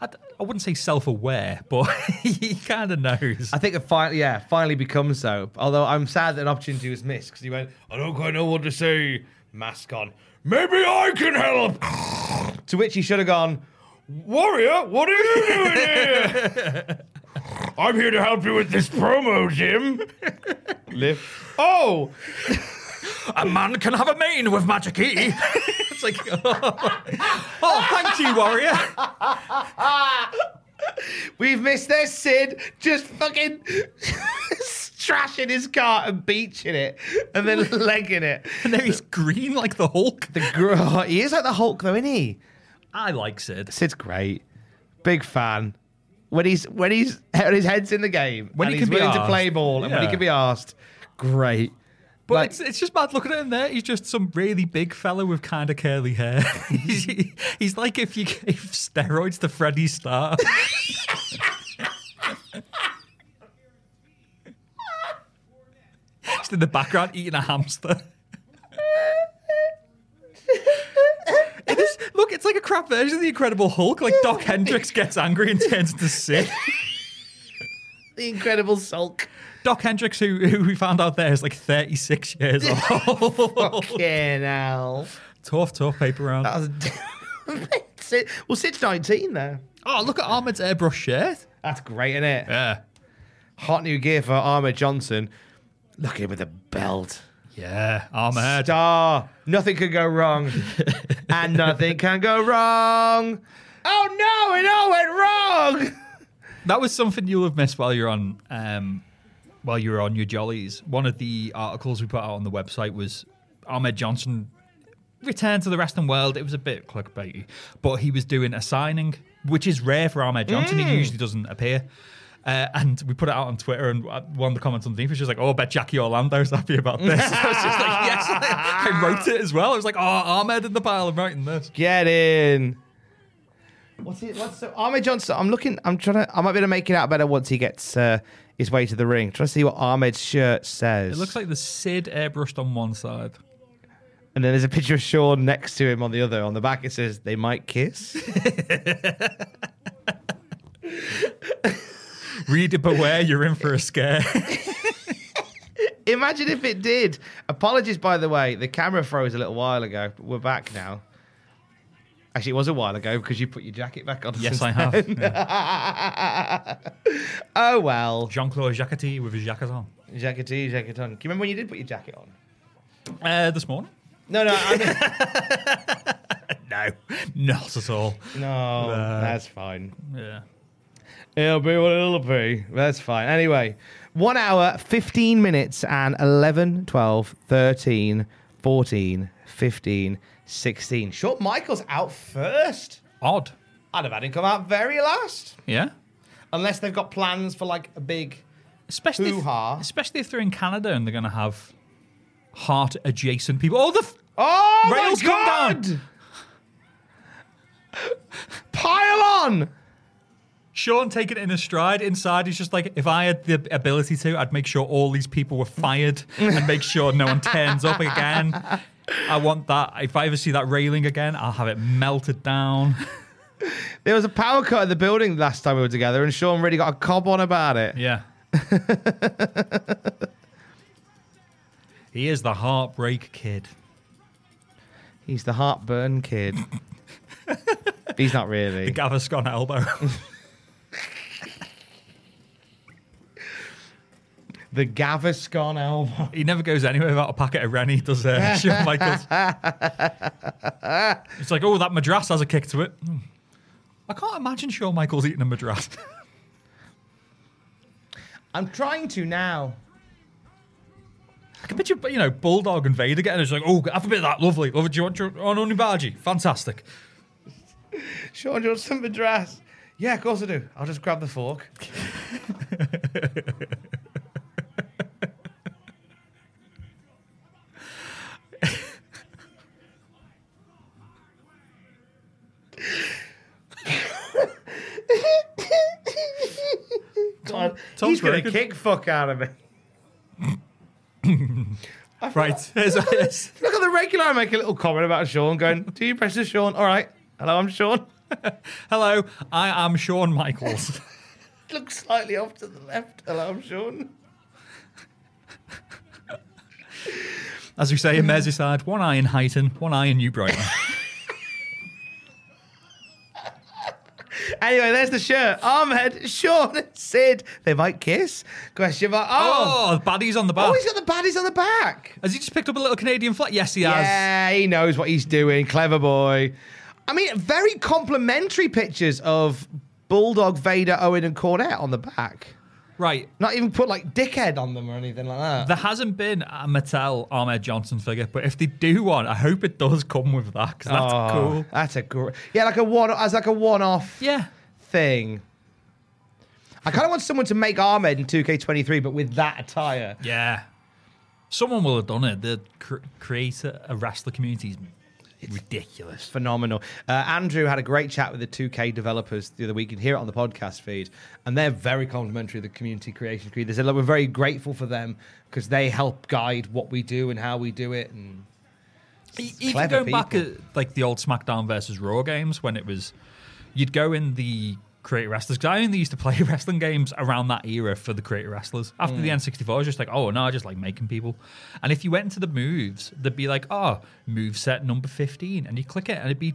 Speaker 2: I, I wouldn't say self aware, but he kind of knows.
Speaker 1: I think it finally, yeah, finally becomes so. Although I'm sad that an opportunity was missed because he went, I don't quite know what to say. Mask on. Maybe I can help. to which he should have gone, Warrior, what are you doing here? I'm here to help you with this promo, Jim. Lift. Oh,
Speaker 2: a man can have a mane with magic E. it's like, oh, thank you, warrior.
Speaker 1: We've missed this, Sid. Just fucking trashing his car and beaching it, and then legging it.
Speaker 2: And then he's green like the Hulk.
Speaker 1: The gr- he is like the Hulk, though, isn't he?
Speaker 2: I like Sid.
Speaker 1: Sid's great. Big fan. When he's when he's when his head's in the game,
Speaker 2: When
Speaker 1: and
Speaker 2: he
Speaker 1: he's
Speaker 2: can be
Speaker 1: willing to
Speaker 2: arsed.
Speaker 1: play ball, and when he
Speaker 2: Yeah.
Speaker 1: can be asked, great.
Speaker 2: But
Speaker 1: Like-
Speaker 2: it's, it's just bad looking at him there. He's just some really big fella with kind of curly hair. he's, he's like if you gave steroids to Freddie Starr. just in the background eating a hamster. It is, look, it's like a crap version of the Incredible Hulk. Like Doc Hendricks gets angry and turns into Sid.
Speaker 1: The incredible sulk.
Speaker 2: Doc Hendricks, who, who we found out there, is like 36 years old.
Speaker 1: Fucking hell.
Speaker 2: Tough, tough paper round.
Speaker 1: That was Sid, well, Sid's 19 now.
Speaker 2: oh, look at Ahmed's airbrush shirt.
Speaker 1: That's great, isn't it?
Speaker 2: Yeah.
Speaker 1: Hot new gear for Armour Johnson. Look at him with a belt.
Speaker 2: Yeah, Ahmed.
Speaker 1: Star. Nothing can go wrong. and nothing can go wrong. Oh no, it all went wrong.
Speaker 2: That was something you'll have missed while you're on um, while you were on your jollies. One of the articles we put out on the website was Ahmed Johnson returned to the wrestling world. It was a bit clickbaity, but he was doing a signing, which is rare for Ahmed Johnson. He usually doesn't appear. Uh, and we put it out on Twitter, and uh, one of the comments underneath was just like, "Oh, I bet Jackie Orlando's happy about this." I was just like, "Yes, I wrote it as well." I was like, "Oh, Ahmed in the pile of writing this."
Speaker 1: Get in. What's it? What's the Armour Johnson? I'm looking. I'm trying to. I might be able to make it out better once he gets uh, his way to the ring. Trying to see what Ahmed's shirt says.
Speaker 2: It looks like the Sid airbrushed on one side.
Speaker 1: And then there's a picture of Sean next to him on the other. On the back, it says they might kiss.
Speaker 2: Reader beware, you're in for a scare.
Speaker 1: Imagine if it did. Apologies, by the way. The camera froze a little while ago. But we're back now. Actually, it was a while ago because you put your jacket back on.
Speaker 2: yes,
Speaker 1: since
Speaker 2: I have.
Speaker 1: Oh well.
Speaker 2: Jean Claude Jacquetie with his jacket on.
Speaker 1: Jackety, jacket on. Do you remember when you did put your jacket on?
Speaker 2: Uh, this morning?
Speaker 1: No, no, I mean,
Speaker 2: No, not at all.
Speaker 1: no. That's fine.
Speaker 2: Yeah.
Speaker 1: It'll be what it'll be. That's fine. Anyway, one hour, 15 minutes, and 11, 12, 13, 14, 15, 16. Short Michael's out first.
Speaker 2: Odd.
Speaker 1: I'd have had him come out very last.
Speaker 2: Yeah.
Speaker 1: Unless they've got plans for like a big
Speaker 2: especially if,
Speaker 1: Hoo-ha.
Speaker 2: especially if they're in Canada and they're going to have heart adjacent people. Oh, the f-
Speaker 1: Oh
Speaker 2: rails
Speaker 1: my God!
Speaker 2: come down.
Speaker 1: Pile on!
Speaker 2: Sean taking it in a stride. Inside, he's just like, if I had the ability to, I'd make sure all these people were fired and make sure no one turns up again. I want that. If I ever see that railing again, I'll have it melted down.
Speaker 1: There was a power cut in the building last time we were together, and Sean really got a cob on about it.
Speaker 2: Yeah. he is the heartbreak kid.
Speaker 1: He's the heartburn kid. He's not really.
Speaker 2: The Gaviscon elbow.
Speaker 1: The Gaviscon elbow.
Speaker 2: he never goes anywhere without a packet of Rennie, does uh, Shawn Michaels? it's like, oh, that madras has a kick to it. Hmm. I can't imagine Shawn Michaels eating a madras.
Speaker 1: I'm trying to now.
Speaker 2: I can picture, you know, Bulldog and Vader getting it. It's like, oh, have a bit of that. Lovely. Love it. Do you want your on onion bhaji? Fantastic.
Speaker 1: Sean, do you want some madras? Yeah, of course I do. I'll just grab the fork. God,
Speaker 2: Tom's
Speaker 1: he's gonna
Speaker 2: broken.
Speaker 1: kick fuck out of me.
Speaker 2: Right. Here's, here's,
Speaker 1: Look at the regular. I make a little comment about Sean going, Do you press this, Sean? All right. Hello, I'm Sean.
Speaker 2: hello, I am Shawn Michaels.
Speaker 1: Look slightly off to the left. Hello, I'm Sean.
Speaker 2: As we say in Merseyside, one eye in Heighton, one eye in New Brighton.
Speaker 1: Anyway, there's the shirt. Ahmed, Sean, and Sid. They might kiss. Question mark. Oh,
Speaker 2: oh, the baddies on the
Speaker 1: oh,
Speaker 2: back.
Speaker 1: he's got the baddies on the back.
Speaker 2: Has he just picked up a little Canadian flag? Yes, he has.
Speaker 1: Yeah, he knows what he's doing. Clever boy. I mean, very complimentary pictures of Bulldog, Vader, Owen, and Cornette on the back.
Speaker 2: Right.
Speaker 1: Not even put like dickhead on them or anything like that.
Speaker 2: There hasn't been a Mattel Ahmed Johnson figure, but if they do one, I hope it does come with that because that's
Speaker 1: Oh,
Speaker 2: cool.
Speaker 1: That's a great. Yeah, like a one as like a one-off
Speaker 2: Yeah.
Speaker 1: thing. I kind of want someone to make Ahmed in 2K23, but with that attire.
Speaker 2: Yeah. Someone will have done it. The cr- creator of wrestler community is ridiculous.
Speaker 1: phenomenal. Uh, Andrew had a great chat with the 2K developers the other week. You can hear it on the podcast feed. And they're very complimentary of the community creation creed. They said, look, we're very grateful for them because they help guide what we do and how we do it. And
Speaker 2: E- Even
Speaker 1: clever
Speaker 2: going back at
Speaker 1: people.
Speaker 2: like the old SmackDown versus Raw games when it was, you'd go in the creator wrestlers because I only used to play wrestling games around that era for the creator wrestlers. After
Speaker 1: Mm.
Speaker 2: the N64, I was just like, oh no, I just like making people. And if you went into the moves, they'd be like, oh, move set number fifteen, and you click it, and it'd be.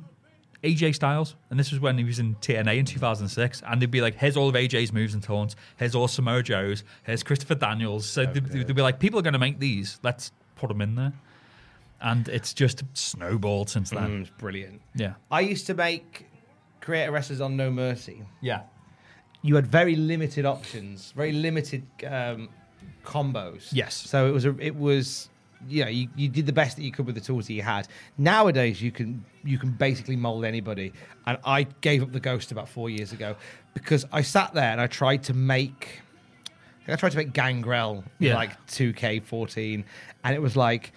Speaker 2: AJ Styles, and this was when he was in TNA in 2006, and they'd be like, "Here's all of AJ's moves and taunts. Here's all Samoa Joe's. Here's Christopher Daniels."
Speaker 1: Oh,
Speaker 2: So they'd, they'd be like, "People are going to make these. Let's put them in there." and it's just snowballed since then.
Speaker 1: it's brilliant.
Speaker 2: Yeah,
Speaker 1: I used to make creator wrestlers on No Mercy.
Speaker 2: yeah,
Speaker 1: you had very limited options, very limited um, combos.
Speaker 2: Yes.
Speaker 1: So it was a, it was yeah you, you did the best that you could with the tools that you had. Nowadays you can you can basically mold anybody, and I gave up the ghost about four years ago because I sat there and I tried to make. I think I tried to make Gangrel in
Speaker 2: Yeah.
Speaker 1: like 2K14, and it was like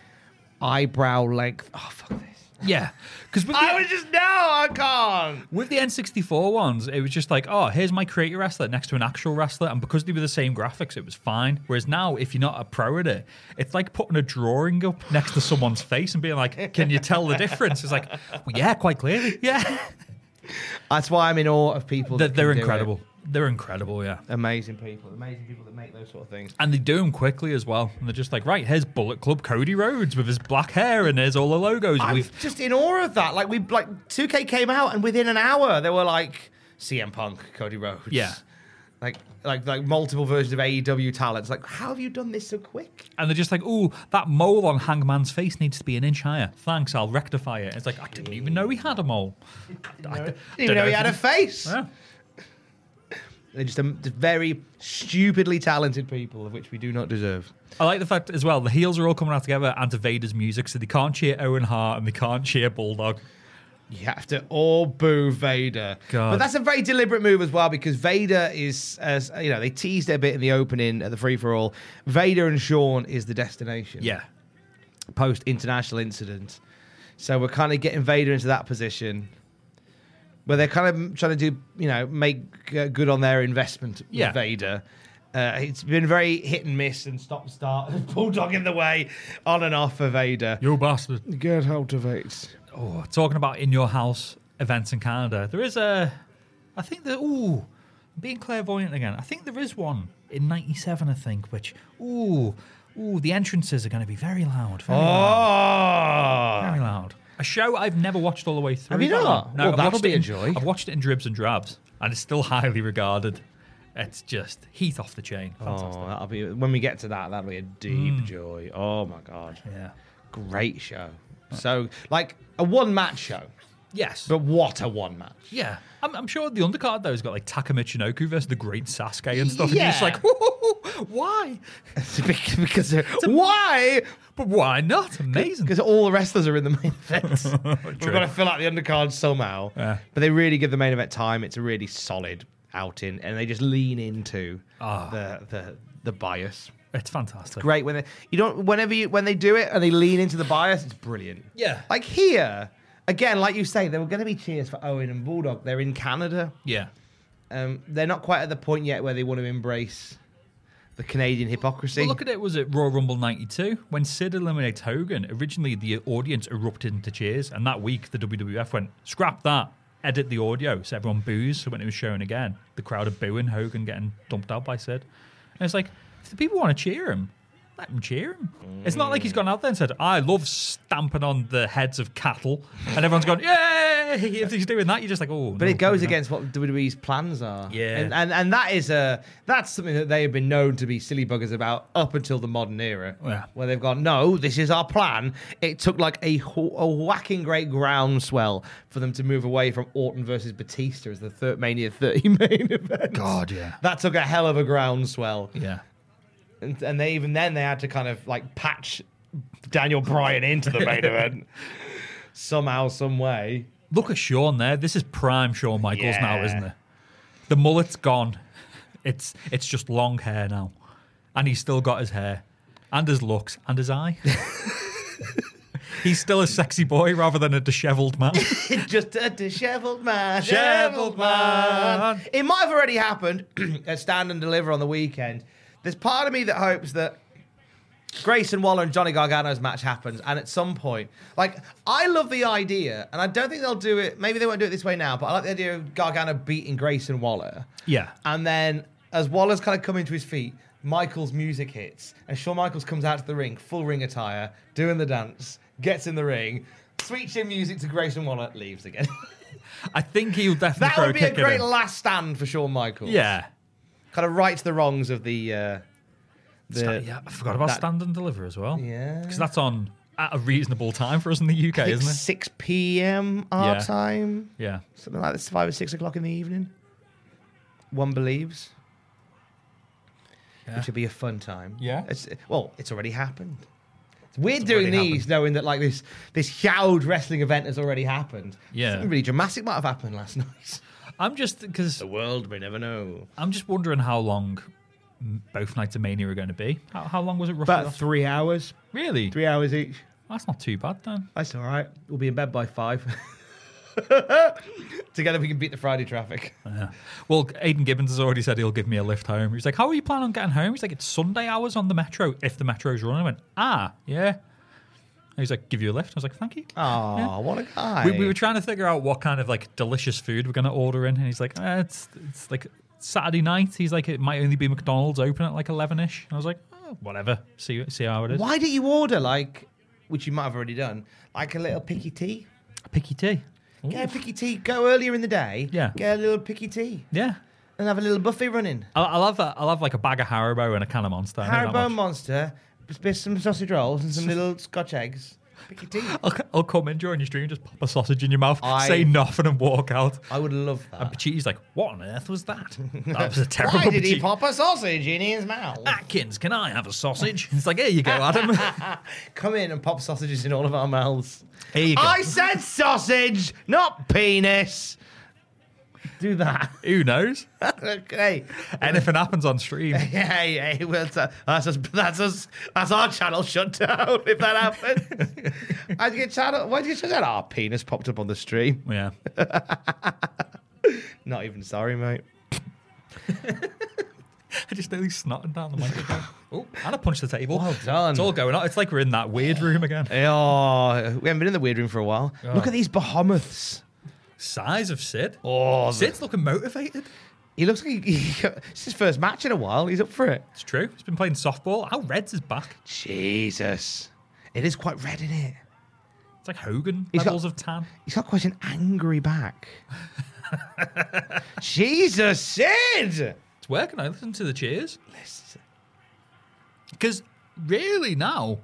Speaker 1: eyebrow length. Oh fuck this!
Speaker 2: yeah. Because with,
Speaker 1: I
Speaker 2: the-
Speaker 1: was just no, I can't.
Speaker 2: with the N64 ones, it was just like, oh, here's my creator wrestler next to an actual wrestler, and because they were the same graphics, it was fine. Whereas now, if you're not a pro at it, it's like putting a drawing up next to someone's face and being like, can you tell the difference? It's like, well, yeah, quite clearly, yeah.
Speaker 1: That's why I'm in awe of people.
Speaker 2: They're,
Speaker 1: that
Speaker 2: they're
Speaker 1: can do it.
Speaker 2: incredible. They're incredible, yeah.
Speaker 1: amazing people, amazing people that make those sort of things.
Speaker 2: And they do them quickly as well. And they're just like, right, here's Bullet Club Cody Rhodes with his black hair, and there's all the logos.
Speaker 1: I'm
Speaker 2: We've
Speaker 1: just in awe of that. Like we like 2K came out and within an hour they were like CM Punk, Cody Rhodes.
Speaker 2: Yeah.
Speaker 1: Like like like multiple versions of AEW talents. Like how have you done this so quick?
Speaker 2: And they're just like, oh, that mole on Hangman's face needs to be an inch higher. Thanks, I'll rectify it. It's like, I didn't even know he had a mole. I d-
Speaker 1: Didn't even know he had a face.
Speaker 2: Yeah.
Speaker 1: They're just, um, just very stupidly talented people of which we do not deserve.
Speaker 2: I like the fact as well, the heels are all coming out together and to Vader's music, so they can't cheer Owen Hart and they can't cheer Bulldog.
Speaker 1: You have to all boo Vader.
Speaker 2: God.
Speaker 1: But that's a very deliberate move as well because Vader is, as you know, they teased a bit in the opening at the free for all. Vader and Sean is the destination.
Speaker 2: Yeah.
Speaker 1: Post international incident. So we're kind of getting Vader into that position where they're kind of trying to do, you know, make uh, good on their investment
Speaker 2: Yeah.
Speaker 1: with Vader. Uh, it's been very hit and miss and stop and start, bulldog in the way, on and off for Vader.
Speaker 2: You bastard.
Speaker 1: Get out of it.
Speaker 2: Oh, talking about in your house events in Canada, there is a. I think that. Ooh, being clairvoyant again. I think there is one in '97. I think which. Ooh, ooh, the entrances are going to be very loud. Very loud.
Speaker 1: Oh,
Speaker 2: Very loud. A show I've never watched all the way through.
Speaker 1: Have you
Speaker 2: that
Speaker 1: not?
Speaker 2: one.
Speaker 1: Well,
Speaker 2: I've
Speaker 1: that'll
Speaker 2: watched
Speaker 1: be
Speaker 2: it in-
Speaker 1: a joy.
Speaker 2: I've watched it in dribs and drabs, and it's still highly regarded. It's just Heath off the chain. Fantastic.
Speaker 1: oh, that'll be when we get to that. That'll be a deep joy. Oh my god,
Speaker 2: Mm. Yeah.
Speaker 1: great show. So like a one match show,
Speaker 2: Yes.
Speaker 1: but what a one match.
Speaker 2: yeah. I'm, I'm sure the undercard though has got like Taka Michinoku versus the Great Sasuke and stuff. And
Speaker 1: Yeah.
Speaker 2: you're just like, why?
Speaker 1: because why?
Speaker 2: But why not? Amazing.
Speaker 1: Because all the wrestlers are in the main event. We've got to fill out the undercard somehow. But they really give the main event time. It's a really solid outing, and they just lean into
Speaker 2: Ah.
Speaker 1: the, the the bias.
Speaker 2: It's fantastic.
Speaker 1: great when they you don't whenever you when they do it and they lean into the bias, it's brilliant.
Speaker 2: Yeah.
Speaker 1: Like here, again, like you say, there were going to be cheers for Owen and Bulldog. They're in Canada.
Speaker 2: Yeah.
Speaker 1: Um, they're not quite at the point yet where they want to embrace the Canadian hypocrisy.
Speaker 2: Well, look at it. Was it Royal Rumble 92? When Sid eliminates Hogan, originally the audience erupted into cheers. And that week, the WWF went, scrap that, edit the audio. So everyone boos. So when it was shown again, the crowd are booing Hogan getting dumped out by Sid. And it's like, if the people want to cheer him, let them cheer him. It's not like he's gone out there and said, I love stamping on the heads of cattle. And everyone's gone, yay! If he's doing that, you're just like, oh.
Speaker 1: but it goes against what WWE's plans are.
Speaker 2: Yeah.
Speaker 1: And, and and that is a that's something that they have been known to be silly buggers about up until the modern era.
Speaker 2: Yeah.
Speaker 1: Where they've gone, no, this is our plan. It took like a, wh- a whacking great groundswell for them to move away from Orton versus Batista as the third Mania 30 main event.
Speaker 2: God, yeah.
Speaker 1: That took a hell of a groundswell.
Speaker 2: Yeah.
Speaker 1: And, and they even then they had to kind of like patch Daniel Bryan into the main event somehow, some way.
Speaker 2: Look at Sean there. This is prime Shawn Michaels now,
Speaker 1: Yeah.
Speaker 2: isn't it? The mullet's gone. It's it's just long hair now, and he's still got his hair, and his looks, and his eye. he's still a sexy boy rather than a dishevelled man.
Speaker 1: Just a disheveled man.
Speaker 2: Disheveled man.
Speaker 1: It might have already happened at Stand and Deliver on the weekend. There's part of me that hopes that Grayson Waller and Johnny Gargano's match happens, and at some point, like, I love the idea, and I don't think they'll do it. Maybe they won't do it this way now, but I like the idea of Gargano beating Grayson Waller.
Speaker 2: yeah,
Speaker 1: And then as Waller's kind of coming to his feet, Michael's music hits, and Shawn Michaels comes out to the ring, full ring attire, doing the dance, gets in the ring, switching music to Grayson Waller, leaves again.
Speaker 2: I think he'll definitely
Speaker 1: that
Speaker 2: throw
Speaker 1: would be a
Speaker 2: kick at
Speaker 1: great
Speaker 2: him.
Speaker 1: last stand for Shawn Michaels.
Speaker 2: yeah.
Speaker 1: Kind of rights the wrongs of the. Uh,
Speaker 2: Sta-
Speaker 1: the
Speaker 2: yeah, I forgot about
Speaker 1: that-
Speaker 2: stand and deliver as well.
Speaker 1: Yeah.
Speaker 2: because that's on at a reasonable time for us in the UK,
Speaker 1: I think
Speaker 2: isn't it?
Speaker 1: 6 p.m. our
Speaker 2: Yeah.
Speaker 1: time.
Speaker 2: Yeah,
Speaker 1: Something like this, 5 or 6 o'clock in the evening. One believes. Which will be a fun time.
Speaker 2: Yeah.
Speaker 1: It's, well, it's already happened. It's weird doing
Speaker 2: already
Speaker 1: these
Speaker 2: happened.
Speaker 1: knowing that like this this huge wrestling event has already happened.
Speaker 2: Yeah.
Speaker 1: Something really dramatic might have happened last night.
Speaker 2: I'm just because
Speaker 1: The world may never know.
Speaker 2: I'm just wondering how long m- both nights of Mania are going to be. How, how long was it roughly?
Speaker 1: About
Speaker 2: last-
Speaker 1: three hours.
Speaker 2: really?
Speaker 1: Three hours each.
Speaker 2: That's not too bad then.
Speaker 1: That's all right. We'll be in bed by five. Together we can beat the Friday traffic.
Speaker 2: Well, Aiden Gibbons has already said he'll give me a lift home. He's like, "How are you planning on getting home?" He's like, "It's Sunday hours on the metro. If the metro's running, I went, ah, yeah." And He's like, "Give you a lift." I was like, "Thank you."
Speaker 1: Oh, what a guy.
Speaker 2: we, we were trying to figure out what kind of like delicious food we're gonna order in, and he's like, eh, "It's it's like Saturday night." He's like, "It might only be McDonald's open at like eleven ish." And I was like, oh, "Whatever. See see how it is."
Speaker 1: Why didn't you order like, which you might have already done, like a little picky tea?
Speaker 2: Picky tea.
Speaker 1: Get a picky tea. Go earlier in the day.
Speaker 2: Yeah.
Speaker 1: Get a little picky tea
Speaker 2: Yeah.
Speaker 1: and have a little buffet running.
Speaker 2: I'll, I'll have a, I'll have like a bag of Haribo and a can of Monster. I know that
Speaker 1: Haribo
Speaker 2: much.
Speaker 1: Monster, b- b- some sausage rolls and some little Scotch eggs. Pick your teeth.
Speaker 2: I'll, I'll come in during your stream, just pop a sausage in your mouth,
Speaker 1: I-
Speaker 2: say nothing, and walk out.
Speaker 1: I would love that.
Speaker 2: And Pachiti's like, "What on earth was that? That was a terrible."
Speaker 1: Why did he
Speaker 2: Pachiti."
Speaker 1: pop a sausage in his mouth?
Speaker 2: Atkins, can I have a sausage? It's like, here you go, Adam.
Speaker 1: Come in and pop sausages in all of our mouths.
Speaker 2: Here you go.
Speaker 1: I said sausage, not penis. Do that.
Speaker 2: Who knows?
Speaker 1: okay.
Speaker 2: Anything happens on stream.
Speaker 1: Yeah, yeah, well, that's, that's us. That's us. That's our channel shut down if that happens. How'd you get channel? Why did you shut that? Our penis popped up on the stream.
Speaker 2: Yeah.
Speaker 1: Not even sorry, mate.
Speaker 2: I just nearly snotted down the microphone. oh, and I punched the table.
Speaker 1: Well done.
Speaker 2: It's all going on. It's like we're in that weird room again.
Speaker 1: Oh, we haven't been in the weird room for a while. Look at these behemoths.
Speaker 2: Size of Sid.
Speaker 1: Oh,
Speaker 2: Sid's looking motivated.
Speaker 1: he looks like he, he- it's his first match in a while. He's up for it.
Speaker 2: It's true. He's been playing softball. How red's his back?
Speaker 1: Jesus, it is quite red in it.
Speaker 2: It's like Hogan
Speaker 1: He's got-
Speaker 2: levels of tan.
Speaker 1: He's got quite an angry back. Jesus, Sid.
Speaker 2: It's working. I listen to the cheers. Because really now,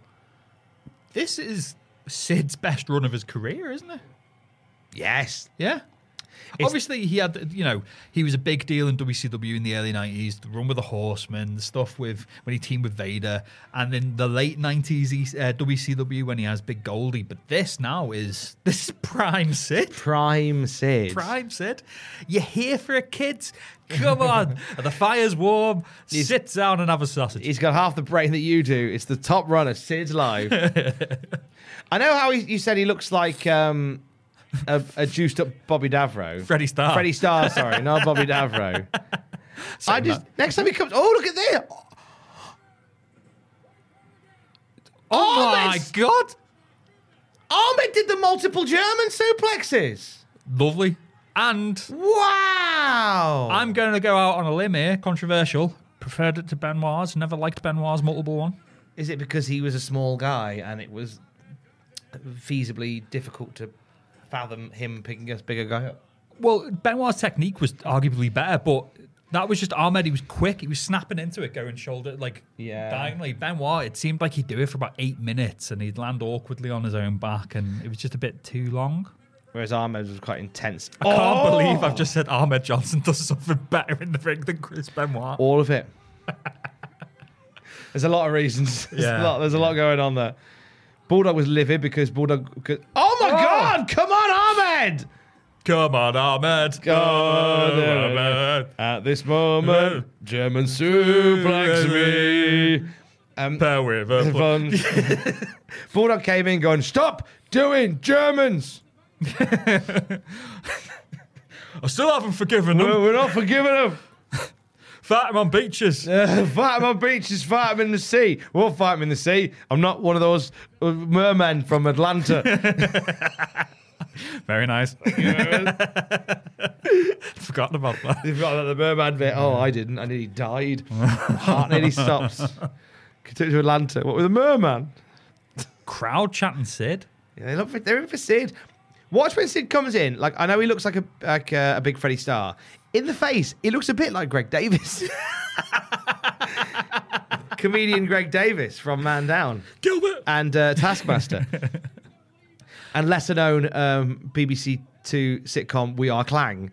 Speaker 2: this is Sid's best run of his career, isn't it?
Speaker 1: Yes,
Speaker 2: Yeah. Obviously, he had, you know, he was a big deal in WCW in the early 90s, the run with the Horsemen, the stuff with when he teamed with Vader, and then the late 90s he- uh, WCW when he has Big Goldie. But this now is, this is prime Sid.
Speaker 1: prime Sid.
Speaker 2: Prime Sid. You're here for a kid. Come on. the fire's warm. Sit down and have a sausage.
Speaker 1: He's got half the brain that you do. It's the top runner, Sid's live. I know how he, you said he looks like um, a, a juiced up Bobby Davro.
Speaker 2: Freddie Starr.
Speaker 1: Freddie Starr, sorry, not Bobby Davro. I just next time he comes. Oh, look at this!
Speaker 2: oh my
Speaker 1: Thomas!
Speaker 2: God.
Speaker 1: Ahmed did the multiple German suplexes.
Speaker 2: Lovely. And
Speaker 1: Wow!
Speaker 2: I'm going to go out on a limb here. Controversial. Preferred it to Benoit's. Never liked Benoit's multiple one.
Speaker 1: Is it because he was a small guy and it was feasibly difficult to fathom him picking a bigger guy up?
Speaker 2: Well, Benoit's technique was arguably better, but that was just Ahmed. He was quick. He was snapping into it, going shoulder like
Speaker 1: Yeah.
Speaker 2: diagonally. Benoit, it seemed like he'd do it for about eight minutes, and he'd land awkwardly on his own back, and it was just a bit too long.
Speaker 1: Whereas Ahmed was quite intense.
Speaker 2: I can't believe I've just said Ahmed Johnson does something better in the ring than Chris Benoit.
Speaker 1: All of it. there's a lot of reasons. There's,
Speaker 2: Yeah.
Speaker 1: a, lot, there's a lot going on there. Bulldog was livid because Bulldog. Because, oh my God! Come on, Ahmed!
Speaker 2: Come on, Ahmed. Go,
Speaker 1: on,
Speaker 2: Ahmed.
Speaker 1: At this moment, German suplex me.
Speaker 2: Power of a-
Speaker 1: Fun. Bulldog came in going, "Stop doing Germans.
Speaker 2: I still haven't forgiven
Speaker 1: We're,
Speaker 2: them.
Speaker 1: we're not forgiving them."
Speaker 2: Fat him on beaches.
Speaker 1: fight him on beaches, fight him in the sea. We'll fight him in the sea. I'm not one of those uh, mermen from Atlanta.
Speaker 2: Very nice. Forgotten about that.
Speaker 1: They've got the merman bit. Oh, I didn't. I nearly died. Heart nearly stops. Took to Atlanta. What with a merman?
Speaker 2: Crowd chatting Sid.
Speaker 1: Yeah, they love it. They're in for Sid. Watch when Sid comes in. Like I know he looks like a like uh, a big Freddy Star. In the face, he looks a bit like Greg Davis. Comedian Greg Davis from Man Down
Speaker 2: Gilbert.
Speaker 1: and uh, Taskmaster, and lesser known um, BBC Two sitcom We Are Clang.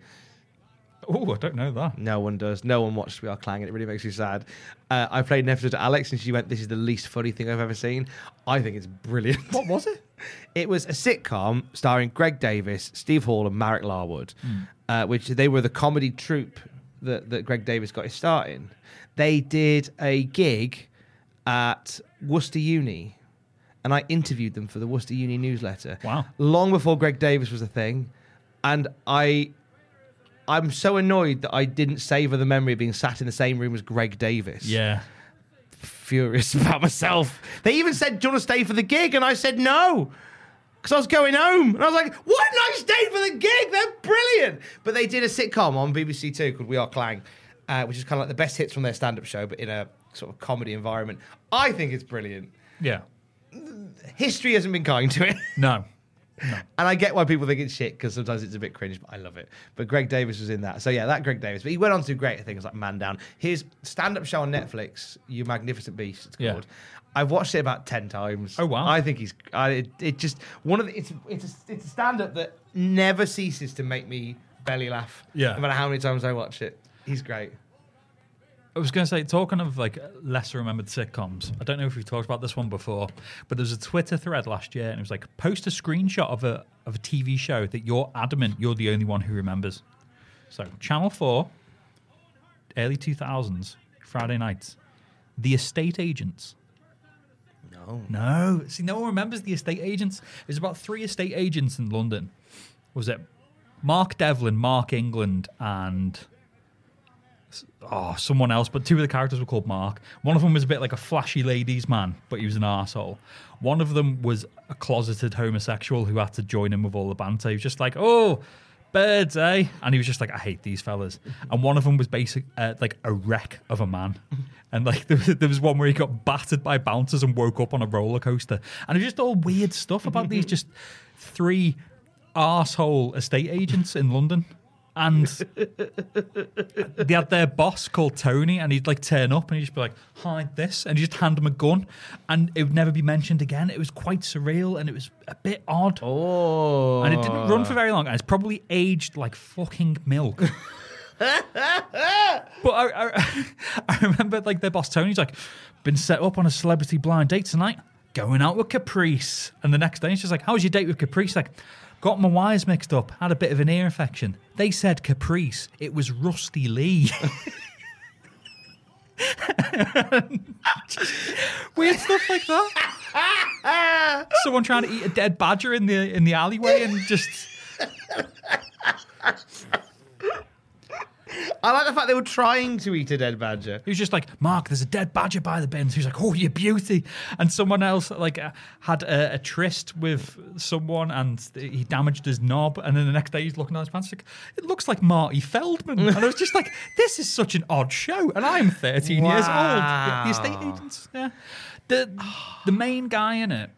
Speaker 2: Oh, I don't know that.
Speaker 1: No one does. No one watched We Are Clang, and it really makes me sad. Uh, I played an episode to Alex, and she went, "This is the least funny thing I've ever seen." I think it's brilliant.
Speaker 2: What was it?
Speaker 1: It was a sitcom starring Greg Davis, Steve Hall, and Marek Larwood,
Speaker 2: Hmm.
Speaker 1: uh, which they were the comedy troupe that, that Greg Davis got his start in. They did a gig at Worcester Uni, and I interviewed them for the Worcester Uni newsletter.
Speaker 2: Wow.
Speaker 1: Long before Greg Davis was a thing, and I. I'm so annoyed that I didn't savor the memory of being sat in the same room as Greg Davis
Speaker 2: Yeah.
Speaker 1: furious about myself. They even said, Do you want to stay for the gig? And I said, No. Because I was going home. And I was like, Why didn't I stay for the gig? They're brilliant. But they did a sitcom on BBC Two called We Are Clang, uh, which is kind of like the best hits from their stand up show, but in a sort of comedy environment. I think it's brilliant.
Speaker 2: Yeah.
Speaker 1: History hasn't been kind to it.
Speaker 2: No.
Speaker 1: And I get why people think it's shit because sometimes it's a bit cringe, but I love it. But Greg Davis was in that. So yeah, that Greg Davis. But he went on to do great things like Man Down. His stand up show on Netflix, You Magnificent Beast, it's
Speaker 2: Yeah.
Speaker 1: called. I've watched it about 10 times.
Speaker 2: Oh, wow.
Speaker 1: I think he's. I, it, it just. One of the. It's, it's a, it's a stand up that never ceases to make me belly laugh.
Speaker 2: Yeah.
Speaker 1: No matter how many times I watch it. He's great.
Speaker 2: I was going to say, talking of like lesser remembered sitcoms, I don't know if we've talked about this one before, but there was a Twitter thread last year, and it was like, post a screenshot of a of a TV show that you're adamant you're the only one who remembers. So Channel Four, early two thousands, Friday nights, The Estate Agents. No, no. See, no one remembers The Estate Agents. There's about three estate agents in London. Was it Mark Devlin, Mark England, and oh, someone else, but two of the characters were called Mark. One of them was a bit like a flashy ladies man, but he was an arsehole. One of them was a closeted homosexual who had to join him with all the banter. He was just like, oh, birds, eh? And he was just like, I hate these fellas. And one of them was basic, uh, like a wreck of a man. And like there was, there was one where he got battered by bouncers and woke up on a roller coaster. And it was just all weird stuff about these just three arsehole estate agents in London. And they had their boss called Tony, and he'd like turn up and he'd just be like, "Hide this," and he'd just hand him a gun, and it would never be mentioned again. It was quite surreal and it was a bit odd.
Speaker 1: Oh.
Speaker 2: And it didn't run for very long, and it's probably aged like fucking milk. but I, I, I remember like their boss Tony's like, been set up on a celebrity blind date tonight, going out with Caprice. And the next day she's like, How was your date with Caprice? Like, got my wires mixed up, had a bit of an ear infection. They said Caprice. It was Rusty Lee. Just weird stuff like that someone trying to eat a dead badger in the in the alleyway and just
Speaker 1: I like the fact they were trying to eat a dead badger.
Speaker 2: he was just like mark there's a dead badger by the bins he was like oh you beauty and someone else like uh, had a, a tryst with someone and he damaged his knob and then the next day he's looking at his pants like it looks like marty feldman and i was just like this is such an odd show and i'm 13 years
Speaker 1: Wow.
Speaker 2: old the estate agents yeah the the main guy in it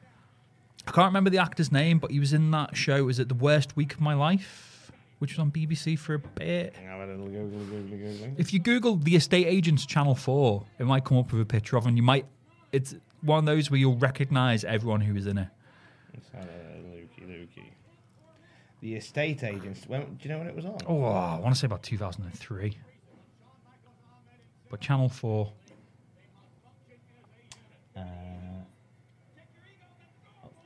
Speaker 2: I can't remember the actor's name, but he was in that show. Was it the worst week of my life, which was on BBC for a bit? If you Google the estate agents Channel Four, it might come up with a picture of him. You might. It's one of those where you'll recognise everyone who was in it.
Speaker 1: The estate agents. When, do you know when it was on?
Speaker 2: Oh, I want to say about 2003. But Channel Four.
Speaker 1: Uh,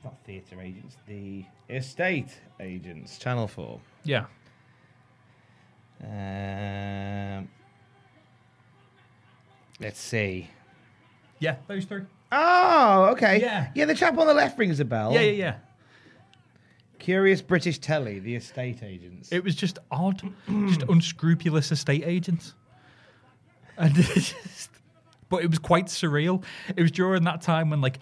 Speaker 1: Not theatre agents. The estate agents. Channel Four.
Speaker 2: Yeah.
Speaker 1: Um, let's see.
Speaker 2: Yeah, those three.
Speaker 1: Oh, okay.
Speaker 2: Yeah.
Speaker 1: Yeah, the chap on the left rings a bell.
Speaker 2: Yeah, yeah, yeah.
Speaker 1: Curious British telly. The estate agents.
Speaker 2: It was just odd, just unscrupulous estate agents. And it just, but it was quite surreal. It was during that time when like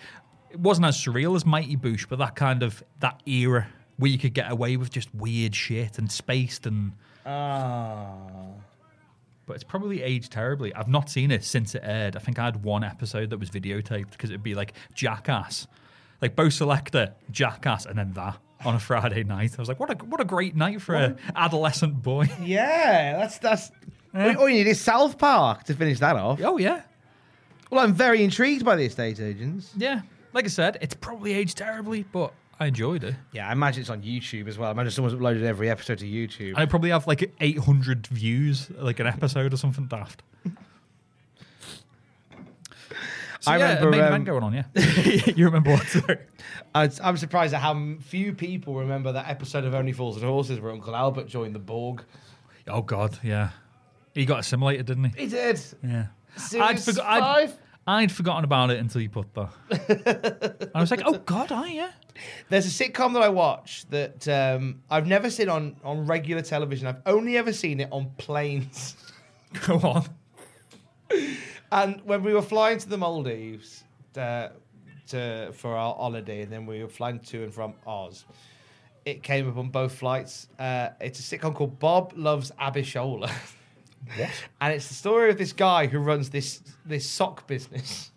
Speaker 2: it wasn't as surreal as Mighty Boosh, but that kind of that era where you could get away with just weird shit and spaced and
Speaker 1: Ah.
Speaker 2: but it's probably aged terribly. I've not seen it since it aired. I think I had one episode that was videotaped because it'd be like Jackass, like Bo Selector, Jackass, and then that on a Friday night. I was like, what a what a great night for an adolescent boy.
Speaker 1: Yeah, that's that's. All, all you need is South Park to finish that off.
Speaker 2: oh yeah,
Speaker 1: Well, I'm very intrigued by the estate agents.
Speaker 2: yeah. Like I said, it's probably aged terribly, but I enjoyed it.
Speaker 1: Yeah, I imagine it's on YouTube as well. I imagine someone's uploaded every episode to YouTube.
Speaker 2: And I probably have like 800 views, like an episode or something daft. So,
Speaker 1: I
Speaker 2: yeah,
Speaker 1: remember,
Speaker 2: main
Speaker 1: um,
Speaker 2: event going on. Yeah, you remember what? sorry.
Speaker 1: I, I'm surprised at how m- few people remember that episode of Only Fools and Horses where Uncle Albert joined the Borg.
Speaker 2: Oh God, yeah. He got assimilated, didn't he?
Speaker 1: He did.
Speaker 2: Yeah.
Speaker 1: Series
Speaker 2: forgo-
Speaker 1: five.
Speaker 2: I'd, I'd forgotten about it until you put that. I was like, oh God, I yeah.
Speaker 1: There's a sitcom that I watch that um, I've never seen on, on regular television. I've only ever seen it on planes.
Speaker 2: Go on.
Speaker 1: And when we were flying to the Maldives uh, to, for our holiday, and then we were flying to and from Oz, it came up on both flights. Uh, it's a sitcom called Bob Loves Abishola. What? and it's the story of this guy who runs this this sock business.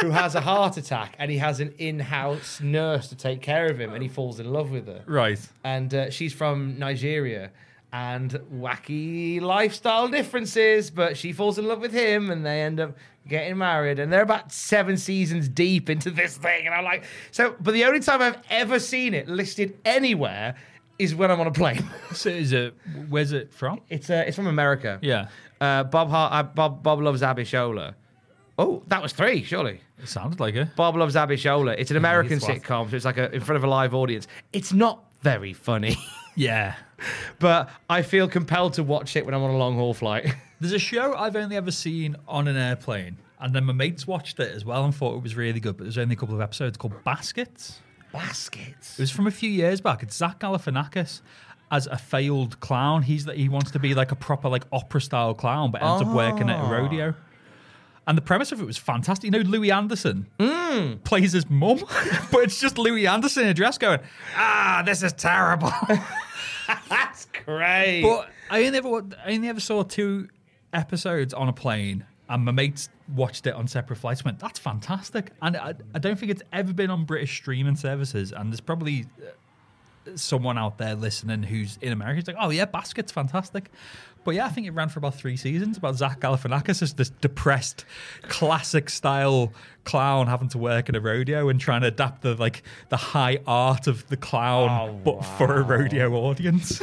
Speaker 1: who has a heart attack and he has an in-house nurse to take care of him and he falls in love with her.
Speaker 2: Right.
Speaker 1: And uh, she's from Nigeria and wacky lifestyle differences, but she falls in love with him and they end up getting married and they're about 7 seasons deep into this thing and I'm like so but the only time I've ever seen it listed anywhere is when I'm on a plane.
Speaker 2: So is it? Where's it from?
Speaker 1: It's uh, it's from America.
Speaker 2: Yeah.
Speaker 1: Uh, Bob Hart, uh, Bob Bob loves Abishola. Oh, that was three, surely.
Speaker 2: It sounded like it.
Speaker 1: Bob loves Abishola. It's an American
Speaker 2: it's what-
Speaker 1: sitcom, so it's like a, in front of a live audience. It's not very funny,
Speaker 2: Yeah.
Speaker 1: but I feel compelled to watch it when I'm on a long haul flight.
Speaker 2: There's a show I've only ever seen on an airplane, and then my mates watched it as well and thought it was really good, but there's only a couple of episodes called Baskets.
Speaker 1: Baskets.
Speaker 2: It was from a few years back. It's Zach Galifianakis as a failed clown. He's that he wants to be like a proper like opera style clown, but ends up working at a rodeo. And the premise of it was fantastic. You know, Louis Anderson plays his mum, but it's just Louis Anderson in a dress going, "Ah, this is terrible."
Speaker 1: That's great.
Speaker 2: But I only ever wa- I only ever saw two episodes on a plane, and my mates watched it on separate flights. Went, that's fantastic, and I, I don't think it's ever been on British streaming services. And there's probably uh, someone out there listening who's in America. Who's like, oh yeah, Basket's fantastic. But yeah, I think it ran for about three seasons. About Zach Galifianakis as this depressed, classic style clown having to work at a rodeo and trying to adapt the like the high art of the clown,
Speaker 1: Oh,
Speaker 2: but for a rodeo audience.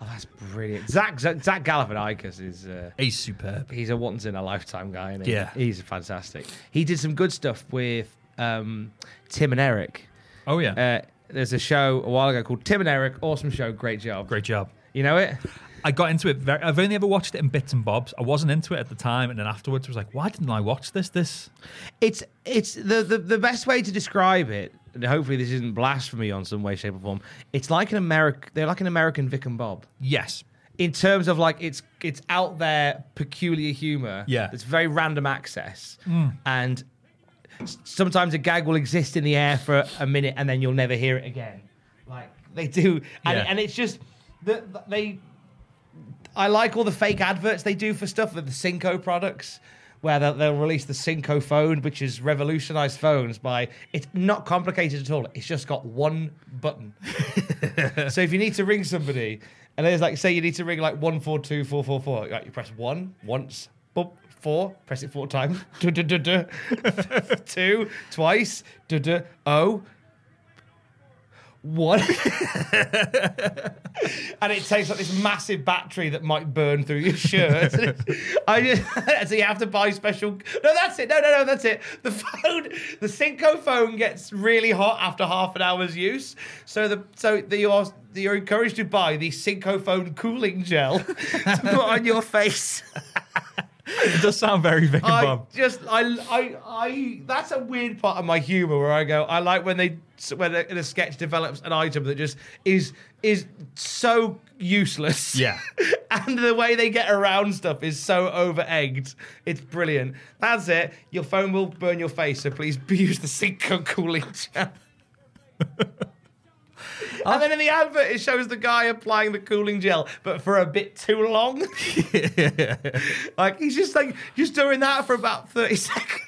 Speaker 1: oh, that's brilliant. Zach Zach, Zach Galifianakis is. Uh,
Speaker 2: He's superb.
Speaker 1: he's a once in a lifetime guy. Isn't he?
Speaker 2: Yeah.
Speaker 1: he's fantastic. He did some good stuff with um, Tim and Eric.
Speaker 2: Oh yeah.
Speaker 1: Uh, there's a show a while ago called Tim and Eric. Awesome show. Great job.
Speaker 2: Great job.
Speaker 1: You know it?
Speaker 2: I got into it. Very, I've only ever watched it in bits and bobs. I wasn't into it at the time, and then afterwards was like, why didn't I watch this? This
Speaker 1: It's it's the, the the best way to describe it. And hopefully this isn't blasphemy on some way, shape, or form. It's like an American. They're like an American Vic and Bob
Speaker 2: yes,
Speaker 1: in terms of like it's it's out there peculiar humor.
Speaker 2: Yeah. Mm.
Speaker 1: it's very random access, and s- sometimes a gag will exist in the air for a minute and then you'll never hear it again. Like they do, and,
Speaker 2: Yeah.
Speaker 1: and it's just that that they I like all the fake adverts they do for stuff with the Cinco products, where they'll, they'll release the Cinco phone, which has revolutionized phones by it's not complicated at all. It's just got one button. so if you need to ring somebody, and there's like say you need to ring like one four two four four four, like you press one once, boop, four, press it four times, duh, duh, duh, duh. two twice, duh, duh, oh. One and it takes like this massive battery that might burn through your shirt. And it's- I just so you have to buy special. No, that's it. No, no, no, that's it. The phone, the Cinco phone gets really hot after half an hour's use. So the so that you are you're encouraged to buy the Cinco phone cooling gel to put on your face.
Speaker 2: it does sound very Vic and
Speaker 1: I
Speaker 2: Bob.
Speaker 1: just I I I that's a weird part of my humor where I go I like when they when a, a sketch develops an item that just is is so useless.
Speaker 2: Yeah.
Speaker 1: and the way they get around stuff is so over egged. It's brilliant. That's it. Your phone will burn your face, so please use the Cinco cooling gel. And then in the advert, it shows the guy applying the cooling gel, but for a bit too long. like he's just like just doing that for about thirty seconds.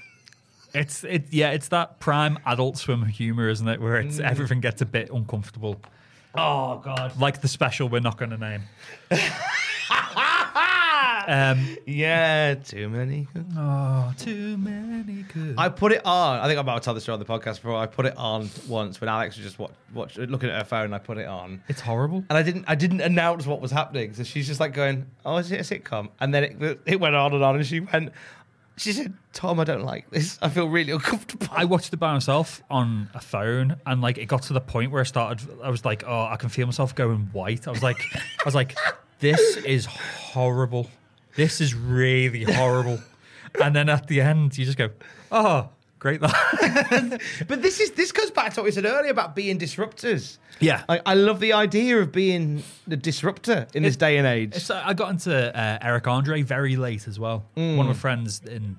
Speaker 2: It's it yeah, it's that prime adult swim humor, isn't it? Where it's everything gets a bit uncomfortable.
Speaker 1: Mm. Oh god.
Speaker 2: Like the special we're not going to name. um,
Speaker 1: Yeah, too many.
Speaker 2: oh, too many good.
Speaker 1: I put it on. I think I might have told this story on the podcast before. I put it on once when Alex was just watch, watch looking at her phone. I put it on.
Speaker 2: it's horrible.
Speaker 1: and I didn't I didn't announce what was happening. So she's just like going, "Oh, is it a sitcom?" And then it it went on and on, and she went. She said, "Tom, I don't like this. I feel really uncomfortable."
Speaker 2: I watched it by myself on a phone, and like it got to the point where I started. I was like, "Oh, I can feel myself going white." I was like, "I was like, this is horrible. This is really horrible." And then at the end, you just go, "Oh, great!" That
Speaker 1: But this is this goes back to what we said earlier about being disruptors.
Speaker 2: Yeah.
Speaker 1: I, I love the idea of being the disruptor in this day and age.
Speaker 2: so I got into uh, Eric Andre very late as well. One of my friends in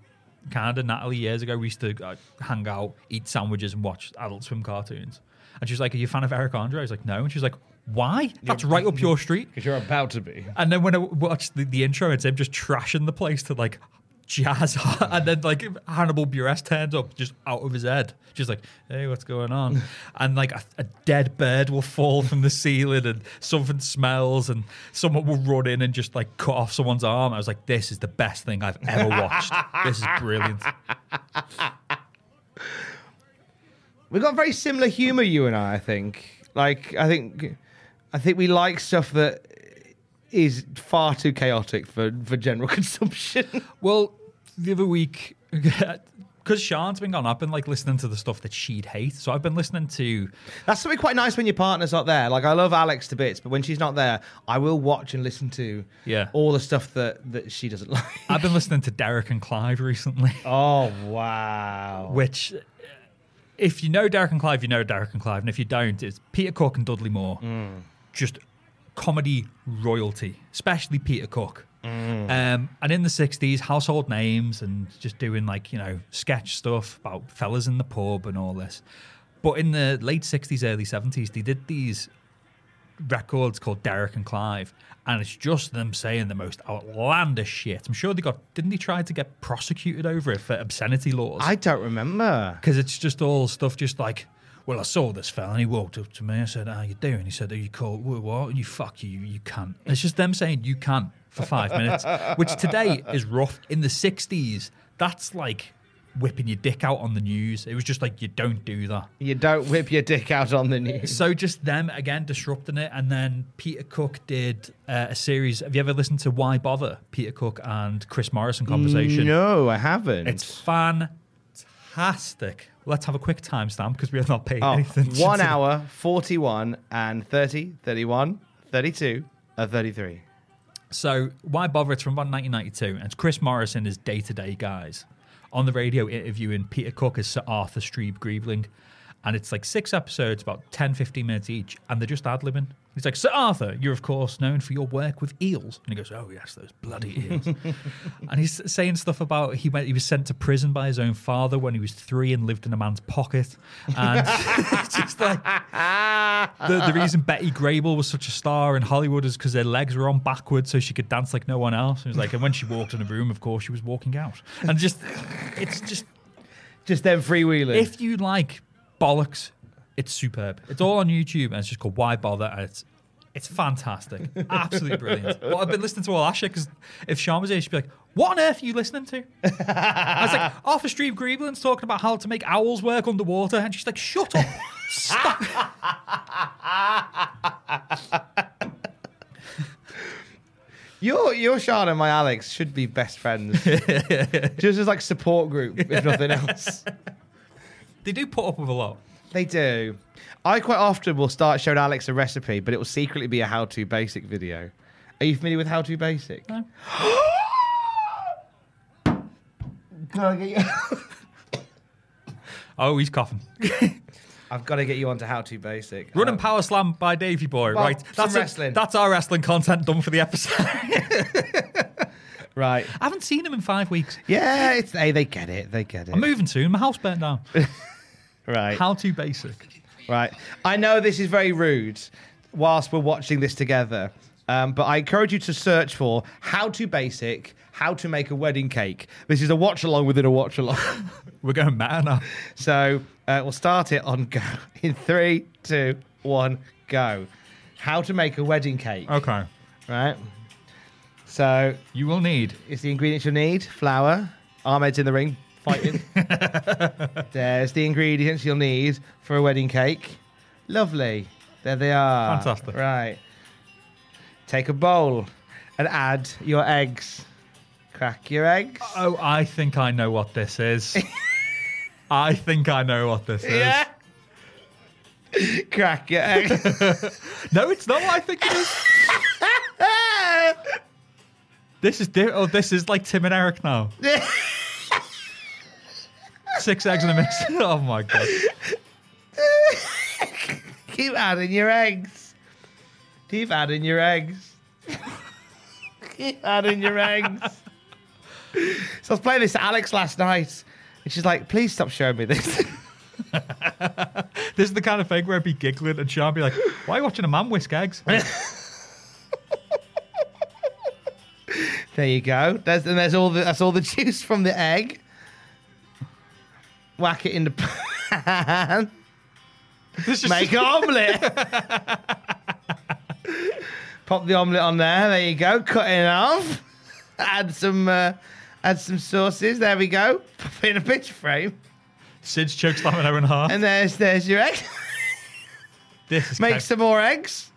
Speaker 2: Canada, Natalie, years ago, we used to uh, hang out, eat sandwiches, and watch Adult Swim cartoons. And she was like, "Are you a fan of Eric Andre?" I was like, "No," and she was like. Why? That's right up your street.
Speaker 1: Because you're about to be.
Speaker 2: And then when I watched the, the intro, it's him just trashing the place to like jazz on. And then like Hannibal Buress turns up just out of his head, just like, hey, what's going on? and like a, a dead bird will fall from the ceiling and something smells and someone will run in and just like cut off someone's arm. I was like, this is the best thing I've ever watched. this is brilliant.
Speaker 1: We've got very similar humor, you and I. I think. Like, I think, I think we like stuff that is far too chaotic for for general consumption.
Speaker 2: Well, the other week, because Sean's been gone, I've been like listening to the stuff that she'd hate. So I've been listening to
Speaker 1: That's something quite nice when your partner's not there. Like, I love Alex to bits, but when she's not there, I will watch and listen to
Speaker 2: Yeah.
Speaker 1: all the stuff that that she doesn't like.
Speaker 2: I've been listening to Derek and Clive recently,
Speaker 1: Oh wow!
Speaker 2: which. uh, If you know Derek and Clive, you know Derek and Clive, and if you don't, it's Peter Cook and Dudley Moore. Just comedy royalty, especially Peter Cook. Um, and in the 60s, household names and just doing like, you know, sketch stuff about fellas in the pub and all this. But in the late 60s, early 70s, they did these records called Derek and Clive, and it's just them saying the most outlandish shit. I'm sure they got didn't they try to get prosecuted over it for obscenity laws?
Speaker 1: I don't remember.
Speaker 2: Because it's just all stuff, just like, well, I saw this fella and he walked up to me. I said, "How you doing?" He said, "Are you called what? what? And you fuck you, you can't." It's just them saying you can't for five minutes, which today is rough. In the '60s, that's like whipping your dick out on the news. It was just like you don't do that.
Speaker 1: You don't whip your dick out on the news.
Speaker 2: So just them again disrupting it, and then Peter Cook did uh, a series. Have you ever listened to Why Bother? Peter Cook and Chris Morrison conversation.
Speaker 1: No, I haven't.
Speaker 2: It's fantastic. Let's have a quick timestamp because we have not paid
Speaker 1: Oh,
Speaker 2: anything.
Speaker 1: one
Speaker 2: to-
Speaker 1: hour, 41, and 30, 31, 32, and 33.
Speaker 2: So why bother? It's from about 1992, and it's Chris Morrison as day to day guys on the radio interviewing Peter Cook as Sir Arthur Strebe Greebling. And it's like six episodes, about 10, 15 minutes each, and they're just ad libbing. He's like, Sir Arthur, you're of course known for your work with eels. And he goes, Oh, yes, those bloody eels. and he's saying stuff about he went, he was sent to prison by his own father when he was three and lived in a man's pocket. And it's just like, the, the reason Betty Grable was such a star in Hollywood is because her legs were on backwards so she could dance like no one else. It was like, and when she walked in a room, of course, she was walking out. And just, it's just,
Speaker 1: Just them freewheeling.
Speaker 2: if you like bollocks, it's superb. It's all on YouTube and it's just called Why Bother? And it's, it's fantastic. Absolutely brilliant. But I've been listening to all that shit because if Sean was here, she'd be like, what on earth are you listening to? I was like, Arthur Strebe Greebling's talking about how to make owls work underwater. And she's like, shut up. Stop.
Speaker 1: your, your Sean and my Alex should be best friends. Just as like support group, if nothing else.
Speaker 2: they do put up with a lot.
Speaker 1: They do. I quite often will start showing Alex a recipe, but it will secretly be a how to basic video. Are you familiar with how to basic? No. Can I get you?
Speaker 2: Oh, he's coughing.
Speaker 1: I've got to get you onto How To Basic. Um,
Speaker 2: Running power slam by Davy Boy.
Speaker 1: Uh, Well,
Speaker 2: right,
Speaker 1: some
Speaker 2: that's it.
Speaker 1: wrestling.
Speaker 2: That's our wrestling content done for the episode. I
Speaker 1: Right.
Speaker 2: haven't seen him in five weeks.
Speaker 1: Yeah, it's hey, they get it. They get it.
Speaker 2: I'm moving soon. My house burnt down.
Speaker 1: Right.
Speaker 2: How to basic.
Speaker 1: right. I know this is very rude whilst we're watching this together, um, but I encourage you to search for How To Basic, How To Make a Wedding Cake. This is a watch along within a watch along.
Speaker 2: We're going mad now.
Speaker 1: so uh, we'll start it on go in three, two, one, go. How to make a wedding cake,
Speaker 2: Okay.
Speaker 1: right? So
Speaker 2: You will need
Speaker 1: It's the ingredients you'll need flour. Ahmed's in the ring fighting. There's the ingredients you'll need for a wedding cake. Lovely. There they are.
Speaker 2: Fantastic.
Speaker 1: Right. Take a bowl and add your eggs. Crack your eggs.
Speaker 2: Oh, I think I know what this is. I think I know what this is.
Speaker 1: Yeah. Crack your eggs.
Speaker 2: No, it's not what I think it is. this is di- oh, this is like Tim and Eric now. Six eggs in a mix. Oh my god.
Speaker 1: Keep adding your eggs. Keep adding your eggs. Keep adding your eggs. So I was playing this to Alex last night, and she's like, please stop showing me this.
Speaker 2: This is the kind of thing where I'd be giggling and Sean would be like, Why are you watching a man whisk eggs?
Speaker 1: There you go. There's, and there's all the that's all the juice from the egg. Whack it in the pan.
Speaker 2: This is
Speaker 1: Make an omelette. Pop the omelette on there. There you go. Cut it in half. Add some uh, add some sauces. There we go. Pop it in a picture frame.
Speaker 2: Sid's chokeslam an hour and a half.
Speaker 1: And there's there's your egg.
Speaker 2: this is
Speaker 1: Make
Speaker 2: cake.
Speaker 1: some more eggs.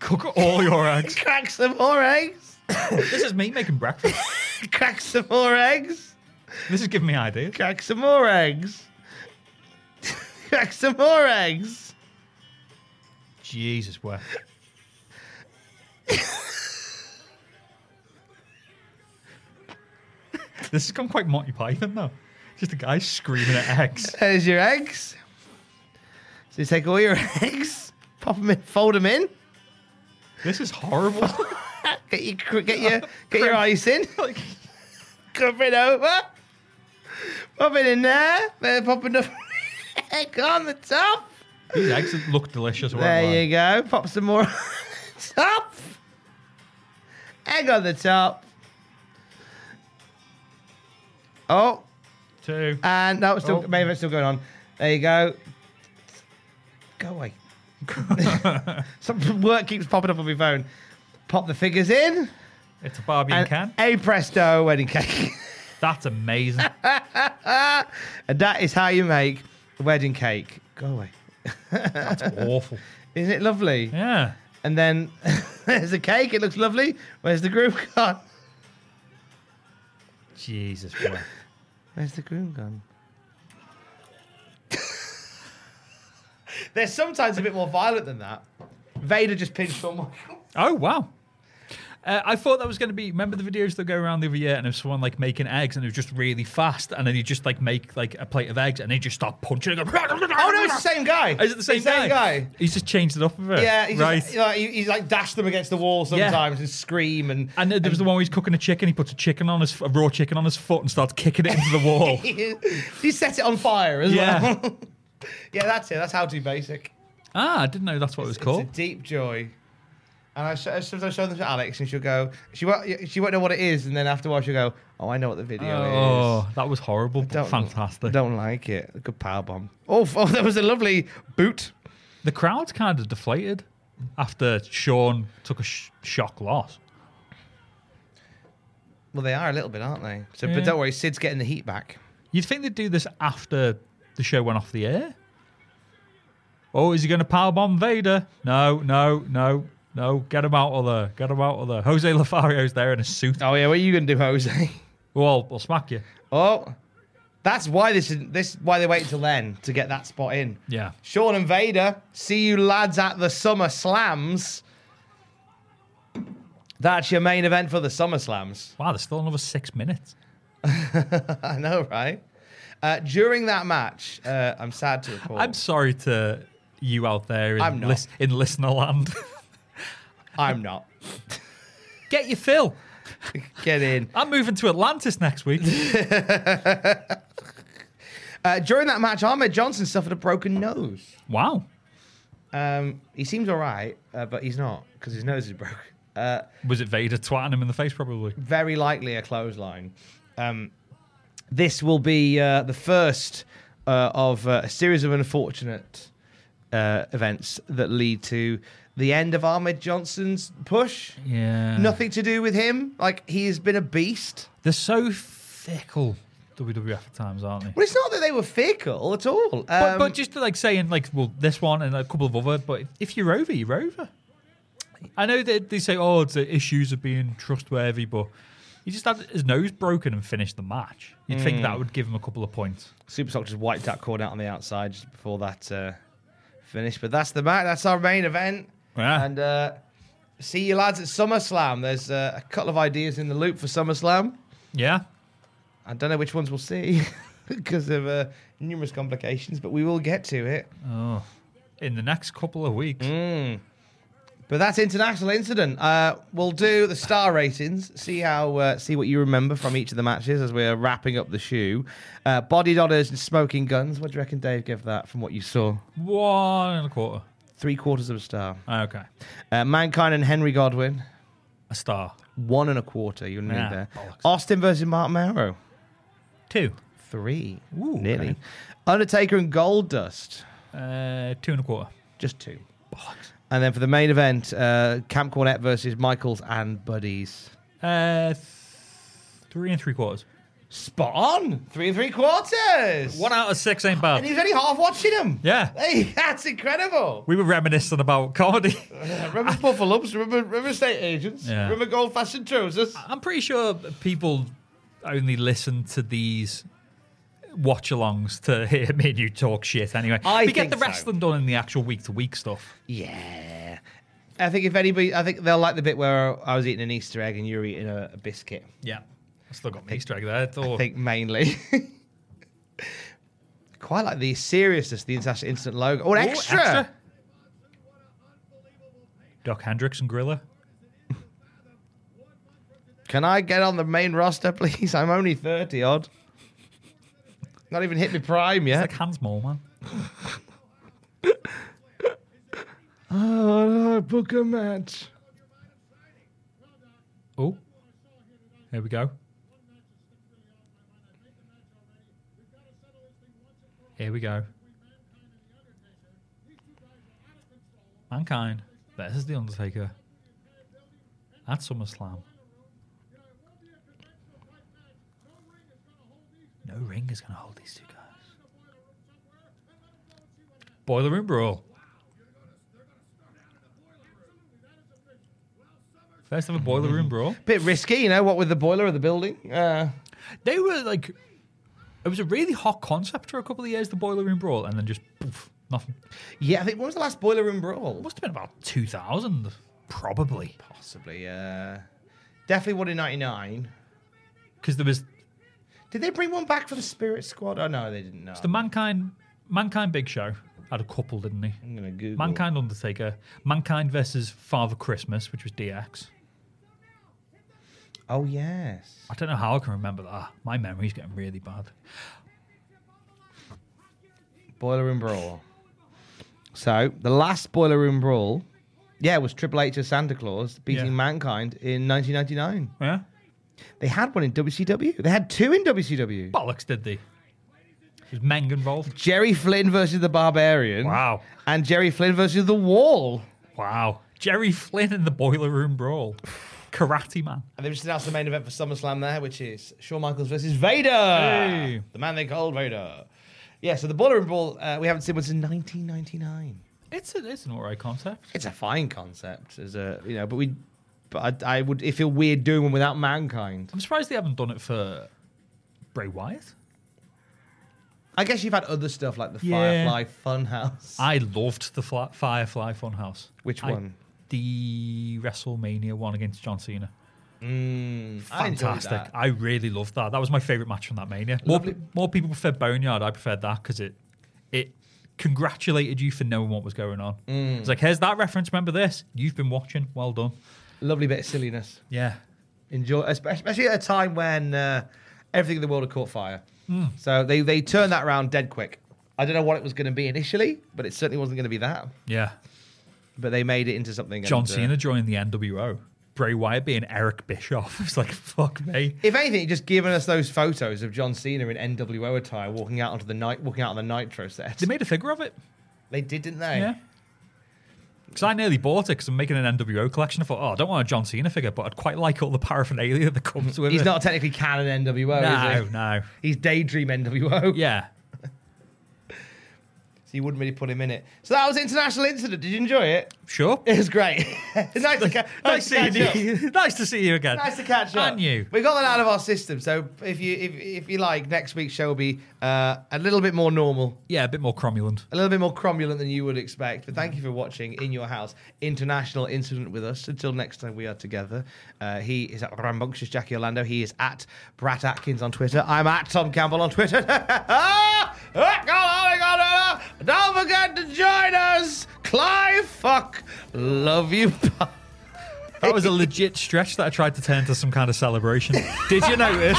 Speaker 2: cook all your eggs.
Speaker 1: Crack some more eggs.
Speaker 2: this is me making breakfast.
Speaker 1: Crack some more eggs.
Speaker 2: This is giving me ideas.
Speaker 1: Crack some more eggs. Crack some more eggs.
Speaker 2: Jesus, where? this has gone quite Monty Python though. Just a guy screaming at eggs.
Speaker 1: There's your eggs. So you take all your eggs, pop them in, fold them in.
Speaker 2: This is horrible.
Speaker 1: Get your cr- get your get your ice in.
Speaker 2: like,
Speaker 1: Cover it over. Pop it in there. Then pop another egg on the top.
Speaker 2: these eggs look delicious.
Speaker 1: There you go. Pop some more on the top. Egg on the top. Oh,
Speaker 2: go. Two.
Speaker 1: and no, it's still
Speaker 2: Oh.
Speaker 1: maybe it's still going on. There you go. Go away. Some work keeps popping up on my phone. Pop the figures in.
Speaker 2: It's a Barbie in a can.
Speaker 1: A presto wedding cake.
Speaker 2: That's amazing.
Speaker 1: and that is how you make a wedding cake. Go away.
Speaker 2: That's awful.
Speaker 1: Isn't it lovely?
Speaker 2: Yeah.
Speaker 1: And then there's the cake. It looks lovely. Where's the groom gone?
Speaker 2: Jesus, where?
Speaker 1: Where's the groom gone? They're sometimes a bit more violent than that. Vader just pinched someone.
Speaker 2: Oh wow. Uh, I thought that was going to be. Remember the videos that go around the other year, and it was someone like making eggs, and it was just really fast, and then you just like make like a plate of eggs, and they just start punching. And go,
Speaker 1: Oh no, it's the same guy.
Speaker 2: Is it the same,
Speaker 1: It's same guy?
Speaker 2: He's just changed it up a bit.
Speaker 1: Yeah, he's
Speaker 2: right.
Speaker 1: just, like, he- he's like dash them against the wall
Speaker 2: Yeah.
Speaker 1: sometimes and scream and
Speaker 2: and there was the one where he's cooking a chicken. He puts a chicken on his a raw chicken on his foot and starts kicking it into the wall.
Speaker 1: he set it on fire as
Speaker 2: Yeah.
Speaker 1: well. yeah, that's it. That's how to basic.
Speaker 2: ah, I didn't know that's what it was called.
Speaker 1: It's a deep joy. And I, sh- I sometimes show them to Alex, and she'll go. She won't. She won't know what it is, and then after a while she'll go. Oh, I know what the video is.
Speaker 2: Oh, that was horrible. but
Speaker 1: Don't-
Speaker 2: Fantastic.
Speaker 1: Don't like it. A good power bomb. Oh, f- oh, that was a lovely boot.
Speaker 2: The crowd's kind of deflated after Sean took a sh- shock loss.
Speaker 1: Well, they are a little bit, aren't they? So,
Speaker 2: Yeah.
Speaker 1: but don't worry, Sid's getting the heat back.
Speaker 2: You'd think they'd do this after the show went off the air. Oh, is he going to powerbomb Vader? No, no, no, no. Get him out of there. Get him out of there. Jose Lothario's there in a suit.
Speaker 1: Oh yeah, what are you gonna do, Jose?
Speaker 2: Well, I'll smack you.
Speaker 1: Oh, that's why this is this is why they wait till then to get that spot in.
Speaker 2: Yeah.
Speaker 1: Sean and Vader, see you lads at the Summer Slams. That's your main event for the Summer Slams.
Speaker 2: Wow, there's still another six minutes.
Speaker 1: I know, right? Uh, during that match, uh, I'm sad to report.
Speaker 2: I'm sorry to you out there in,
Speaker 1: I'm not.
Speaker 2: lis- in listener land.
Speaker 1: I'm not.
Speaker 2: Get your fill.
Speaker 1: Get in.
Speaker 2: I'm moving to Atlantis next week.
Speaker 1: Uh, during that match, Ahmed Johnson suffered a broken nose.
Speaker 2: wow.
Speaker 1: Um, he seems all right, uh, but he's not because his nose is broken. Uh,
Speaker 2: Was it Vader twatting him in the face? Probably.
Speaker 1: very likely a clothesline. Um, this will be uh, the first uh, of uh, a series of unfortunate uh, events that lead to the end of Ahmed Johnson's push.
Speaker 2: Yeah.
Speaker 1: Nothing to do with him. Like, he has been a beast.
Speaker 2: They're so fickle, WWF at times, aren't they?
Speaker 1: Well, it's not that they were fickle at all. Um,
Speaker 2: But, but just to like saying like well this one and a couple of other but if you're over you're over. I know that they say oh it's the issues of being trustworthy but he just had his nose broken and finished the match. You'd think that would give him a couple of points.
Speaker 1: Super Sock just wiped that corner out on the outside just before that uh, finish. But that's the match. That's our main event.
Speaker 2: Yeah.
Speaker 1: And uh, see you lads at SummerSlam. There's uh, a couple of ideas in the loop for SummerSlam.
Speaker 2: Yeah.
Speaker 1: I don't know which ones we'll see because of uh, numerous complications, but we will get to it.
Speaker 2: In the next couple of weeks.
Speaker 1: But that's international incident. Uh, we'll do the star ratings. See how uh, see what you remember from each of the matches as we're wrapping up the shoe. Uh, body dollars and smoking guns. What do you reckon, Dave? Give that from what you saw.
Speaker 2: One and a quarter.
Speaker 1: Three quarters of a star.
Speaker 2: Ah, Okay.
Speaker 1: Uh, Mankind and Henry Godwin.
Speaker 2: A star.
Speaker 1: One and a quarter. You'll need
Speaker 2: Ah,
Speaker 1: there.
Speaker 2: bollocks.
Speaker 1: Austin versus Mark Marrow.
Speaker 2: Two.
Speaker 1: Three.
Speaker 2: Ooh,
Speaker 1: nearly.
Speaker 2: okay.
Speaker 1: Undertaker and Gold Dust.
Speaker 2: Uh, two and a quarter.
Speaker 1: Just two. Bollocks. And then for the main event, uh, Camp Cornette versus Michaels and Buddies.
Speaker 2: Uh, th- three and three quarters.
Speaker 1: Spot on. Three and three quarters.
Speaker 2: One out of six ain't
Speaker 1: and he
Speaker 2: bad.
Speaker 1: was only half watching them.
Speaker 2: Yeah.
Speaker 1: Hey, that's incredible.
Speaker 2: We were reminiscing about comedy.
Speaker 1: Remember Buffalo Ups, remember, remember Estate Agents,
Speaker 2: Yeah.
Speaker 1: remember Gold Fashioned Trousers.
Speaker 2: I'm pretty sure people only listen to these watch alongs to hear me and you talk shit anyway.
Speaker 1: I
Speaker 2: we get
Speaker 1: think
Speaker 2: the
Speaker 1: so.
Speaker 2: wrestling done in the actual week to week stuff.
Speaker 1: Yeah. I think if anybody, I think they'll like the bit where I was eating an Easter egg and you were eating a, a biscuit.
Speaker 2: Yeah. I still got my Easter egg there. It's
Speaker 1: I
Speaker 2: all-
Speaker 1: think mainly. Quite like the seriousness, the international instant logo. Oh, an
Speaker 2: Ooh,
Speaker 1: extra.
Speaker 2: extra. Doc Hendricks and Gorilla.
Speaker 1: Can I get on the main roster, please? I'm only 30 odd. Not even hit my prime
Speaker 2: It's
Speaker 1: yet.
Speaker 2: like Hans Mole, man.
Speaker 1: oh, no, book a match.
Speaker 2: Oh. Here we go. Here we go. Mankind. There's The Undertaker. At SummerSlam. No ring is going to hold these two guys. Boiler Room Brawl. First ever Boiler Room Brawl.
Speaker 1: Bit risky, you know, what with the boiler of the building. Uh,
Speaker 2: They were like, it was a really hot concept for a couple of years, the Boiler Room Brawl, and then just poof, nothing.
Speaker 1: yeah, I think, when was the last boiler room brawl?
Speaker 2: It must have been about 2000, probably.
Speaker 1: Possibly, uh, definitely one in '99.
Speaker 2: Because there was
Speaker 1: Did they bring one back for the Spirit Squad? Oh no, they didn't. No,
Speaker 2: the Mankind Mankind Big Show had a couple, didn't he?
Speaker 1: I'm gonna Google.
Speaker 2: Mankind Undertaker, Mankind versus Father Christmas, which was DX.
Speaker 1: Oh yes.
Speaker 2: I don't know how I can remember that. My memory's getting really bad.
Speaker 1: Boiler Room Brawl. So the last Boiler Room Brawl, yeah, was Triple H as Santa Claus beating
Speaker 2: Yeah.
Speaker 1: Mankind in 1999.
Speaker 2: Yeah?
Speaker 1: They had one in WCW. They had two in WCW.
Speaker 2: Bollocks, did they? Was Meng involved?
Speaker 1: Jerry Flynn versus the Barbarian.
Speaker 2: Wow.
Speaker 1: And Jerry Flynn versus the Wall.
Speaker 2: Wow. Jerry Flynn in the Boiler Room Brawl. Karate Man.
Speaker 1: And they've just announced the main event for SummerSlam there, which is Shawn Michaels versus Vader,
Speaker 2: Hey.
Speaker 1: the man they called Vader. Yeah, so the Boiler Room Brawl uh, we haven't seen one since 1999.
Speaker 2: It's, a, it's an alright concept.
Speaker 1: It's a fine concept, as a you know, but we, but I, I would it feel weird doing one without mankind.
Speaker 2: I'm surprised they haven't done it for Bray Wyatt.
Speaker 1: I guess you've had other stuff like the
Speaker 2: Yeah. Ah,
Speaker 1: Firefly Funhouse.
Speaker 2: I loved the fla- Firefly Funhouse.
Speaker 1: Which
Speaker 2: I-
Speaker 1: one?
Speaker 2: the WrestleMania one against John Cena.
Speaker 1: I enjoyed
Speaker 2: Fantastic. I,
Speaker 1: that.
Speaker 2: really loved that. That was my favorite match from that Mania. More,
Speaker 1: Lovely.
Speaker 2: more people preferred Boneyard. I preferred that because it it congratulated you for knowing what was going on.
Speaker 1: Mm.
Speaker 2: It's like, here's that reference. Remember this? You've been watching. Well done.
Speaker 1: Lovely bit of silliness.
Speaker 2: Yeah.
Speaker 1: enjoy, espe- especially at a time when uh, everything in the world had caught fire.
Speaker 2: Hmm.
Speaker 1: So they they turned that around dead quick. I don't know what it was going to be initially, but it certainly wasn't going to be that.
Speaker 2: Yeah.
Speaker 1: But they made it into something.
Speaker 2: John
Speaker 1: and, uh,
Speaker 2: Cena joining the NWO. Bray Wyatt being Eric Bischoff. It's like, fuck me.
Speaker 1: If anything, just giving us those photos of John Cena in NWO attire walking out onto the night, walking out on the Nitro set.
Speaker 2: They made a figure of it.
Speaker 1: They did, didn't they?
Speaker 2: Yeah. Because I nearly bought it because I'm making an NWO collection. I thought, oh, I don't want a John Cena figure, but I'd quite like all the paraphernalia that comes with it.
Speaker 1: He's not technically canon NWO,
Speaker 2: No,
Speaker 1: is he?
Speaker 2: no.
Speaker 1: He's daydream NWO.
Speaker 2: Yeah.
Speaker 1: So you wouldn't really put him in it. So that was International Incident. Did you enjoy it?
Speaker 2: Sure.
Speaker 1: It was great. nice to, ca- nice to catch up.
Speaker 2: you. nice to see you again.
Speaker 1: Nice to catch up.
Speaker 2: And you.
Speaker 1: We got that out of our system. So if you if, if you like, next week's show will be uh, a little bit more normal,
Speaker 2: Yeah, a bit more cromulent.
Speaker 1: a little bit more cromulent than you would expect. But thank you for watching In Your House International Incident with us. Until next time we are together. Uh, he is at Rambunctious Jackie Orlando. He is at Brat Atkins on Twitter. I'm at Tom Campbell on Twitter. Ah, Don't forget to join us. Clive, fuck. Love you. Bye.
Speaker 2: That was a legit stretch that I tried to turn to some kind of celebration. Did you notice?